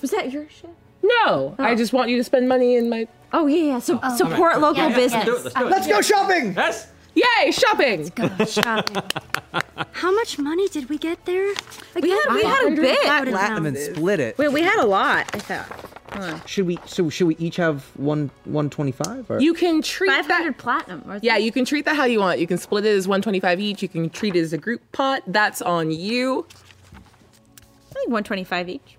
S6: Was that your shit?
S8: No, I just want you to spend money in my.
S6: Oh yeah, yeah. So support local business.
S8: Let's go
S20: shopping.
S7: Yes.
S8: Yay, shopping. Let's
S4: go shopping. How much money did we get there?
S6: We had, we had a bit.
S20: and then split it.
S6: Wait, we had a lot. I thought. Huh.
S20: Should we? So should we each have one one twenty five? Or
S8: You can treat 500
S6: platinum.
S8: yeah, you can treat that how you want. You can split it as 125 each. You can treat it as a group pot. That's on you.
S6: I think 125 each.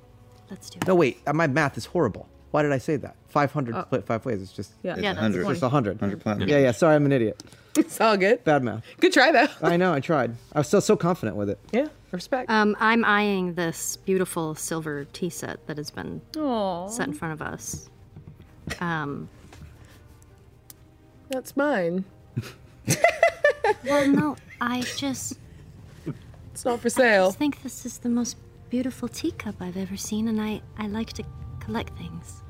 S4: Let's do
S20: No, wait. uh, My math is horrible. Why did I say that? Five hundred
S6: Oh.
S20: split five ways. It's just
S6: Yeah.
S20: it's
S6: Yeah, that's
S20: hundred.
S6: 20.
S20: It's a hundred.
S1: Hundred platinum.
S20: Yeah, yeah. Sorry, I'm an idiot.
S8: It's all good.
S20: Bad math.
S8: Good try though.
S20: I know. I tried. I was still so confident with it.
S8: Yeah, respect.
S4: Um, I'm eyeing this beautiful silver tea set that has been
S6: Aw.
S4: set in front of us. Um,
S8: That's mine.
S4: well, no, I just.
S8: It's not for
S4: I
S8: sale.
S4: just think this is the most beautiful teacup I've ever seen, and I, I like to collect things.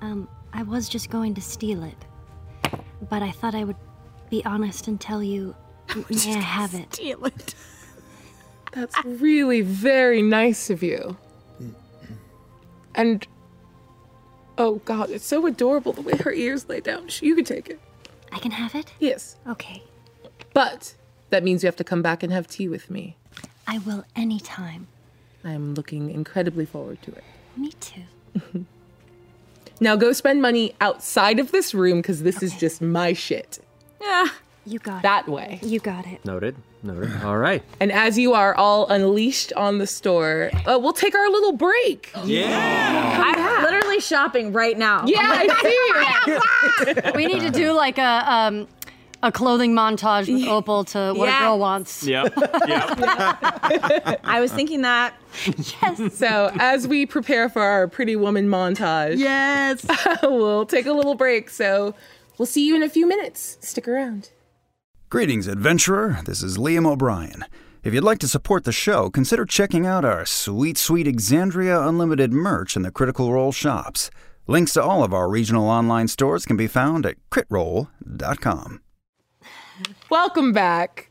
S4: Um, I was just going to steal it, but I thought I would be honest and tell you, may I have it?
S6: Steal it.
S8: That's really very nice of you. And oh god, it's so adorable the way her ears lay down. Sh- You can take it.
S4: I can have it?
S8: Yes.
S4: Okay.
S8: But that means you have to come back and have tea with me.
S4: I will anytime.
S8: I'm looking incredibly forward to it.
S4: Me too.
S8: Now go spend money outside of this room because this is just my shit.
S6: Yeah.
S4: You got
S8: That way.
S4: You got it.
S7: Noted. Noted. All right.
S8: And as you are all unleashed on the store, uh, we'll take our little break.
S7: Yeah.
S6: I'm literally shopping right now.
S8: Yeah,
S6: I'm like,
S4: we need to do like a um, a clothing montage with Opal to what
S6: Yes.
S4: a girl wants.
S7: Yep.
S6: I was thinking that.
S8: Yes. So as we prepare for our pretty woman montage, yes, we'll take a little break. So we'll see you in a few minutes. Stick around.
S9: Greetings, adventurer. This is Liam O'Brien. If you'd like to support the show, consider checking out our sweet, sweet Exandria Unlimited merch in the Critical Role shops. Links to all of our regional online stores can be found at critroll.com.
S8: Welcome back.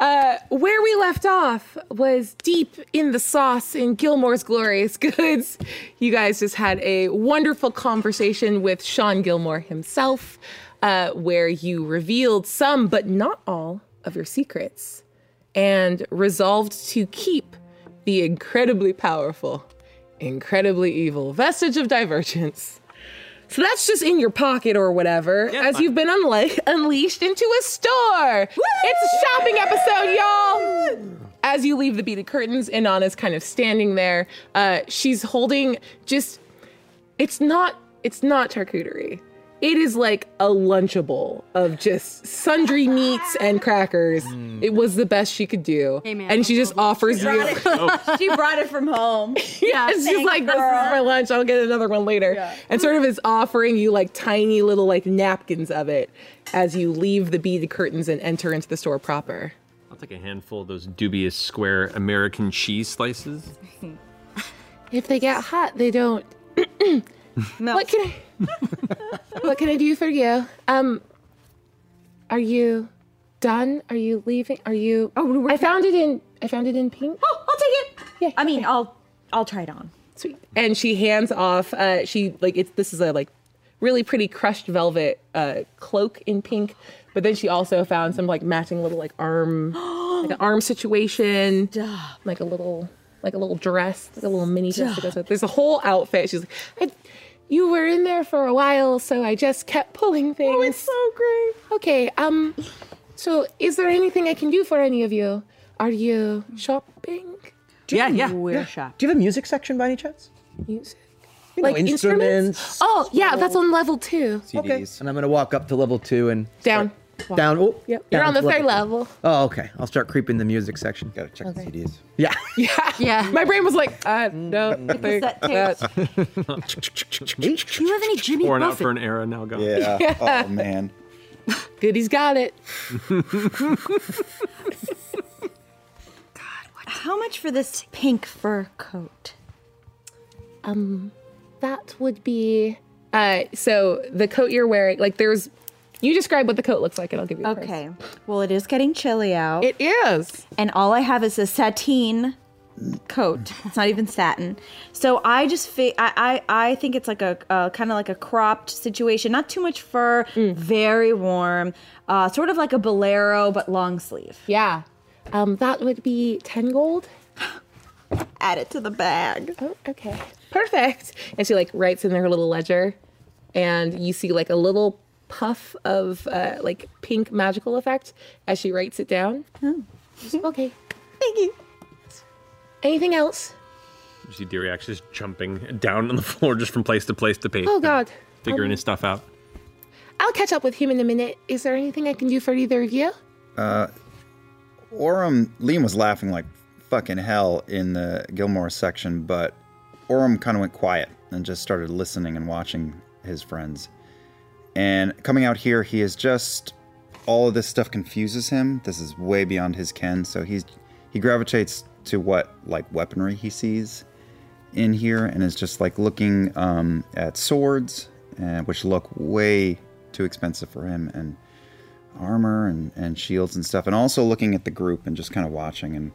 S8: Uh, where we left off was deep in the sauce in Gilmore's Glorious Goods. You guys just had a wonderful conversation with Sean Gilmore himself, uh, where you revealed some, but not all, of your secrets and resolved to keep the incredibly powerful, incredibly evil vestige of divergence. So that's just in your pocket or whatever, as you've been unle- unleashed into a store. It's a shopping episode, y'all. As you leave the beaded curtains, Inanna's kind of standing there. Uh, she's holding just. It's not. It's not charcuterie. It is like a lunchable of just sundry meats and crackers. It was the best she could do,
S6: Hey, man,
S8: and she just offers you.
S6: she brought it from home.
S8: Yeah, it's just
S6: Thanks,
S8: like this is for lunch. I'll get another one later, and sort of is offering you like tiny little like napkins of it as you leave the beaded curtains and enter into the store proper.
S7: I'll take a handful of those dubious square American cheese slices.
S8: If they get hot, they don't. What can I? what can I do for you? Um, are you done? Are you leaving? Are you? Oh, I found it in. I found it in pink.
S6: Oh, I'll take it. I mean, I'll I'll try it on.
S8: Sweet. and she hands off uh she like it's this is a like really pretty crushed velvet uh cloak in pink but then she also found some like matching little like arm like an arm situation like a little like a little dress like a little mini dress that goes with there's a whole outfit she's like I, you were in there for a while so i just kept pulling things oh it's so great okay um so is there anything i can do for any of you are you shopping
S20: Do you- yeah, yeah. We're Do you have a music section by any chance?
S8: music
S20: You know, instruments.
S8: Oh, yeah, that's on level two.
S20: Okay. And I'm gonna walk up to level two and
S8: Down.
S20: down. Oh,
S8: Yep. You're
S20: down
S8: on the
S20: to
S8: third level.
S20: Oh, okay. I'll start creeping the music section. Gotta check
S8: Okay.
S20: the CDs. Yeah.
S8: Yeah. Yeah. My brain was like, I don't think
S6: cassette
S8: that.
S7: Do
S4: you have any Jimmy
S7: Worn out for an era now, gone.
S8: Yeah. Yeah. Oh,
S1: man.
S8: Goody's got it.
S6: How much for this pink fur coat?
S8: Um, that would be. Uh, so the coat you're wearing, like, there's. You describe what the coat looks like, and I'll give you. A price.
S6: Okay. Well, it is getting chilly out.
S8: It is.
S6: And all I have is a sateen coat. It's not even satin. So I just fi- I, I I think it's like a uh, kind of like a cropped situation. Not too much fur, very warm. Uh, sort of like a bolero but long sleeve.
S8: Yeah. Um, that would be ten gold.
S6: Add it to the bag.
S8: Oh, okay. Perfect. And she like writes in her little ledger, and you see like a little puff of uh, like pink magical effect as she writes it down. Just, Oh. Okay.
S6: Thank you.
S8: Anything else?
S7: You see Diriax just jumping down on the floor just from place to place to page.
S8: Oh God.
S7: Figuring
S8: Um,
S7: his stuff out.
S8: I'll catch up with him in a minute. Is there anything I can do for either of you?
S1: Uh, Orem, Liam was laughing like fucking hell in the Gilmore section, but Orem kind of went quiet and just started listening and watching his friends. And coming out here, he is just all of this stuff confuses him. This is way beyond his ken, so he's he gravitates to what like weaponry he sees in here, and is just like looking um, at swords, uh, which look way too expensive for him, and armor and, and shields and stuff, and also looking at the group and just kind of watching and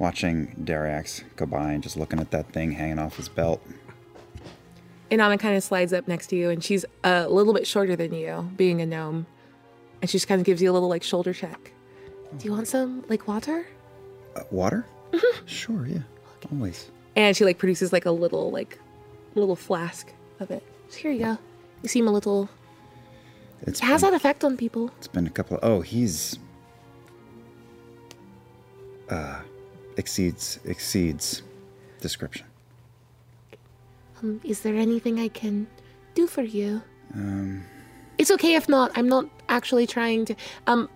S1: watching Darax go by and just looking at that thing hanging off his belt.
S8: And Anna kind of slides up next to you, and she's a little bit shorter than you, being a gnome. And she just kind of gives you a little like shoulder check. Do you want some like water?
S1: Uh, water?
S8: Mm-hmm.
S1: sure, yeah, always.
S8: And she like produces like a little like little flask of it. So here you go. You seem a little.
S1: It's
S8: it has
S1: been,
S8: that effect on people.
S1: it's been a couple of oh he's uh exceeds exceeds description.
S8: Um, is there anything I can do for you?
S1: Um,
S8: It's okay if not. I'm not actually trying to. Um,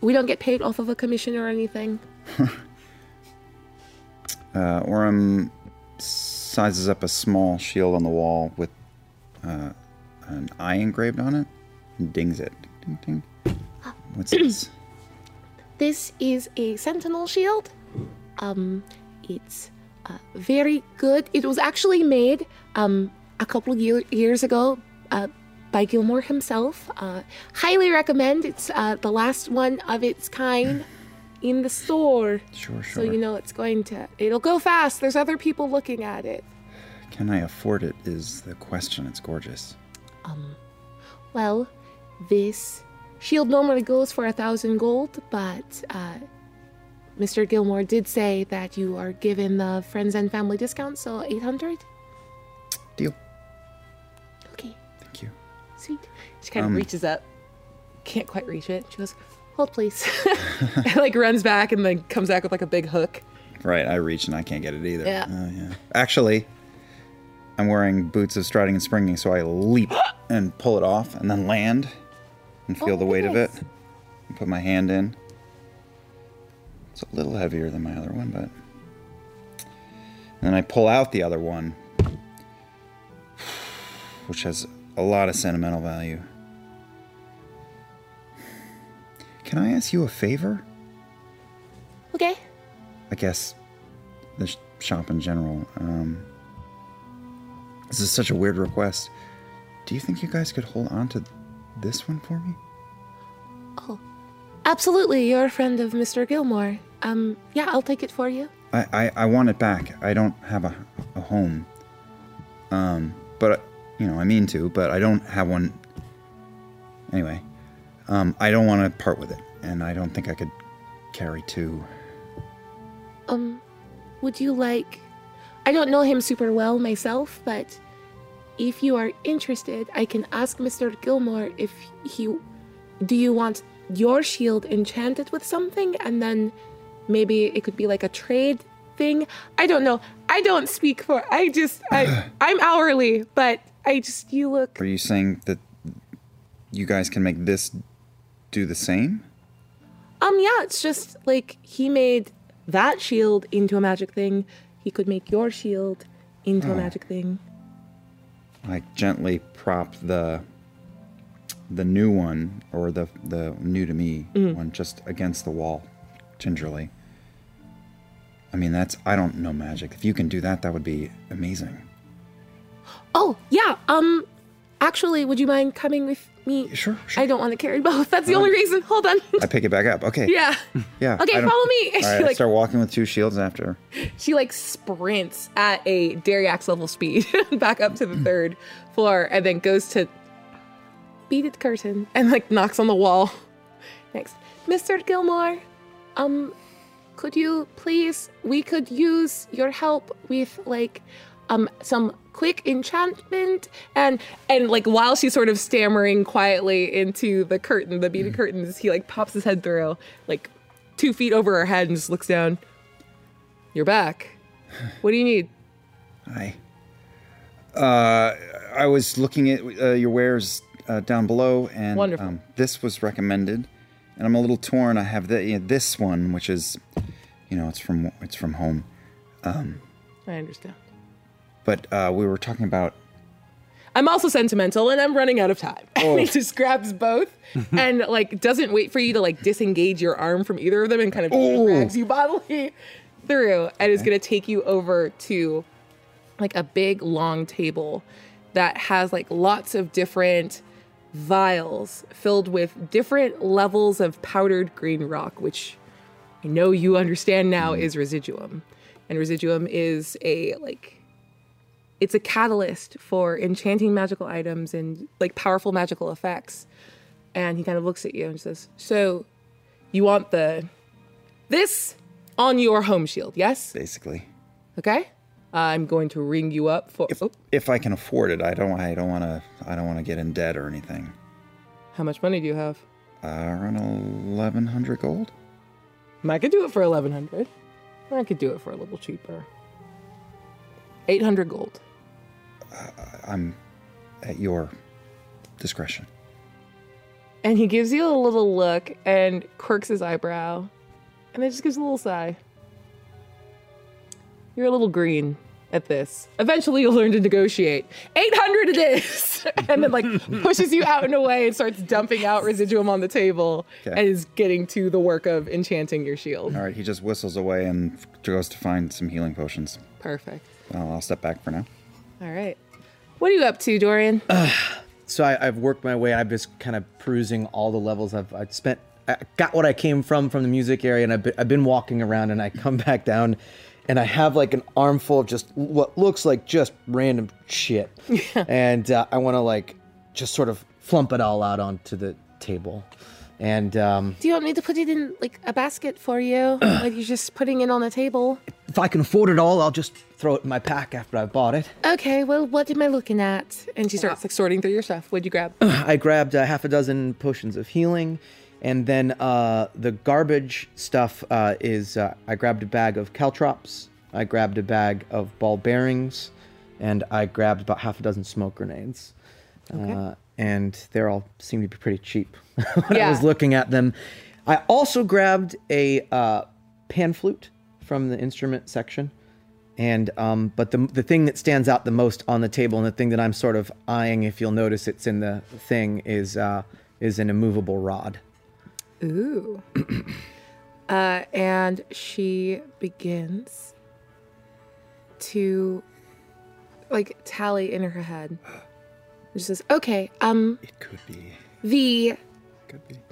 S8: we don't get paid off of a commission or anything.
S1: Uh, Orem sizes up a small shield on the wall with uh, an eye engraved on it and dings it. Ding, ding.
S8: Oh.
S1: What's this?
S8: This is a sentinel shield. Um, it's uh, very good. It was actually made um, a couple of year- years ago uh, by Gilmore himself. Uh, highly recommend. It's uh, the last one of its kind in the store.
S1: Sure,
S8: So you know it's going to. It'll go fast. There's other people looking at it.
S1: Can I afford it? Is the question. It's gorgeous.
S8: Um, well, this shield normally goes for a thousand gold, but uh, Mr. Gilmore did say that you are given the friends and family discount, so eight hundred.
S1: Deal.
S8: Okay.
S1: Thank you.
S8: Sweet. She kind
S1: Um,
S8: of reaches up. Can't quite reach it. She goes, "Hold, please." and, like runs back and then comes back with like a big hook.
S1: Right, I reach and I can't get it either.
S8: Yeah.
S1: Oh, yeah. Actually, I'm wearing boots of striding and springing, so I leap and pull it off and then land and feel the weight of it. And put my hand in. It's a little heavier than my other one, but. And then I pull out the other one, which has a lot of sentimental value. Can I ask you a favor?
S8: Okay.
S1: I guess the sh- shop in general. Um, this is such a weird request. Do you think you guys could hold on to this one for me?
S8: Oh, absolutely. You're a friend of Mr. Gilmore. Um, yeah, I'll take it for you.
S1: I, I, I want it back. I don't have a, a home. Um, but, you know, I mean to, but I don't have one. Anyway, um, I don't want to part with it, and I don't think I could carry two.
S8: Um, would you like. I don't know him super well myself, but if you are interested, I can ask Mr. Gilmore if he. Do you want your shield enchanted with something? And then maybe it could be like a trade thing. I don't know. I don't speak for. I just I, I'm hourly, but I just you look
S1: Are you saying that you guys can make this do the same?
S8: Um, yeah, it's just like he made that shield into a magic thing. He could make your shield into a
S1: Oh.
S8: magic thing.
S1: I gently prop the the new one or the the new to me
S8: Mhm.
S1: one just against the wall gingerly. I mean, that's I don't know magic. If you can do that, that would be amazing.
S8: Oh, yeah. Um, actually, would you mind coming with me?
S1: Sure.
S8: I don't want to carry both. That's the only reason. Hold on.
S1: I pick it back up. Okay.
S8: Yeah.
S1: Yeah.
S8: Okay,
S1: I don't-
S8: follow me.
S1: All
S8: She,
S1: right, I
S8: like-
S1: start walking with two shields after.
S8: She like sprints at a Dariax level speed back up to the third floor and then goes to beaded curtain and like knocks on the wall. Next, Mr. Gilmore, um, could you please? We could use your help with like, um, some quick enchantment and and like while she's sort of stammering quietly into the curtain, the beaded curtains, he like pops his head through, like two feet over her head and just looks down. You're back. What do you need?
S1: Hi. Uh, I was looking at uh, your wares uh, down below, and
S8: Wonderful.
S1: Um, this was recommended, and I'm a little torn. I have the, yeah, this one, which is, you know, it's from it's from home, um,
S8: I understand.
S1: but uh, we were talking about.
S8: I'm also sentimental and I'm running out of time. And
S1: Oh.
S8: he just grabs both and like doesn't wait for you to like disengage your arm from either of them and kind of just drags you bodily through and is gonna take you over to like a big long table that has like lots of different vials filled with different levels of powdered green rock, which I know you understand now is residuum. And residuum is a like it's a catalyst for enchanting magical items and like powerful magical effects. And he kind of looks at you and says, "So, you want the this on your home shield, yes?
S1: Basically,
S8: Okay. I'm going to ring you up for oh,
S1: if I can afford it, I don't. I don't want to. I don't want to get in debt or anything.
S8: how much money do you have?
S1: Uh, around eleven hundred gold.
S8: I could do it for 1100. I could do it for a little cheaper. 800 gold.
S1: I'm at your discretion.
S8: And he gives you a little look and quirks his eyebrow and then just gives a little sigh. You're a little green at this. Eventually you'll learn to negotiate. 800 it is! and then like pushes you out and away and starts dumping out residuum on the table
S1: Okay.
S8: and is getting to the work of enchanting your shield.
S1: All right, he just whistles away and goes to find some healing potions.
S8: Perfect.
S1: Well, I'll step back for now.
S8: All right. What are you up to, Dorian?
S3: So I, I've worked my way. I'm just kind of perusing all the levels. I've, I've spent, I got what I came from from the music area, and I've been, I've been walking around, and I come back down, and I have like an armful of just what looks like just random shit, and uh, I want to like just sort of flump it all out onto the table, and um,
S8: Do you want me to put it in like a basket for you? like you're just putting it on a table?
S3: if I can afford it all, I'll just throw it in my pack after I've bought it.
S8: Okay, well, what am I looking at? Uh, And she starts like sorting through your stuff. What'd you grab?
S3: I grabbed uh, half a dozen potions of healing, and then uh, the garbage stuff uh, is uh, I grabbed a bag of caltrops, I grabbed a bag of ball bearings, and I grabbed about half a dozen smoke grenades. Uh, and they all seem to be pretty cheap when I was looking at them. I also grabbed a uh, pan flute from the instrument section. And um, but the the thing that stands out the most on the table, and the thing that I'm sort of eyeing, if you'll notice, it's in the thing is uh, is an immovable rod.
S8: Ooh. uh, and she begins to like tally in her head. She says, "Okay, um, it
S1: could be
S8: the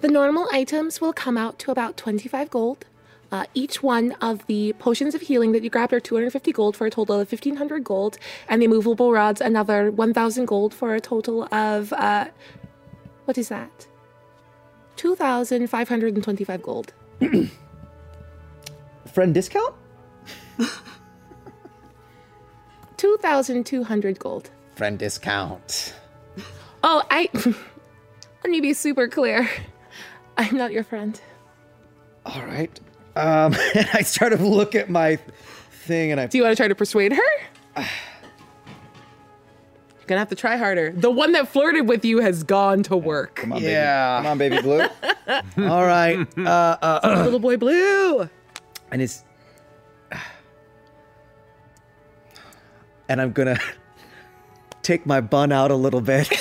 S8: the normal items will come out to about twenty-five gold. Uh, each one of the potions of healing that you grabbed are 250 gold for a total of 1500 gold, and the movable rods another 1000 gold for a total of uh, what is that? 2,525 gold.
S3: Friend discount?
S8: 2,200 gold.
S3: Friend discount.
S8: Oh, I. Let me be super clear. I'm not your friend.
S3: All right. Um, I sort of look at my thing, and I
S8: Do you want to try to persuade her? You're gonna have to try harder. The one that flirted with you has gone to work. Come
S3: on, baby. Yeah. Come on, baby blue. All right. Uh, uh,
S8: Little boy blue.
S3: and it's and I'm gonna take my bun out a little bit,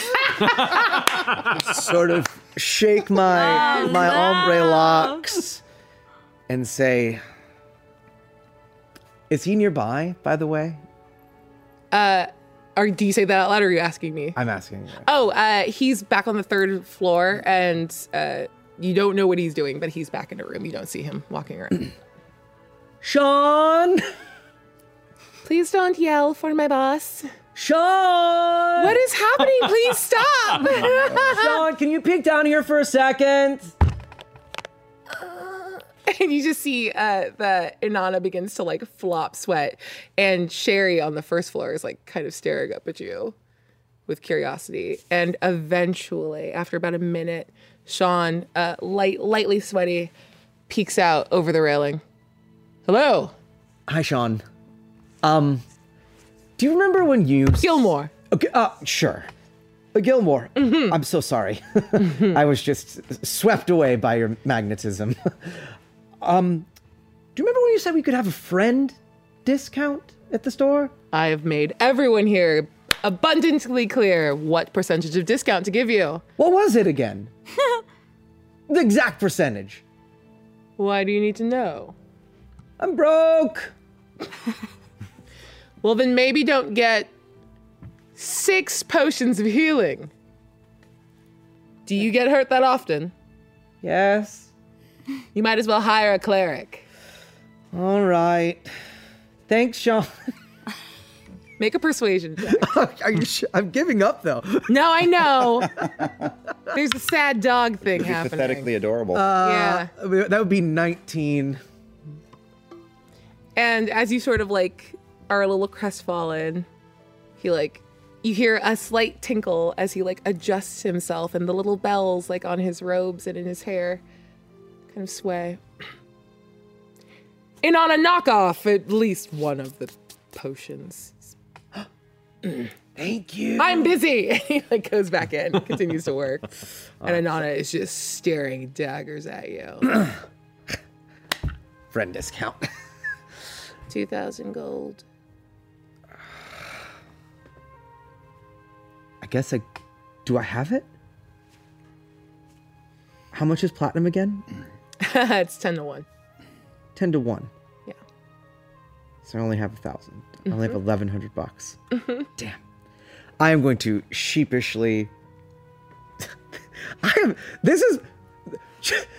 S3: sort of shake my
S21: Oh,
S3: my
S21: no.
S3: ombre locks, and say, "Is he nearby? By the way,
S8: Uh, or do you say that out loud, or are you asking me?
S3: I'm asking."
S8: Oh, uh, he's back on the third floor, and uh, you don't know what he's doing, but he's back in a room. You don't see him walking around.
S21: Sean,
S8: Please don't yell for my boss.
S21: Sean,
S8: What is happening? Please stop.
S21: Sean, can you peek down here for a second?
S8: and you just see uh, the Inanna begins to like flop sweat, and Sherry on the first floor is like kind of staring up at you with curiosity. And eventually, after about a minute, Sean, uh, light, lightly sweaty, peeks out over the railing. Hello.
S3: Hi, Sean. Um, do you remember when you
S8: Gilmore?
S3: Okay, uh, sure. Uh, Gilmore. I'm so sorry. I was just swept away by your magnetism. um, do you remember when you said we could have a friend discount at the store?
S8: I have made everyone here abundantly clear what percentage of discount to give you.
S3: What was it again? the exact percentage.
S8: Why do you need to know?
S3: I'm broke.
S8: well, then maybe don't get six potions of healing. Do you get hurt that often?
S3: Yes.
S8: You might as well hire a cleric.
S3: All right. Thanks, Sean.
S8: Make a persuasion check.
S3: Are you sh- I'm giving up though.
S8: no, I know. There's a sad dog thing
S3: It'd be
S8: happening.
S3: pathetically
S1: adorable.
S3: Uh, yeah. That would be 19.
S8: And as you sort of like are a little crestfallen, he like you hear a slight tinkle as he like adjusts himself and the little bells like on his robes and in his hair kind of sway. And on a knockoff, at least one of the potions.
S3: Thank you.
S8: I'm busy. And he like goes back in, continues to work. and Anana is just staring daggers at you.
S3: Friend discount.
S8: 2000 gold.
S3: I guess I. Do I have it? How much is platinum again?
S8: it's 10 to 1.
S3: 10 to 1.
S8: Yeah.
S3: So I only have a 1000 I only
S21: Mm-hmm.
S3: have
S8: Mhm.
S3: 1,100 bucks.
S8: Mhm.
S3: Damn. I am going to sheepishly. I am. This is.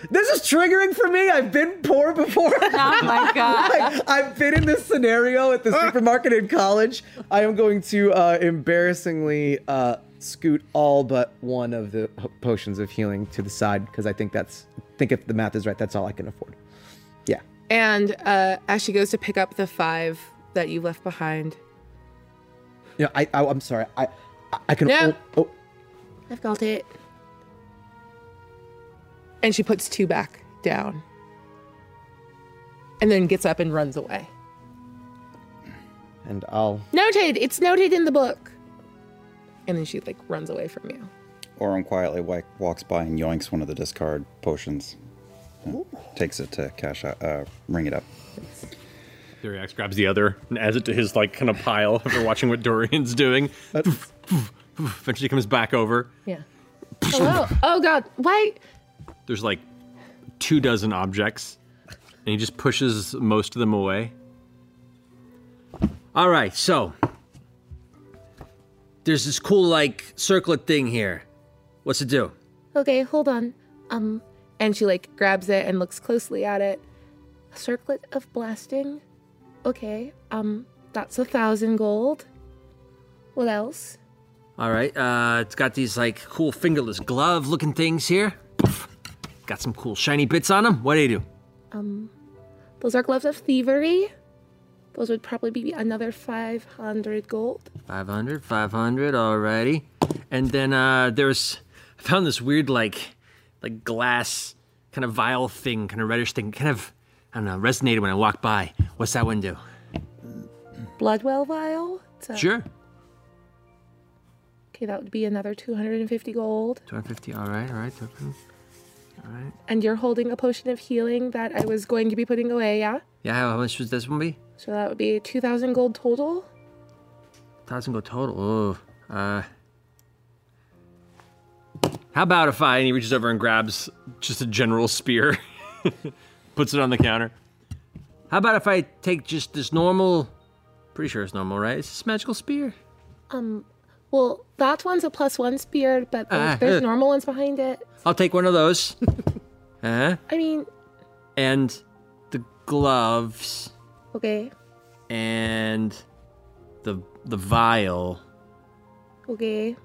S3: This is triggering for me. I've been poor before.
S21: Oh my God.
S3: Like, I've been in this scenario at the supermarket in college. I am going to uh, embarrassingly uh, scoot all but one of the h- potions of healing to the side because I think that's. I think if the math is right, that's all I can afford. Yeah.
S8: And uh, as she goes to pick up the five that you left behind,
S3: You know, I, I I'm sorry. I I- I can.
S8: No.
S3: Oh, oh,
S8: I've got it. And she puts two back down. And then gets up and runs away.
S3: and I'll.
S8: Noted. It's noted in the book. And then she like runs away from you.
S1: Orin quietly wa- walks by and yoinks one of the discard potions. And takes it to cash out, uh, ring it up.
S22: Duriax grabs the other and adds it to his like kind of pile after watching what Dorian's doing. Eventually comes back over.
S8: Yeah. Hello. Oh God. Why?
S22: There's like two dozen objects, and he just pushes most of them away.
S7: All right, so there's this cool like circlet thing here. What's it do?
S8: Okay, hold on. Um, and she like grabs it and looks closely at it. A circlet of blasting. Okay. Um, that's a thousand gold. What else?
S7: All right, uh, it's got these like cool fingerless glove looking things here. Poof. Got some cool shiny bits on them. What do they do?
S8: Um, those are gloves of thievery. Those would probably be another five hundred gold.
S7: 500, 500, alrighty. And then uh, there's, I found this weird like, like glass kind of vial thing, kind of reddish thing, kind of, I don't know, resonated when I walked by. What's that one do?
S8: Bloodwell vial. It's a-
S7: Sure.
S8: Okay, that would be another 250 gold.
S7: 250. All right, all right. 250. All right.
S8: And you're holding a potion of healing that I was going to be putting away, yeah?
S7: Yeah, how much should this one be?
S8: So that would be 2,000 gold total.
S7: Thousand go total. Ooh. Uh, how about if I? And he reaches over and grabs just a general spear, puts it on the counter. How about if I take just this normal? Pretty sure it's normal, right? It's this magical spear.
S8: Um, well, that one's a plus one spear, but there's,
S7: Ah,
S8: there's
S7: uh.
S8: normal ones behind it.
S7: I'll take one of those. uh huh.
S8: I mean,
S7: And the gloves
S8: okay,
S7: and the the vial.
S8: okay.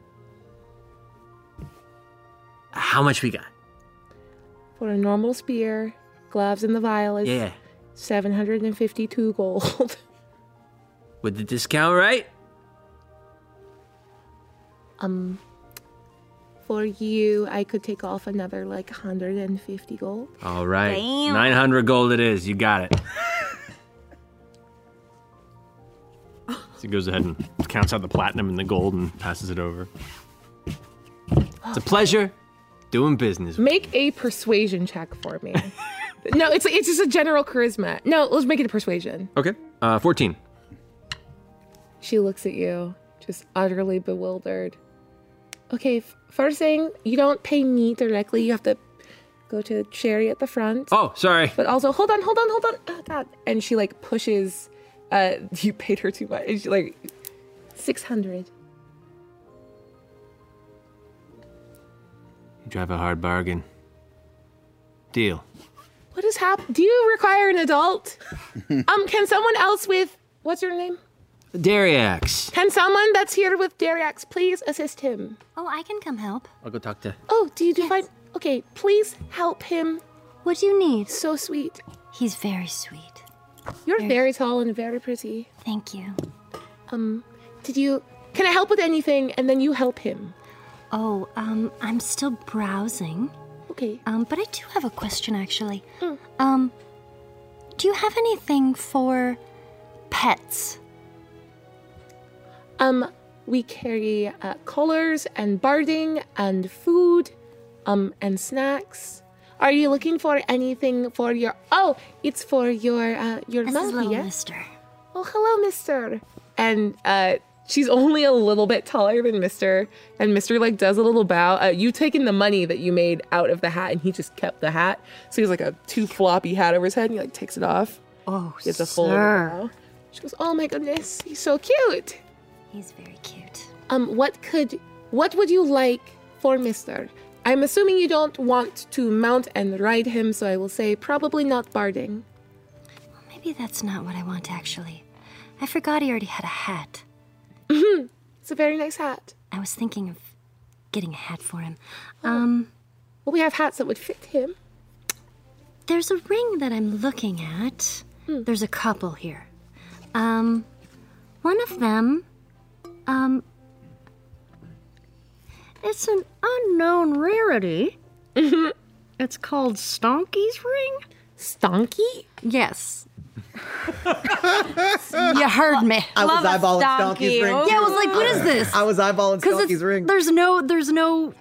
S7: How much we got?
S8: For a normal spear, gloves and the vial is
S7: Yeah.
S8: 752 gold.
S7: With the discount, right?
S8: um, for you, I could take off another like 150 gold.
S7: All right.
S8: Damn.
S7: 900 gold it is. You got it. so he goes ahead and counts out the platinum and the gold and passes it over. It's a pleasure doing business.
S8: Make a persuasion check for me. no, it's it's just a general charisma. No, let's make it a persuasion.
S7: Okay. Uh, 14.
S8: She looks at you, just utterly bewildered. Okay, f- first thing, you don't pay me directly. You have to go to Sherry at the front.
S7: Oh, sorry.
S8: But also, hold on, hold on, hold on. Oh, God. And she like pushes. Uh, you paid her too much. And she like six hundred.
S7: You drive a hard bargain. Deal.
S8: What is happening? Do you require an adult? um, can someone else with what's your name?
S7: Dariax.
S8: Can someone that's here with Dariax please assist him?
S4: Oh, I can come help.
S7: I'll go talk to.
S8: Oh, do you do find? Okay, please help him.
S4: What do you need?
S8: So sweet.
S4: He's very sweet.
S8: You're very tall and very pretty.
S4: Thank you.
S8: Um, did you? Can I help with anything? And then you help him.
S4: Oh, um, I'm still browsing.
S8: Okay.
S4: Um, but I do have a question actually. Um, do you have anything for pets?
S8: Um, we carry uh, collars and barding and food, um, and snacks. Are you looking for anything for your? Oh, it's for your uh, your
S4: This is
S8: monkey,
S4: little
S8: yeah?
S4: Mister.
S8: Oh, hello, Mister. And uh, she's only a little bit taller than Mister, and Mister like does a little bow. Uh, you taking the money that you made out of the hat, and he just kept the hat, so he has like a too floppy hat over his head, and he like takes it off.
S4: Oh,
S8: it's a full
S4: sir.
S8: bow. She goes, "Oh my goodness, he's so cute."
S4: He's very cute.
S8: Um, what could, what would you like for Mister? I'm assuming you don't want to mount and ride him, so I will say probably not barding.
S4: Maybe that's not what I want actually. I forgot he already had a hat.
S8: It's a very nice hat.
S4: I was thinking of getting a hat for him. Um,
S8: well, we have hats that would fit him.
S4: There's a ring that I'm looking at.
S3: Hmm.
S4: There's a couple here. Um, one of them, um, it's an unknown rarity. it's called Stonky's ring.
S8: Stonky?
S4: Yes. you heard me.
S3: I was eyeballing Stonky's ring.
S4: Yeah, I was like, what is this?
S3: I was eyeballing Stonky's ring.
S4: There's no, there's no.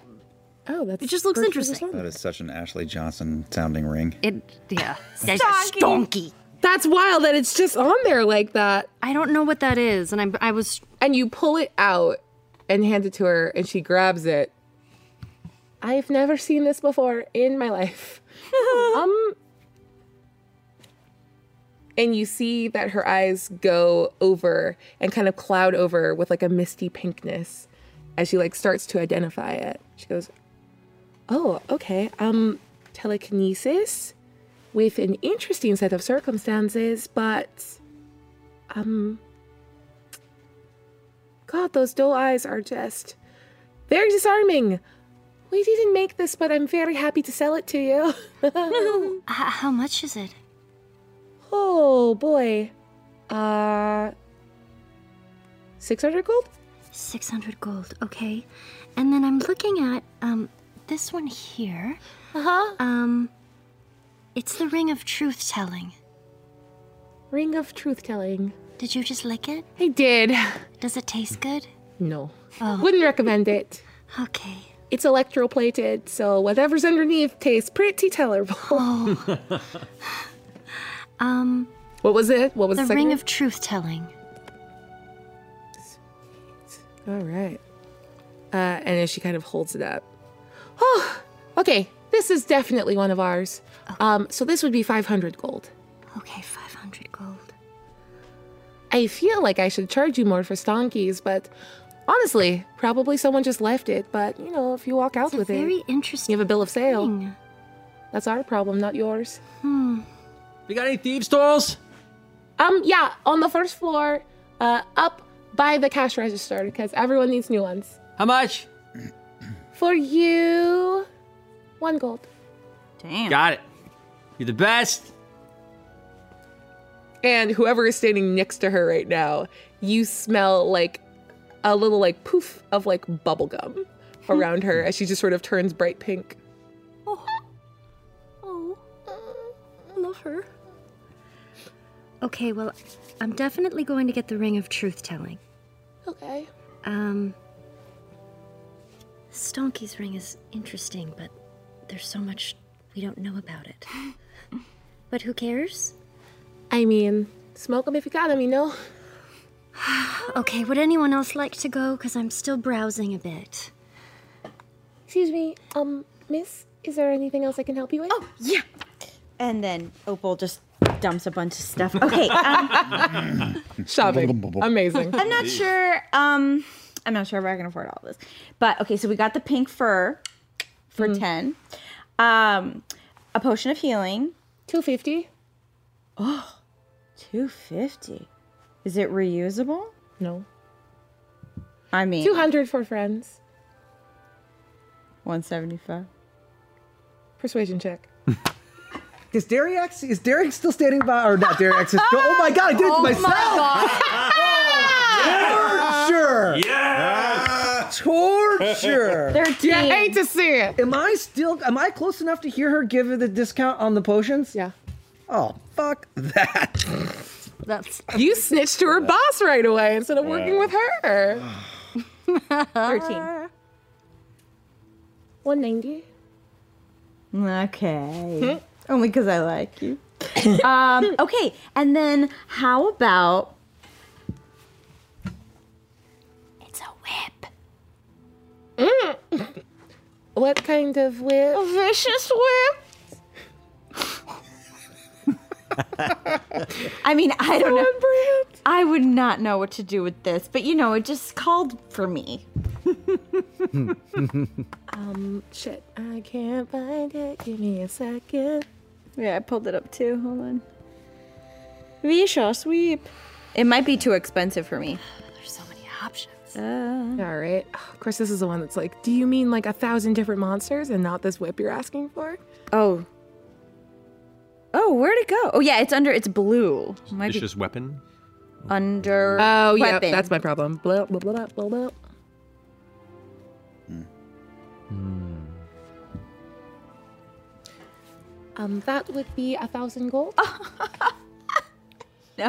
S8: Oh, that's.
S4: It just looks interesting.
S1: That is such an Ashley Johnson sounding ring.
S4: It, yeah.
S1: Says
S4: Stonky.
S8: That's wild that it's just on there like that.
S4: I don't know what that is, and I, I was.
S8: And you pull it out and hand it to her, and she grabs it. I've never seen this before in my life. um. And you see that her eyes go over and kind of cloud over with like a misty pinkness as she like starts to identify it. She goes, "Oh, okay. Um, telekinesis with an interesting set of circumstances, but um, God, those dull eyes are just very disarming. We didn't make this, but I'm very happy to sell it to you.
S4: H- how much is it?
S8: oh boy, uh, six hundred gold.
S4: 600 gold, okay. And then I'm looking at um this one here.
S8: Uh-huh.
S4: Um it's the ring of truth telling.
S8: Ring of truth telling.
S4: Did you just lick it?
S8: I did.
S4: Does it taste good? Oh,
S8: No. Wouldn't recommend it.
S4: Okay.
S8: It's electroplated, so whatever's underneath tastes pretty terrible.
S4: Oh. Um,
S8: what was it? What was
S4: the
S8: the second
S4: ring
S8: one?
S4: of truth telling?
S8: All right. Uh, and then she kind of holds it up. Oh, okay. This is definitely one of ours. Um, so this would be 500 gold.
S4: Okay, 500 gold.
S8: I feel like I should charge you more for stonkies, but honestly, probably someone just left it. But you know, if you walk out
S4: It's a
S8: with
S4: very
S8: it,
S4: interesting.
S8: you have a bill of sale. That's our problem, not yours.
S4: Hmm.
S7: You got any thieves' tools?
S8: Um, yeah, on the first floor, uh, up by the cash register, because everyone needs new ones.
S7: How much?
S8: For you, one gold.
S6: Damn.
S7: Got it. You're the best.
S8: And whoever is standing next to her right now, you smell like a little like poof of like bubblegum around her as she just sort of turns bright pink.
S4: Oh, I love her. Okay, well, I'm definitely going to get the ring of truth telling.
S8: Okay.
S4: Um, Stonky's ring is interesting, but there's so much we don't know about it. but who cares?
S8: I mean, smoke them if you got them, you know?
S4: okay, would anyone else like to go? Because I'm still browsing a bit.
S8: Excuse me, um, miss, is there anything else I can help you with? Oh,
S6: yeah. And then Opal just dumps a bunch of stuff. Okay. Um,
S8: Shopping. Amazing.
S6: I'm not sure. Um, I'm not sure if I can afford all this, but okay. So we got the pink fur for ten. Um, a potion of healing.
S8: Two fifty.
S6: Oh, 250. Is it reusable?
S8: No.
S6: I mean,
S8: 200 for friends.
S6: 175.
S8: Persuasion check.
S3: Is Dariax is Dariax still standing by or not Dariax is Oh my god, I did it to
S6: Oh my
S3: myself. Torture! Yeah! Torture!
S6: Thirteen.
S8: I hate to see it.
S3: Am I still am I close enough to hear her give the discount on the potions?
S8: Yeah.
S3: Oh fuck that.
S15: That's
S8: You snitched to her boss right away instead of working
S3: Yeah.
S8: with her.
S6: 13.
S8: 190.
S6: Okay. Only because I like you. Hmm? um, okay, and then how about.
S4: It's a whip.
S8: What kind of whip? A
S6: vicious whip. I mean, I don't know. I would not know what to do with this, but you know, it just called for me.
S8: Um, shit. I can't find it. Give me a second.
S6: Yeah, I pulled it up too. Hold on. Vicious whip. It might be too expensive for me.
S4: There's so many options.
S8: All right. Of course, this is the one that's like, do you mean like a thousand different monsters and not this whip you're asking for?
S6: Oh. Oh, where'd it go? Oh, yeah, it's under. It's blue. It might be
S7: Vicious weapon.
S6: under.
S8: Oh, yeah.
S6: weapon.
S8: That's my problem. Blah, blah, blah, blah, blah. Hmm. Um, that would be a thousand gold.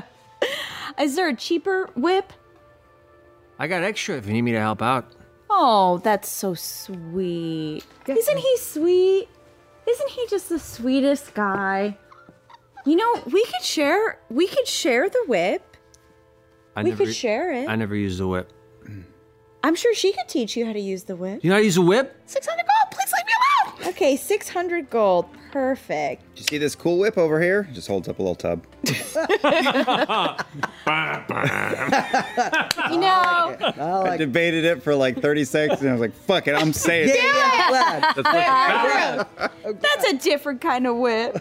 S6: Is there a cheaper whip?
S7: I got extra if you need me to help out.
S6: Oh, that's so sweet. Isn't he sweet? Isn't he just the sweetest guy? You know, we could share. We could share the whip.
S7: I
S6: We could share it.
S7: I never used a whip.
S6: I'm sure she could teach you how to use the whip.
S7: You know how to use a whip?
S6: Six hundred gold. Please leave me alone. Okay, six hundred gold. Perfect.
S1: Did you see this cool whip over here? Just holds up a little tub.
S6: You know.
S1: I debated it for like 30 seconds and I was like, fuck it, I'm saying it.
S6: Yeah.
S1: That's what I'm
S6: That's a different kind of whip.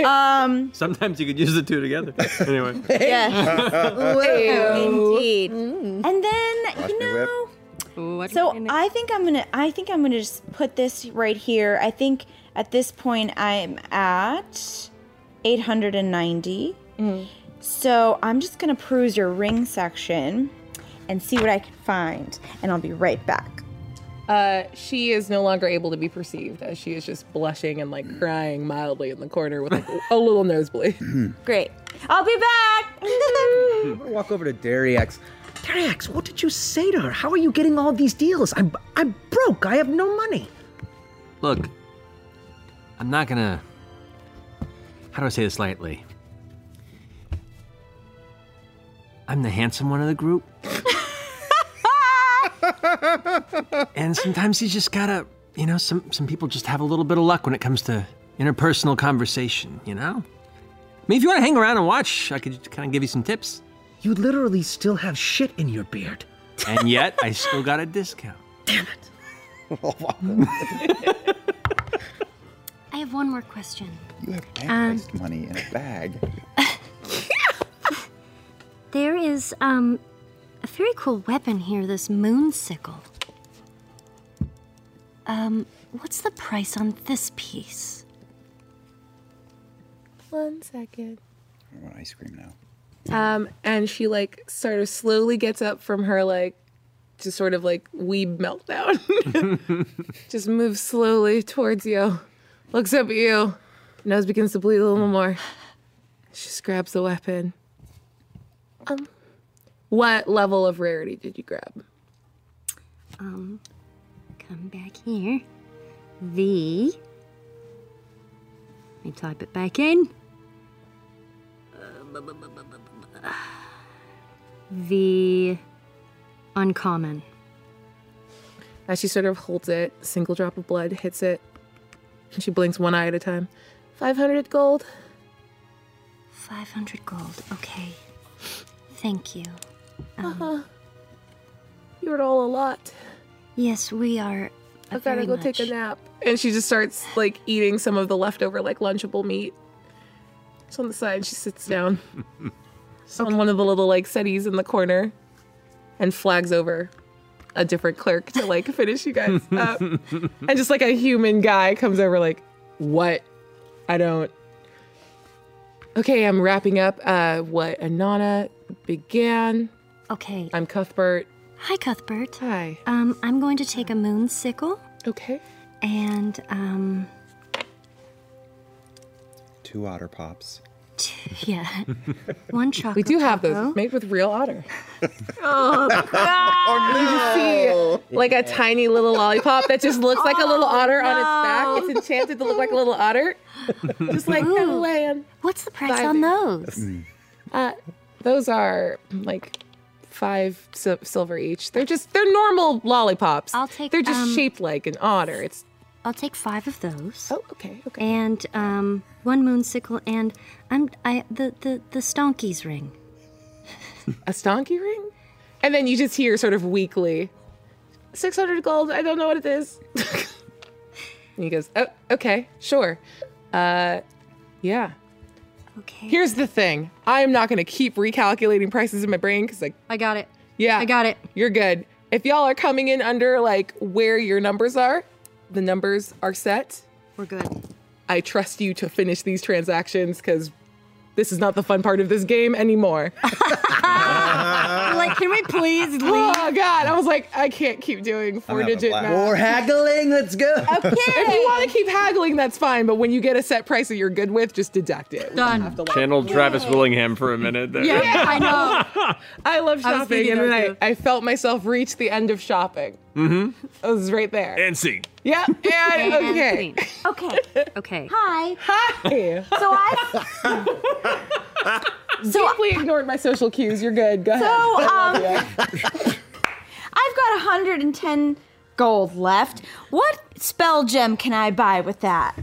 S6: Um.
S7: Sometimes you could use the two together. Anyway.
S6: Yeah. Mm. Ooh, Eh? Indeed. And then you know. so I think I'm gonna. I think I'm gonna just put this right here. I think at this point I'm at 890. So I'm just gonna peruse your ring section and see what I can find, and I'll be right back.
S8: Uh, she is no longer able to be perceived as she is just blushing and like crying mildly in the corner with like, a little nosebleed.
S6: Great.
S10: I'll be back.
S3: I'm gonna walk over to Dariax. Dariax, what did you say to her? How are you getting all these deals? I'm I'm broke. I have no money.
S7: Look, I'm not gonna. How do I say this lightly? I'm the handsome one of the group. and sometimes you just gotta, you know, some, some people just have a little bit of luck when it comes to interpersonal conversation, you know? I mean, if you wanna hang around and watch, I could kind of give you some tips.
S3: You literally still have shit in your beard.
S7: And yet, I still got a discount.
S4: I have one more question.
S1: You have
S4: Um,
S1: bank money in a bag.
S4: There is um a very cool weapon here, this moon sickle. Um, what's the price on this piece?
S8: One second.
S1: I want ice cream now.
S8: Um, and she like sort of slowly gets up from her like just sort of like weeb meltdown. just moves slowly towards you, looks up at you, nose begins to bleed a little more. She just grabs the weapon. Um, what level of rarity did you grab?
S4: Um, come back here. The. Let me type it back in. The uncommon.
S8: As she sort of holds it, single drop of blood hits it. And she blinks one eye at a time. 500 gold.
S4: 500 gold. Okay. Thank you.
S8: uh-huh. You're all a lot.
S4: Yes, we are.
S8: I gotta
S4: very
S8: go take a
S4: much.
S8: nap. And she just starts like eating some of the leftover like lunchable meat. It's on the side. She sits down on one of the little like settees in the corner, and flags over a different clerk to like finish you guys up. And just like a human guy comes over like, what? I don't. Okay, I'm wrapping up uh, what Anana began.
S4: Okay.
S8: I'm Cuthbert.
S4: Hi, Cuthbert.
S8: Hi.
S4: Um, I'm going to take a moon sickle.
S8: Okay.
S4: And um,
S1: Two otter pops.
S4: yeah, one chocolate.
S8: We do have those made with real otter.
S4: Oh,
S8: You see like a tiny little lollipop that just looks like a little otter on its back. It's enchanted to look like a little otter. Just like kind of laying.
S4: What's the price on those?
S8: Uh, those are like five sil- silver each. They're just they're normal lollipops.
S4: I'll take,
S8: They're just
S4: um,
S8: shaped like an otter. It's
S4: I'll take five of those.
S8: Oh, okay, okay.
S4: And um, one moon sickle, and I'm I the the the Stonky's ring.
S8: a stonky ring. And then you just hear sort of weakly, six hundred gold. I don't know what it is. and he goes, oh, okay, sure. Uh, yeah.
S4: Okay.
S8: Here's the thing. I am not going to keep recalculating prices in my brain because, like,
S4: I got it.
S8: Yeah,
S4: I got it.
S8: You're good. If y'all are coming in under like where your numbers are, the numbers are set.
S4: We're good.
S8: I trust you to finish these transactions because this is not the fun part of this game anymore.
S6: like, can we please leave?
S8: Oh God, I was like, I can't keep doing four
S3: having a
S8: digit.
S3: blast.
S8: math.
S3: More haggling, let's go. Okay.
S8: If you want to keep haggling, that's fine. But when you get a set price that you're good with, just deduct it. Done.
S23: Channeled Travis Willingham for a minute there.
S8: I know. I
S23: I
S8: love
S23: was
S8: shopping,
S23: thinking
S8: and
S23: that
S8: then I, I felt myself reach the end of shopping.
S23: Mm-hmm.
S8: It was right there.
S23: And see.
S8: Yep. And
S23: And
S8: okay.
S4: Okay. Okay.
S6: Hi.
S8: Hi.
S6: So I
S8: Deeply ignored my social cues. You're good. Go ahead.
S6: So,
S8: I love
S6: um,
S8: you.
S6: I've got 110 gold left. What spell gem can I buy with that?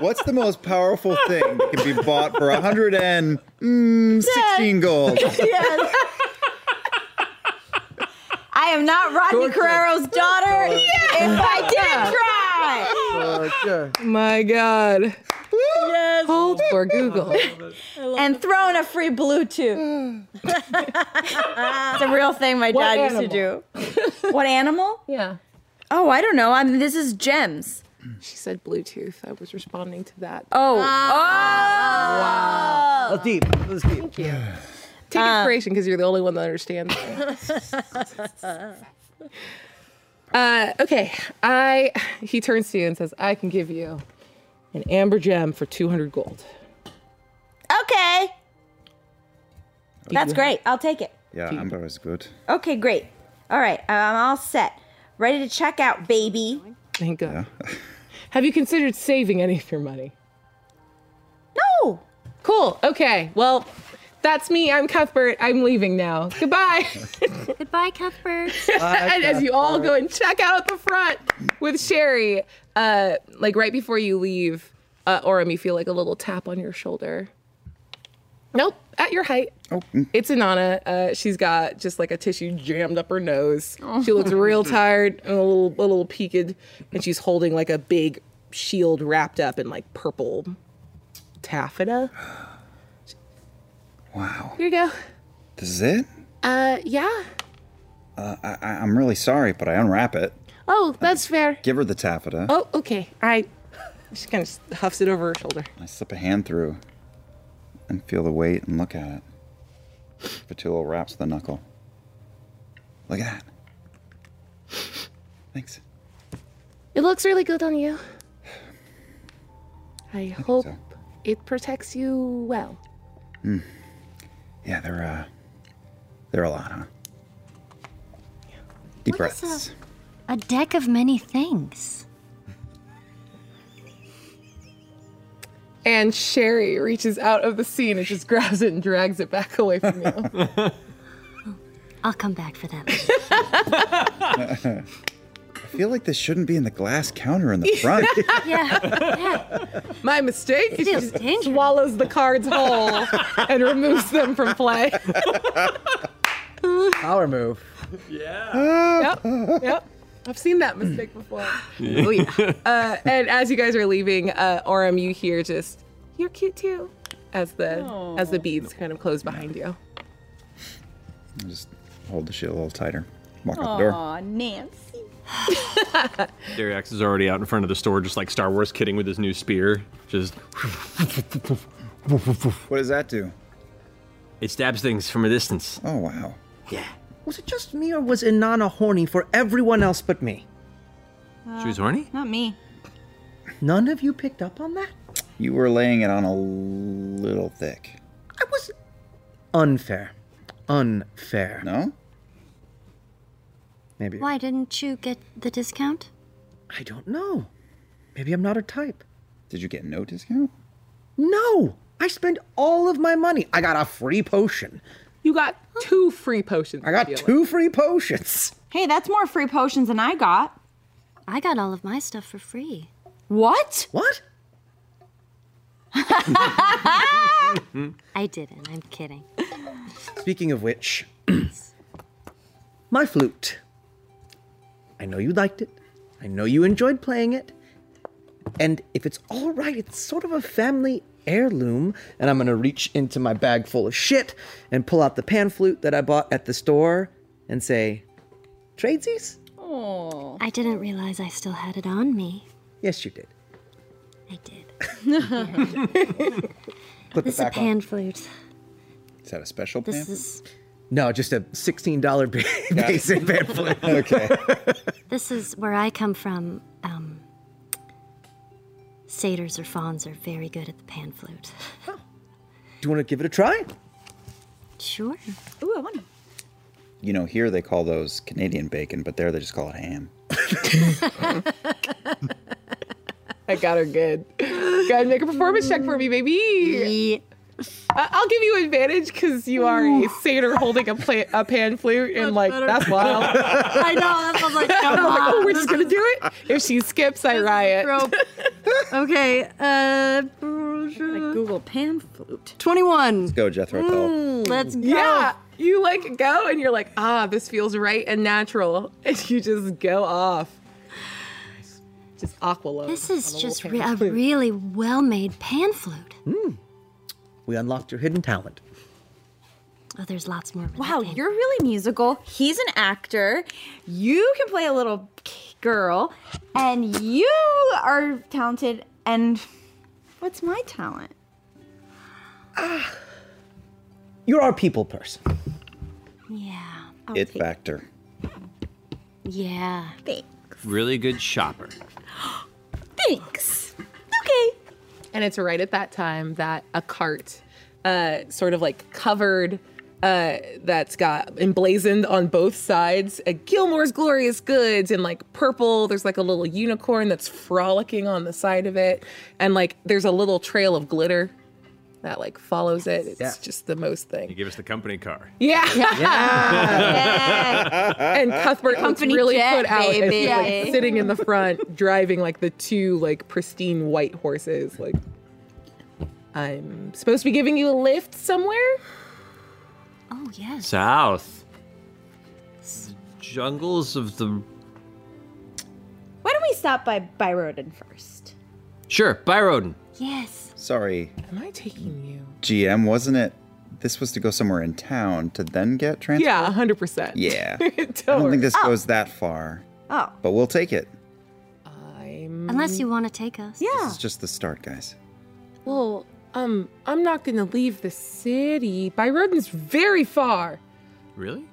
S1: What's the most powerful thing that can be bought for 116 mm, gold?
S6: yes. I am not Rodney Carrero's daughter. If I did try.
S3: Oh,
S8: My God. Yes. Hold for Google.
S6: and throw in a free Bluetooth. it's a real thing my
S8: What
S6: dad used to do. What animal?
S8: Yeah.
S6: Oh, I don't know. I'm. This is gems.
S8: She said Bluetooth. I was responding to that.
S6: Oh.
S8: Ah. Wow.
S3: That's deep. That was deep.
S8: Thank you. Take
S6: uh,
S8: inspiration because you're the only one that understands. Uh, okay. I. He turns to you and says, "I can give you an amber gem for 200 gold.
S6: Okay. That's
S8: Yeah.
S6: great. I'll take it.
S1: Yeah, Amber is good.
S6: Okay, great. All right, I'm all set. Ready to check out, baby.
S8: Thank God. Have you considered saving any of your money?
S6: No.
S8: Cool. Okay. Well, that's me. I'm Cuthbert. I'm leaving now. Goodbye.
S4: Goodbye, Cuthbert.
S8: and as you all go and check out at the front with Sherry, uh, like right before you leave, uh, Orem, you feel like a little tap on your shoulder. Nope, at your height.
S1: Oh.
S8: It's Inanna. Uh, she's got just like a tissue jammed up her nose.
S4: Oh.
S8: She looks real tired and a little, a little peaked, and she's holding like a big shield wrapped up in like purple taffeta.
S1: Wow.
S8: Here you go.
S1: This is it?
S8: Uh, yeah.
S1: Uh, I, I- I'm really sorry, but I unwrap it.
S8: Oh, that's fair.
S1: Give her the taffeta.
S8: Oh, okay. I. She kind of huffs it over her shoulder.
S1: I slip a hand through and feel the weight and look at it. Fatula wraps the knuckle. Look at that. Thanks.
S24: It looks really good on you. I hope
S1: so.
S24: it protects you well.
S1: Mm. Yeah, they're uh, they're a lot, huh? Deep breaths.
S4: A deck of many things.
S8: And Sherry reaches out of the scene and just grabs it and drags it back away from you.
S4: I'll come back for that.
S1: I feel like this shouldn't be in the glass counter in the front.
S8: My mistake. She
S4: Feels
S8: just swallows the cards whole and removes them from play.
S3: Power move.
S8: yep. Yep. I've seen that mistake before.
S3: Oh, yeah.
S8: Uh, and as you guys are leaving, uh, Orem, you hear just "You're cute too," as the
S24: Oh.
S8: as the beads kind of close behind you.
S1: I just hold the shit a little tighter. Walk out the door.
S6: Nancy.
S5: Dariax is already out in front of the store, just like Star Wars kidding with his new spear. Just.
S1: What does that do?
S5: It stabs things from a distance.
S1: Oh, wow.
S3: Was it just me or was Inanna horny for everyone else but me?
S5: She was horny?
S6: Not me.
S3: None of you picked up on that?
S1: You were laying it on a little thick.
S3: Unfair. Unfair.
S1: No?
S3: Maybe.
S4: Why didn't you get the discount?
S3: I don't know. Maybe I'm not her type.
S1: Did you get no discount?
S3: No! I spent all of my money. I got a free potion.
S8: You got two free potions.
S3: I got two free potions.
S6: Hey, that's more free potions than I got.
S4: I got all of my stuff for free.
S6: What?
S3: What?
S4: I didn't. I'm kidding.
S3: Speaking of which, my flute. I know you liked it. I know you enjoyed playing it. And if it's all right, it's sort of a family heirloom. And I'm going to reach into my bag full of shit and pull out the pan flute that I bought at the store and say, Tradesies?
S4: Oh. I didn't realize I still had it on me.
S3: Yes, you did.
S4: I did.
S3: Put
S4: this is
S3: it
S4: a
S3: back on.
S4: pan flute.
S1: Is that a special
S4: This
S1: pan?
S4: is
S3: No, just a $16 ba- basic pan flute.
S1: okay.
S4: this is where I come from. Um, satyrs or fauns are very good at the pan flute.
S3: Do you want to give it a try?
S4: Sure.
S6: Ooh, I want to.
S1: You know, here they call those Canadian bacon, but there they just call it ham.
S8: I got her good. Go ahead and make a performance check for me, baby. I- I'll give you advantage because you are a satyr holding a, pla- a pan flute, and like that's wild.
S25: I know, that's what I was like,
S8: I was
S25: come
S8: like, oh,
S25: on.
S8: we're just gonna do it. If she skips, I riot.
S25: okay, uh. Google pan flute. 21. Let's
S1: go, Jethro
S25: Mm, let's go.
S8: Yeah, you like go and you're like, ah, this feels right and natural, and you just go off. Just aqua.
S4: This is just re- a really well-made pan flute.
S3: We unlocked your hidden talent.
S4: Oh, there's lots more.
S6: Wow, you're really musical. He's an actor. You can play a little k- girl, and you are talented. And what's my talent?
S3: You're our people person.
S4: Yeah.
S6: Oh,
S1: it factor.
S4: Yeah.
S6: Thanks.
S5: Really good shopper.
S6: Thanks. Okay.
S8: And it's right at that time that a cart, uh, sort of like covered, uh, that's got emblazoned on both sides uh, Gilmore's Glorious Goods in like purple. There's like a little unicorn that's frolicking on the side of it. And like there's a little trail of glitter that like follows it. It's
S5: Yeah.
S8: just the most thing.
S5: You give us the company car.
S8: Yeah.
S5: and
S8: and Cuthbert looks
S5: Company
S8: really
S5: jet,
S8: put out as he's, like,
S5: baby.
S8: sitting in the front, driving like the two like pristine white horses. Like, I'm supposed to be giving you a lift somewhere.
S4: Oh yes.
S7: South. Jungles of the.
S10: Why don't we stop by Byroden first?
S7: Sure, Byroden.
S10: Yes.
S1: Sorry,
S8: Am I taking you?
S1: GM, wasn't it? This was to go somewhere in town to then get transferred?
S8: Yeah, hundred percent.
S1: Yeah. I
S8: Don't
S1: don't think this
S4: worry.
S1: goes that far,
S4: Oh.
S1: but we'll take it.
S4: Unless you want to take us.
S1: This
S4: Yeah.
S6: Oh.
S1: is just the start, guys.
S8: Well, um, I'm not gonna leave the city. Byroden's very far.
S7: Really?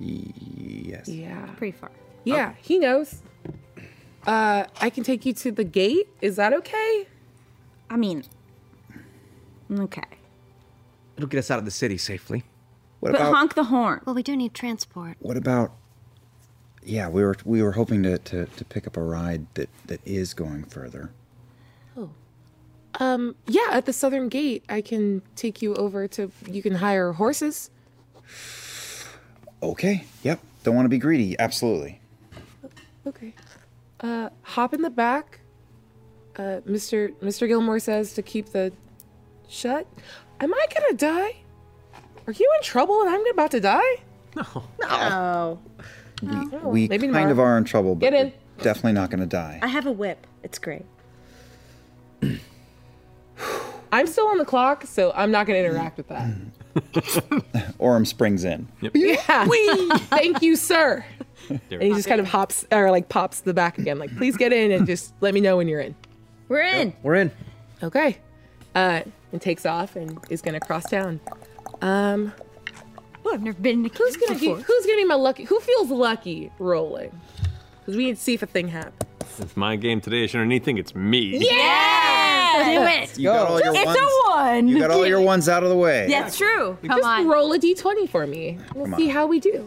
S1: Yes.
S8: Yeah.
S10: Pretty far.
S8: Yeah, he knows. Uh, I can take you to the gate. Is that okay?
S10: I mean, okay.
S20: It'll get us out of the city safely.
S1: What
S10: but
S1: about
S10: honk the horn.
S4: Well, we do need transport.
S1: what about Yeah, we were we were hoping to, to, to pick up a ride that, that is going further.
S8: Um, yeah, at the southern gate, I can take you over to. You can hire horses.
S1: Okay. Yep. Don't want to be greedy. Absolutely.
S8: Okay. Uh, hop in the back. Uh, Mr. Mr. Gilmore says to keep the shut. Am I gonna die? Are you in trouble and I'm about to die? No. Oh, No.
S1: we
S8: maybe
S1: kind
S8: tomorrow.
S1: of are in trouble, but
S8: Get in.
S1: we're definitely not going to die.
S10: I have a whip. It's great.
S8: I'm still on the clock, so I'm not gonna interact with that.
S1: Orm springs in.
S8: Yeah. Thank you, sir. And he
S1: we
S8: just kind of hops or like pops the back again. Like, please get in and just let me know when you're in.
S10: We're in.
S20: We're in.
S8: Okay. Uh, and takes off and is gonna cross town. Um,
S10: oh, I've never been in a
S8: who's gonna be,
S10: before.
S8: who's gonna be my lucky? Who feels lucky rolling? Because we need to see if a thing happens.
S5: It's my game today. Shouldn't anything. It's me.
S8: Yeah,
S1: Let's You got go. all your
S8: it's
S1: ones.
S8: a one.
S1: You got all your ones out of the way.
S8: That's
S10: true.
S8: Just roll a d20 for me. We'll
S5: Come
S8: see
S5: on.
S8: how we do.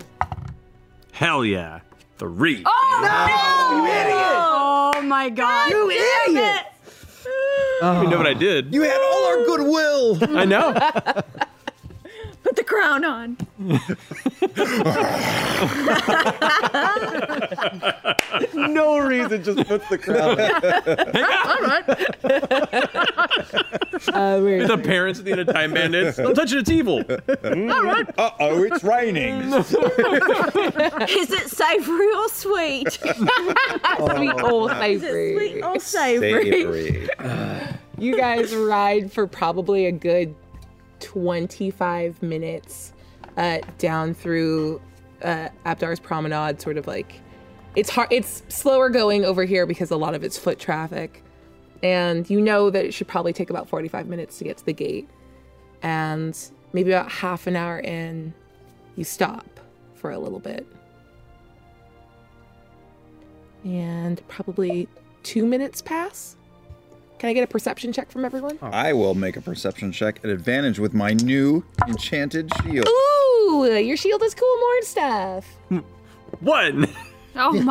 S5: Hell yeah. Three.
S8: Oh
S10: no!
S8: You idiot!
S15: Oh my god.
S10: You
S15: idiot!
S1: Uh.
S5: You know what I did?
S20: You had all our goodwill.
S5: I know.
S10: Put the crown on.
S20: no reason, just puts the crown.
S15: All right.
S23: the parents at the end of Time Bandits. Don't touch it, it's evil. All
S15: right.
S23: Uh oh, it's raining.
S10: Is it savory or sweet?
S8: Sweet
S5: Oh,
S8: old
S10: Is it
S8: savory.
S10: sweet or savory?
S8: you guys ride for probably a good 25 minutes uh, down through uh, Abdar's Promenade, sort of like it's hard. It's slower going over here because a lot of it's foot traffic, and you know that it should probably take about 45 minutes to get to the gate, and maybe about half an hour in, you stop for a little bit. And probably two minutes pass. Can I get a perception check from everyone?
S1: I will make a perception check at advantage with my new enchanted shield.
S8: Ooh, your shield is cool more stuff.
S1: One.
S8: Oh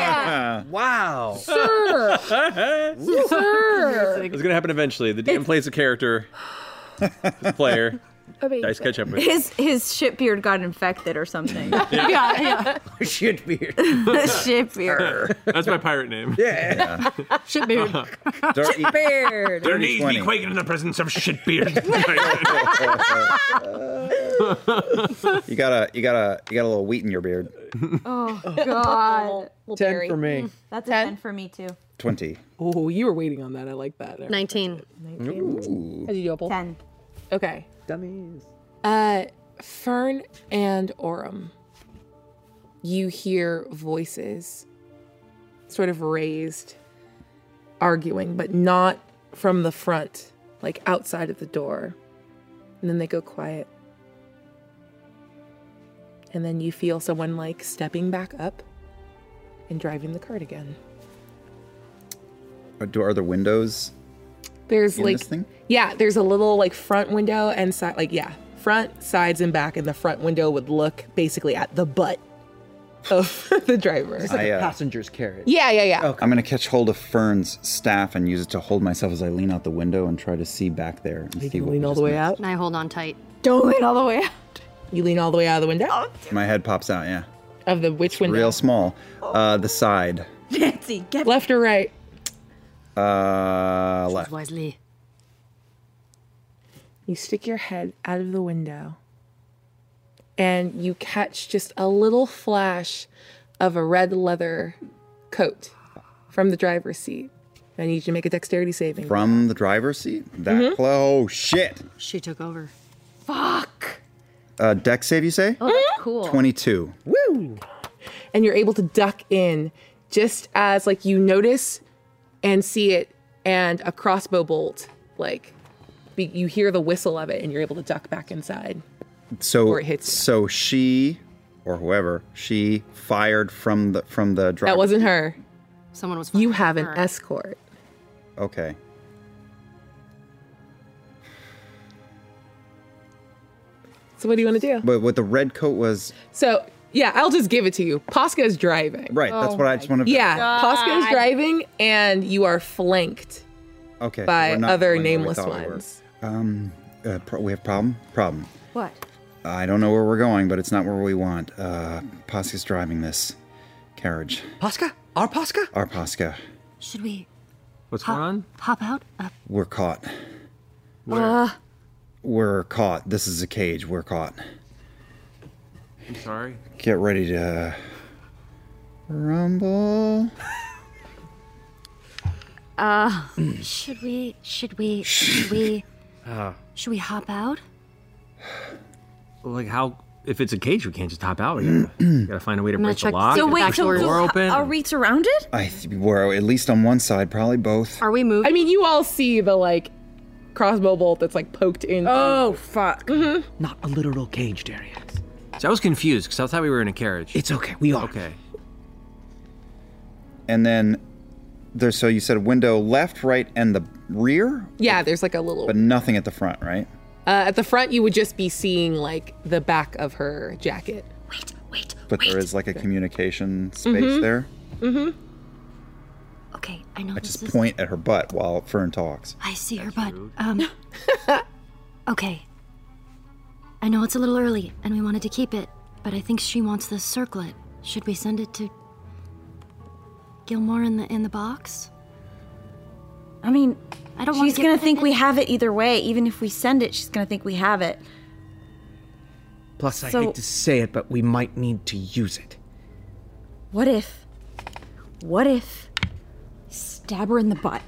S1: Ah,
S23: wow.
S8: Sir. Sir.
S23: It's gonna happen eventually. The DM plays a character. The player. Dice catch up with.
S10: His his shit beard got infected or something.
S23: Yeah.
S10: yeah.
S23: Shit beard.
S10: yeah. shit beard.
S23: That's my pirate name.
S1: Yeah.
S10: Shit
S1: Dirty-
S10: Shit beard.
S1: Dirty
S12: Their knees be
S1: 20.
S12: quaking in the presence of shitbeard.
S1: you got a you got a you got a little wheat in your beard.
S10: Oh god.
S8: Ten berry. for
S6: Mm,
S8: me.
S10: That's ten. a ten for me too.
S1: Twenty.
S8: Oh, you were waiting on that. I like that. Nineteen. Nineteen. How'd you do, Opal?
S10: Ten.
S8: Okay.
S20: Dummies.
S8: Uh, Fern and Orem, you hear voices, sort of raised, arguing, but not from the front, like outside of the door. And then they go quiet. And then you feel someone like stepping back up and driving the cart again.
S1: Or Do are the windows
S8: There's
S1: In
S8: like
S1: this thing?
S8: yeah, there's a little like front window and side like yeah, front, sides and back and the front window would look basically at the butt of the driver.
S3: It's like a
S1: I, uh,
S3: passenger's carriage.
S8: Yeah, yeah, yeah.
S1: I'm gonna catch hold of Fern's staff and use it to hold myself as I lean out the window and try to see back there and see what
S8: lean all the way out.
S4: And I hold on tight.
S8: Don't lean all the way out. You lean all the way out of the window?
S1: my head pops out. Yeah,
S8: Of the which window?
S1: real small. Uh, the side.
S8: Nancy, get left or right.
S1: Uh, left.
S4: Wisely.
S8: You stick your head out of the window and you catch just a little flash of a red leather coat from the driver's seat. I need you to make a dexterity saving.
S1: From the driver's seat. That
S8: Mhm.
S1: close. Shit.
S4: She took over.
S1: Uh, deck save, you say?
S8: Oh, that's cool.
S1: Twenty-two.
S8: Woo! And you're able to duck in just as like you notice and see it and a crossbow bolt like be- you hear the whistle of it and you're able to duck back inside.
S1: So So she, or whoever, she fired from the from the driver.
S8: That wasn't her.
S4: Someone was
S8: You have an escort.
S1: Okay.
S8: So what do you want to do?
S1: But what the red coat was
S8: So yeah, I'll just give it to you. Posca is driving.
S1: Right, that's Oh what I just my wanted to-
S8: Yeah, Posca is
S1: God.
S8: driving, and you are flanked.
S1: okay
S8: By
S1: we're not
S8: other
S1: going where we
S8: nameless
S1: thought we were.
S8: ones.
S1: um, uh, pro- we have problem. Problem.
S4: What?
S1: I don't know where we're going, but it's not where we want. Uh, Posca's driving this carriage.
S4: Posca? Our Posca?
S1: Our Posca,
S4: Should we
S7: What's
S4: hop,
S7: going on?
S4: hop out? Up.
S1: we're caught.
S4: Uh,
S1: We're caught. This is a cage. We're caught.
S7: I'm sorry.
S1: Get ready to rumble.
S4: uh, should we? Should we? Should we? Should we hop out?
S7: Like how? If it's a cage, we can't just hop out. We gotta, we gotta find a way to
S6: I'm gonna
S7: break the
S6: check to
S7: lock.
S6: see if
S7: and
S6: the
S7: back
S6: back door
S7: door
S6: is-
S7: open.
S6: Are
S4: we surrounded?
S1: I th- we're at least on one side, probably both.
S4: Are we moving?
S8: I mean, you all see the like crossbow bolt that's like poked in. Oh
S6: fuck!
S7: Not a literal cage, Darius. So I was confused because I thought we were in a carriage. It's okay. We are. Okay.
S1: And then there's so you said window left, right, and the rear,
S8: Yeah, there's like a little.
S1: but nothing at the front, right?
S8: Uh, at the front, you would just be seeing like the back of her jacket.
S1: But there is like a communication space
S8: Mhm.
S1: there.
S8: Mm-hmm.
S4: Okay, I know
S1: I
S4: this
S1: just
S4: is.
S1: point at her butt while Fern talks.
S4: I see her butt. Um. okay. I know it's a little early, and we wanted to keep it, but I think she wants this circlet. Should we send it to Gilmore in the in the box?
S6: I mean,
S4: I don't wanna
S6: She's
S4: get
S6: gonna
S4: pregnant.
S6: think we have it either way. Even if we send it, she's gonna think we have it.
S20: Plus, I
S6: So-
S20: hate to say it, but we might need to use it.
S6: What if? What if? Stab her in the butt.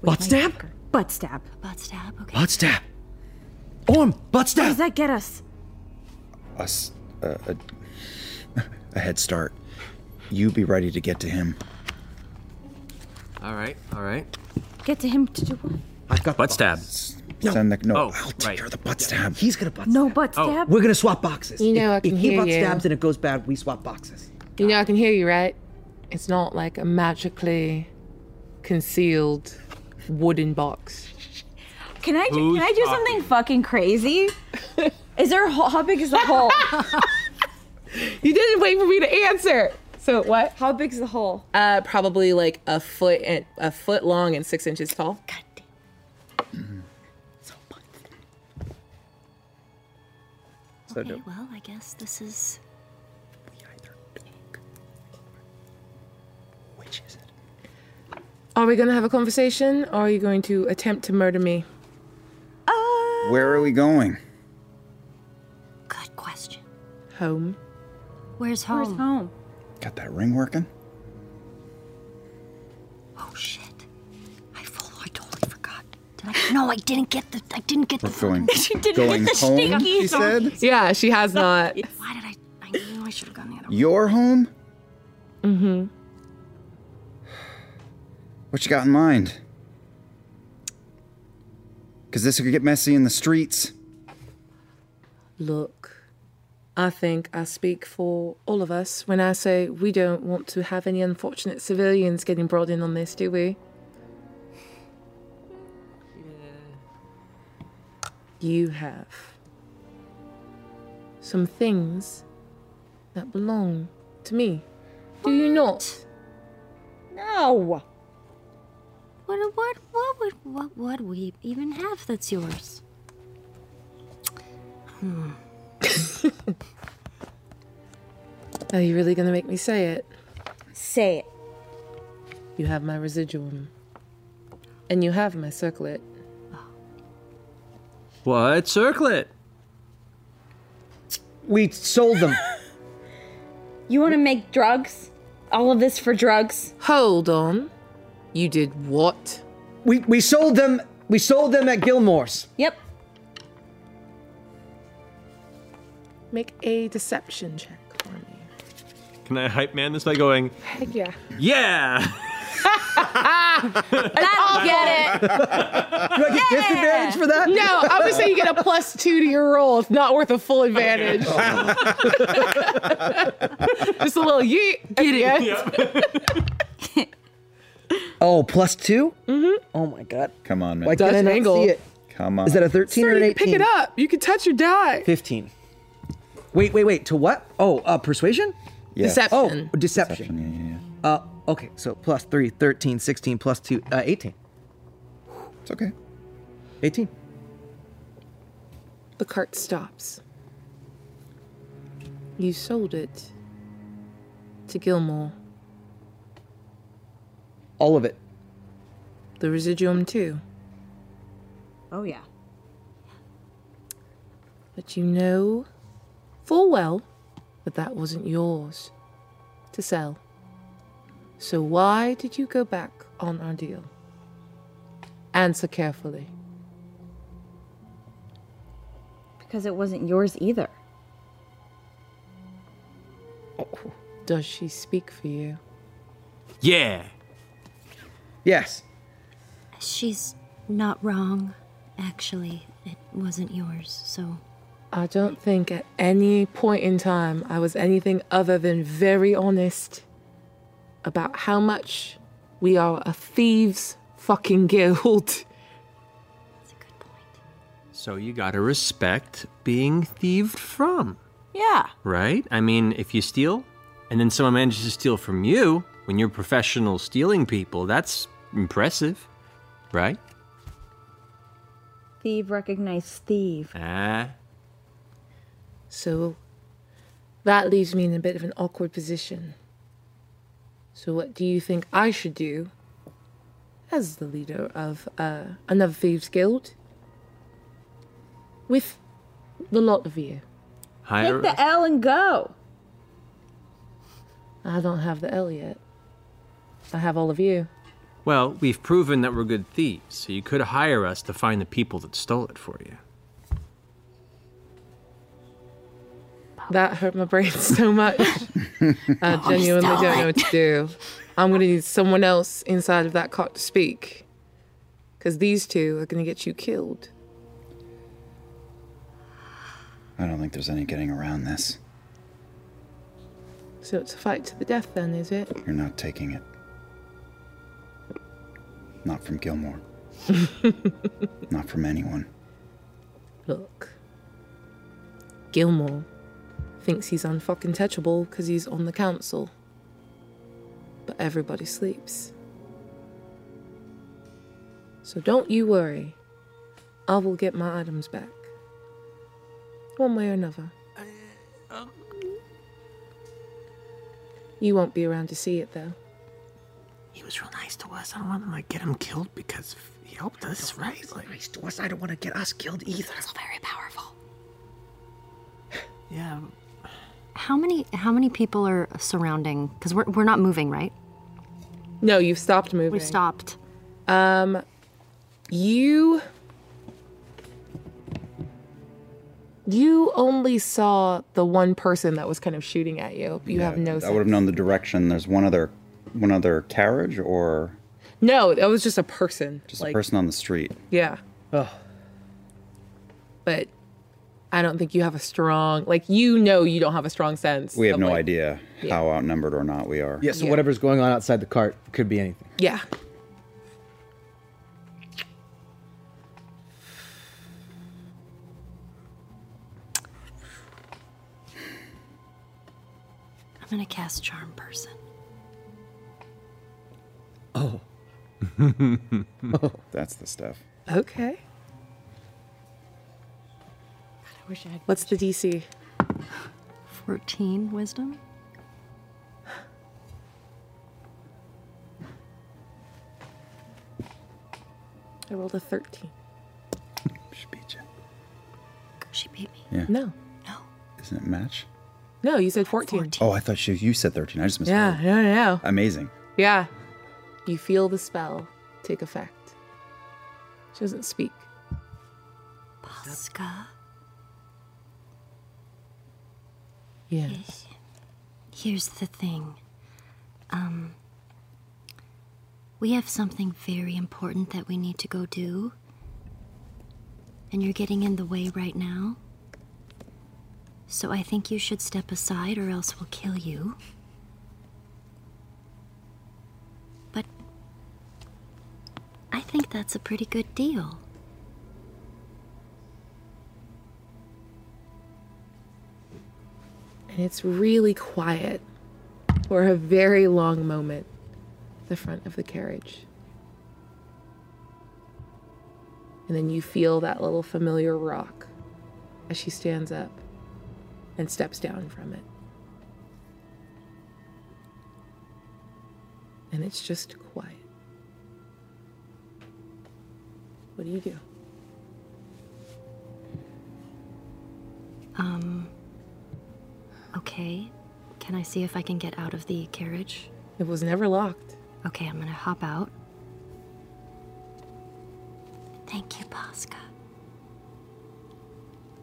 S6: with
S20: Butt
S6: my
S20: stab?
S6: dagger. Butt stab.
S4: Butt stab. Okay.
S20: Butt stab. Orm, butt
S6: Where
S20: stab.
S6: does that get us?
S1: Us, uh, a, a head start. You be ready to get to him.
S7: All right. All right.
S6: Get to him to do what?
S20: I've got
S7: butt stab.
S1: No. Oh, Send the, no.
S7: I'll
S20: take
S7: care of
S20: the butt stab. He's gonna butt No
S6: butt
S3: Oh,
S7: Oh.
S8: stab?
S20: We're gonna swap boxes.
S8: You know I
S20: if,
S8: can
S20: if he
S8: hear
S20: butt
S8: you.
S20: stabs and it goes bad, we swap boxes.
S8: You know, I can hear you, right? It's not like a magically concealed wooden box.
S6: Can I do,
S8: Who's
S6: can I do something fucking crazy? Is there a hole? How big is the hole?
S8: You didn't wait for me to answer. So what?
S6: How big's the hole?
S8: Uh, probably like a foot and a foot long and six inches tall. God
S1: So
S4: okay.
S1: dope.
S4: Well, I guess this is.
S1: Which is it?
S8: Are we gonna have a conversation, or are you going to attempt to murder me?
S1: Where are we going?
S4: Good question.
S8: Home.
S4: Where's home?
S6: Where's home?
S1: Got that ring working?
S4: Oh shit! I full. I totally forgot. Did I? No, I didn't get the. I didn't get
S1: We're
S4: the.
S1: going.
S4: fucking-
S1: going home. She said.
S8: Yeah, she has not.
S4: Why did I? I knew I should have gotten the other.
S1: Your home?
S8: Mm-hmm.
S1: What you got in mind? Because this could get messy in the streets.
S8: Look, I think I speak for all of us when I say we don't want to have any unfortunate civilians getting brought in on this, do we? You have some things that belong to me. Do you not?
S4: No. What what what would what would we even have that's yours?
S8: Hmm. Are you really gonna make me say it?
S6: Say it.
S8: You have my residuum. And you have my circlet.
S7: What circlet?
S3: We sold them.
S6: You want to make drugs? All of this for drugs?
S8: Hold on. You did what?
S3: We we sold them. We sold them at Gilmore's.
S6: Yep.
S8: Make a deception check for me.
S7: Can I hype man this by going,
S8: Heck yeah.
S7: yeah?
S8: That'll get it.
S3: Do I get disadvantage for that?
S8: No, I would say you get a plus two to your roll. It's not worth a full advantage. Just a little yeet. Get it.
S3: Oh, plus two? Mm-hmm. Oh my god.
S1: Come on, man.
S3: Why can't I not see it?
S1: Come on.
S3: Is that a 13 or an 18?
S8: Pick it up. You can touch or die.
S3: 15. Wait, wait, wait. To what? Oh, uh, persuasion?
S8: Yeah. Deception.
S3: Oh, deception. Uh, okay, so plus 3, 13, 16, plus 2, uh, 18.
S1: It's okay.
S3: 18.
S8: The cart stops. You sold it to Gilmore.
S3: All of it.
S8: The residuum, too.
S6: Oh, yeah.
S8: But you know full well that that wasn't yours to sell. So why did you go back on our deal? Answer carefully.
S6: Because it wasn't yours either.
S8: Does she speak for you?
S7: Yeah.
S3: Yes.
S4: She's not wrong. Actually, it wasn't yours, so
S8: I don't think at any point in time I was anything other than very honest about how much we are a thieves fucking guild.
S7: So you gotta respect being thieved from,
S6: Yeah.
S7: right? I mean, if you steal and then someone manages to steal from you when you're professional stealing people, that's impressive, right?
S6: Thieve recognized thieve.
S7: Ah.
S8: So that leaves me in a bit of an awkward position. So, what do you think I should do as the leader of uh, another thieves' guild with the lot of you?
S7: Hire
S6: Take the L and go.
S8: I don't have the L yet. I have all of you.
S7: Well, we've proven that we're good thieves, so you could hire us to find the people that stole it for you.
S8: That hurt my brain so much. I genuinely don't know what to do. I'm going to need someone else inside of that cart to speak. Because these two are going to get you killed.
S1: I don't think there's any getting around this.
S8: So it's a fight to the death, then, is it?
S1: You're not taking it. Not from Gilmore. not from anyone.
S8: Look, Gilmore thinks he's unfucking touchable because he's on the council. But everybody sleeps. So don't you worry. I will get my items back. One way or another. You won't be around to see it though.
S12: He was real nice to us. I don't want to like get him killed because he helped us, right? Like, nice to us. I don't want to get us killed either. It's very powerful.
S7: Yeah.
S4: How many how many people are surrounding? Because we're we're not moving, right?
S8: No, you've stopped moving.
S4: We stopped.
S8: Um, you. You only saw the one person that was kind of shooting at you. You have no.
S1: I would have
S8: sense.
S1: known the direction. There's one other, one other carriage or
S8: No, that was just a person.
S1: just
S8: like,
S1: a person on the street.
S8: Yeah.
S3: Ugh.
S8: But I don't think you have a strong. Like you know, you don't have a strong sense.
S1: We have
S8: of,
S1: no
S8: like-
S1: idea
S8: yeah.
S1: how outnumbered or not we are.
S8: Yeah, so Yeah.
S3: whatever's going on outside the cart could be anything.
S8: Yeah.
S4: I'm gonna cast Charm Person.
S1: Oh. That's the stuff.
S8: Okay.
S4: I wish I had
S8: What's the DC?
S4: 14 wisdom.
S8: I rolled a 13.
S1: She beat you.
S4: She beat me.
S1: Yeah.
S8: No.
S1: Isn't it match?
S8: No, you said 14.
S1: Oh, I thought you, you said 13. I just missed
S8: Yeah, no, no, no.
S1: Amazing.
S8: Yeah. You feel the spell take effect. She doesn't speak.
S4: Pasca.
S8: Yes.
S4: Here's the thing. Um, we have something very important that we need to go do. And you're getting in the way right now. So I think you should step aside or else we'll kill you. But I think that's a pretty good deal.
S8: And it's really quiet for a very long moment at the front of the carriage. And then you feel that little familiar rock as she stands up and steps down from it. And it's just quiet. What do you do?
S4: Um, okay. Can I see if I can get out of the carriage?
S8: It was never locked.
S4: Okay, I'm gonna hop out. Thank you, Pasca.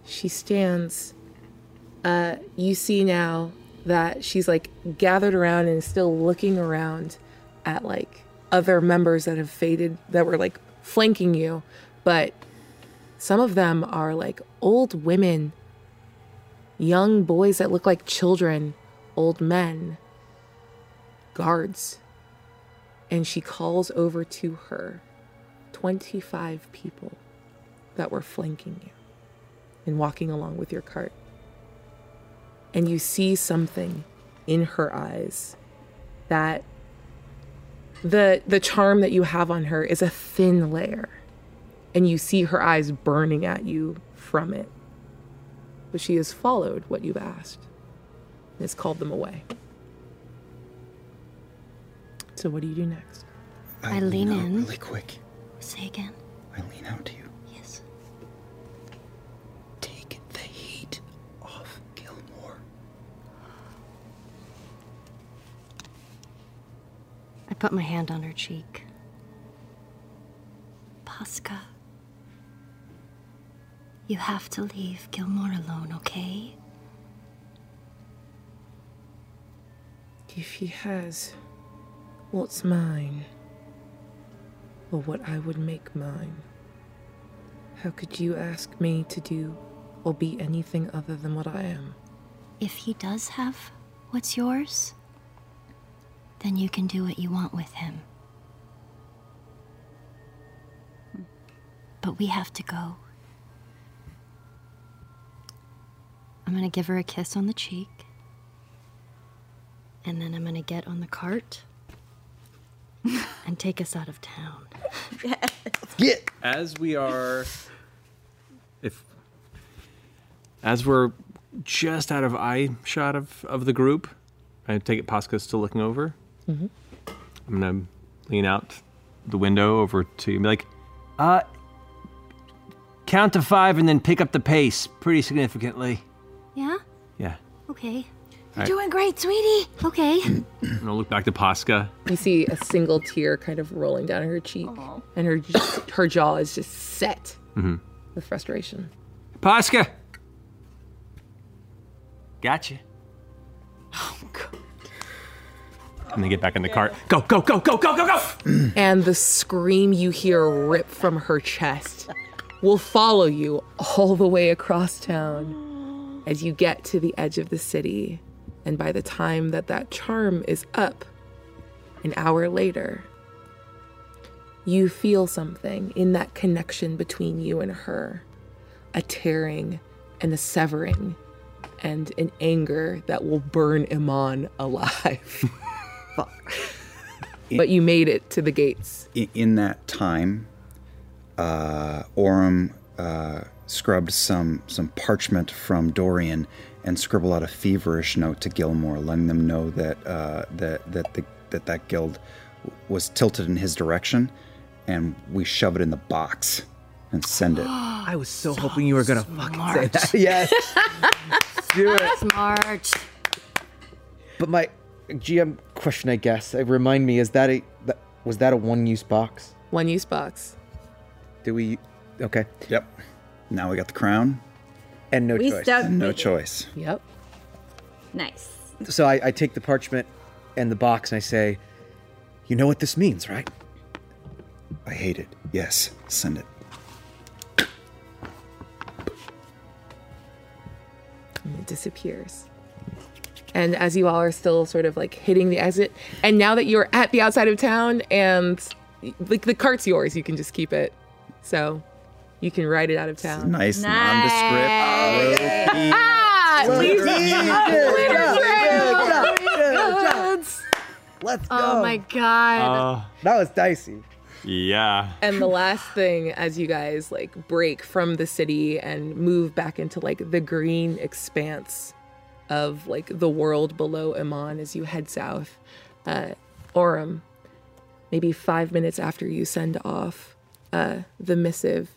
S8: She stands. Uh, you see now that she's like gathered around and is still looking around at like other members that have faded that were like flanking you, but some of them are like old women, young boys that look like children, old men, guards. And she calls over to her 25 people that were flanking you and walking along with your cart. And you see something in her eyes that the the charm that you have on her is a thin layer. And you see her eyes burning at you from it. But she has followed what you've asked and has called them away. So what do you do next?
S4: I, lean
S8: out
S4: in.
S1: Really quick.
S4: Say again.
S1: I lean out to you.
S4: Yes.
S1: Take the heat off Gilmore.
S4: I put my hand on her cheek. Pasca. You have to leave Gilmore alone, okay?
S8: If he has what's mine, or what I would make mine, how could you ask me to do or be anything other than what I am?
S4: If he does have what's yours, then you can do what you want with him. But we have to go. I'm gonna give her a kiss on the cheek. And then I'm gonna get on the cart and take us out of town.
S23: As we are
S7: As we're just out of eye shot of, of the group, I take it Pasca's still looking over.
S15: Mhm.
S7: I'm gonna lean out the window over to you and be like,
S12: Uh, count to five and then pick up the pace pretty significantly.
S4: Yeah?
S7: yeah.
S4: Okay.
S7: All right.
S4: great, sweetie. Okay.
S7: And I'll look back to Pasca.
S8: You see a single tear kind of rolling down her cheek, and her her jaw is just set
S7: Mhm.
S8: with frustration.
S12: Pasca! Gotcha.
S7: And they get back in the cart. Go, go, go, go, go, go, go!
S8: and the scream you hear rip from her chest will follow you all the way across town as you get to the edge of the city. And by the time that that charm is up, an hour later, you feel something in that connection between you and her a tearing and a severing and an anger that will burn Iman alive. but you made it to the gates.
S1: I- in that time, uh, Orem uh, scrubbed some some parchment from Dorian and scribbled out a feverish note to Gilmore, letting them know that uh, that that the, that that guild w- was tilted in his direction, and we shove it in the box and send it.
S3: I was so, hoping you were gonna fucking say
S1: smart.
S3: that. Yes. Do it.
S4: Smart.
S20: But my GM question, I guess, uh, remind me, is that a that, was that a one-use box?
S8: One-use box.
S20: Do we? Okay.
S1: Yep. Now we got the crown.
S20: And no
S6: We
S20: choice.
S6: stuck
S1: no
S6: with it.
S1: choice.
S8: Yep.
S6: Nice.
S20: So I, I take the parchment and the box and I say, "You know what this means, right?"
S1: I hate it. Yes, send it.
S8: and it disappears. And as you all are still sort of like hitting the exit, and now that you're at the outside of town and like the cart's yours, you can just keep it. So you can ride it out of town.
S1: Nice, nondescript. low-key.
S8: Ah,
S15: Well,
S8: leaves-
S15: good job,
S8: leaves
S15: good
S8: trail.
S15: job,
S20: Let's go.
S8: Oh my god.
S20: that was dicey.
S5: Yeah.
S8: And the last thing as you guys like break from the city and move back into like the green expanse of like the world below Iman as you head south, uh, Orem, maybe five minutes after you send off uh, the missive,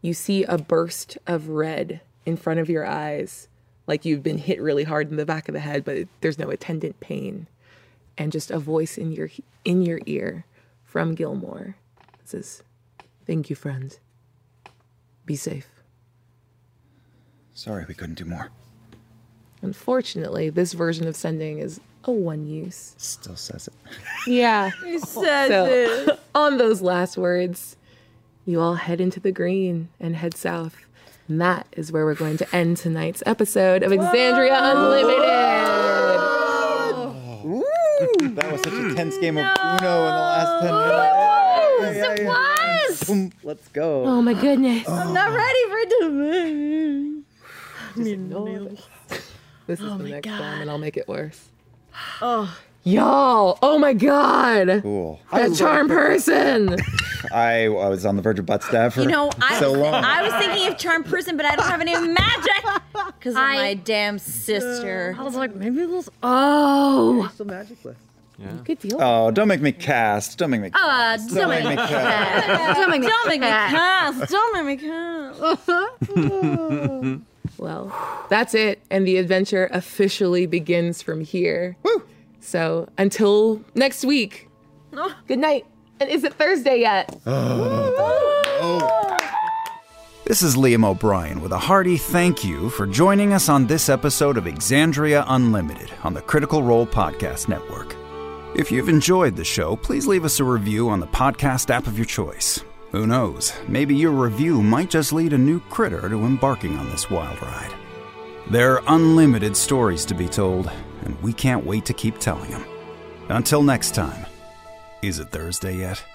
S8: you see a burst of red in front of your eyes, like you've been hit really hard in the back of the head, but it, there's no attendant pain, and just a voice in your in your ear from Gilmore says, "Thank you, friend. Be safe."
S1: Sorry, we couldn't do more.
S8: Unfortunately, this version of sending is a one use.
S1: Still says it.
S8: Yeah.
S6: It
S8: So, on those last words, you all head into the green and head south. And that is where we're going to end tonight's episode of Exandria
S1: that was such a tense game of Uno in the last ten minutes. Yeah, yeah, yeah. Boom. Let's go.
S6: Um,
S8: Oh my goodness.
S6: I'm not ready for it to.
S8: Unlimited. This is the next time, and I'll make it worse.
S6: Oh.
S8: Y'all, oh my god.
S1: Cool.
S8: That charm person.
S1: I, I was on the verge of butt stab for
S6: You know, I,
S1: so
S6: was, thi-
S1: long.
S6: I was thinking of charm person, but I don't have any magic because of my damn sister. I was like, maybe those.
S8: Oh,
S20: still magicless.
S8: Good deal.
S1: Oh, don't make me cast. Don't make me.
S6: Uh,
S1: Don't make me
S6: cast. Don't make me cast. Don't make me cast.
S8: Well, that's it. And the adventure officially begins from here. Woo! So until next week, good night. And is it Thursday yet?
S9: This is Liam O'Brien with a hearty thank you for joining us on this episode of Exandria Unlimited on the Critical Role Podcast Network. If you've enjoyed the show, please leave us a review on the podcast app of your choice. Who knows, maybe your review might just lead a new critter to embarking on this wild ride. There are unlimited stories to be told, and we can't wait to keep telling them. Until next time, is it Thursday yet?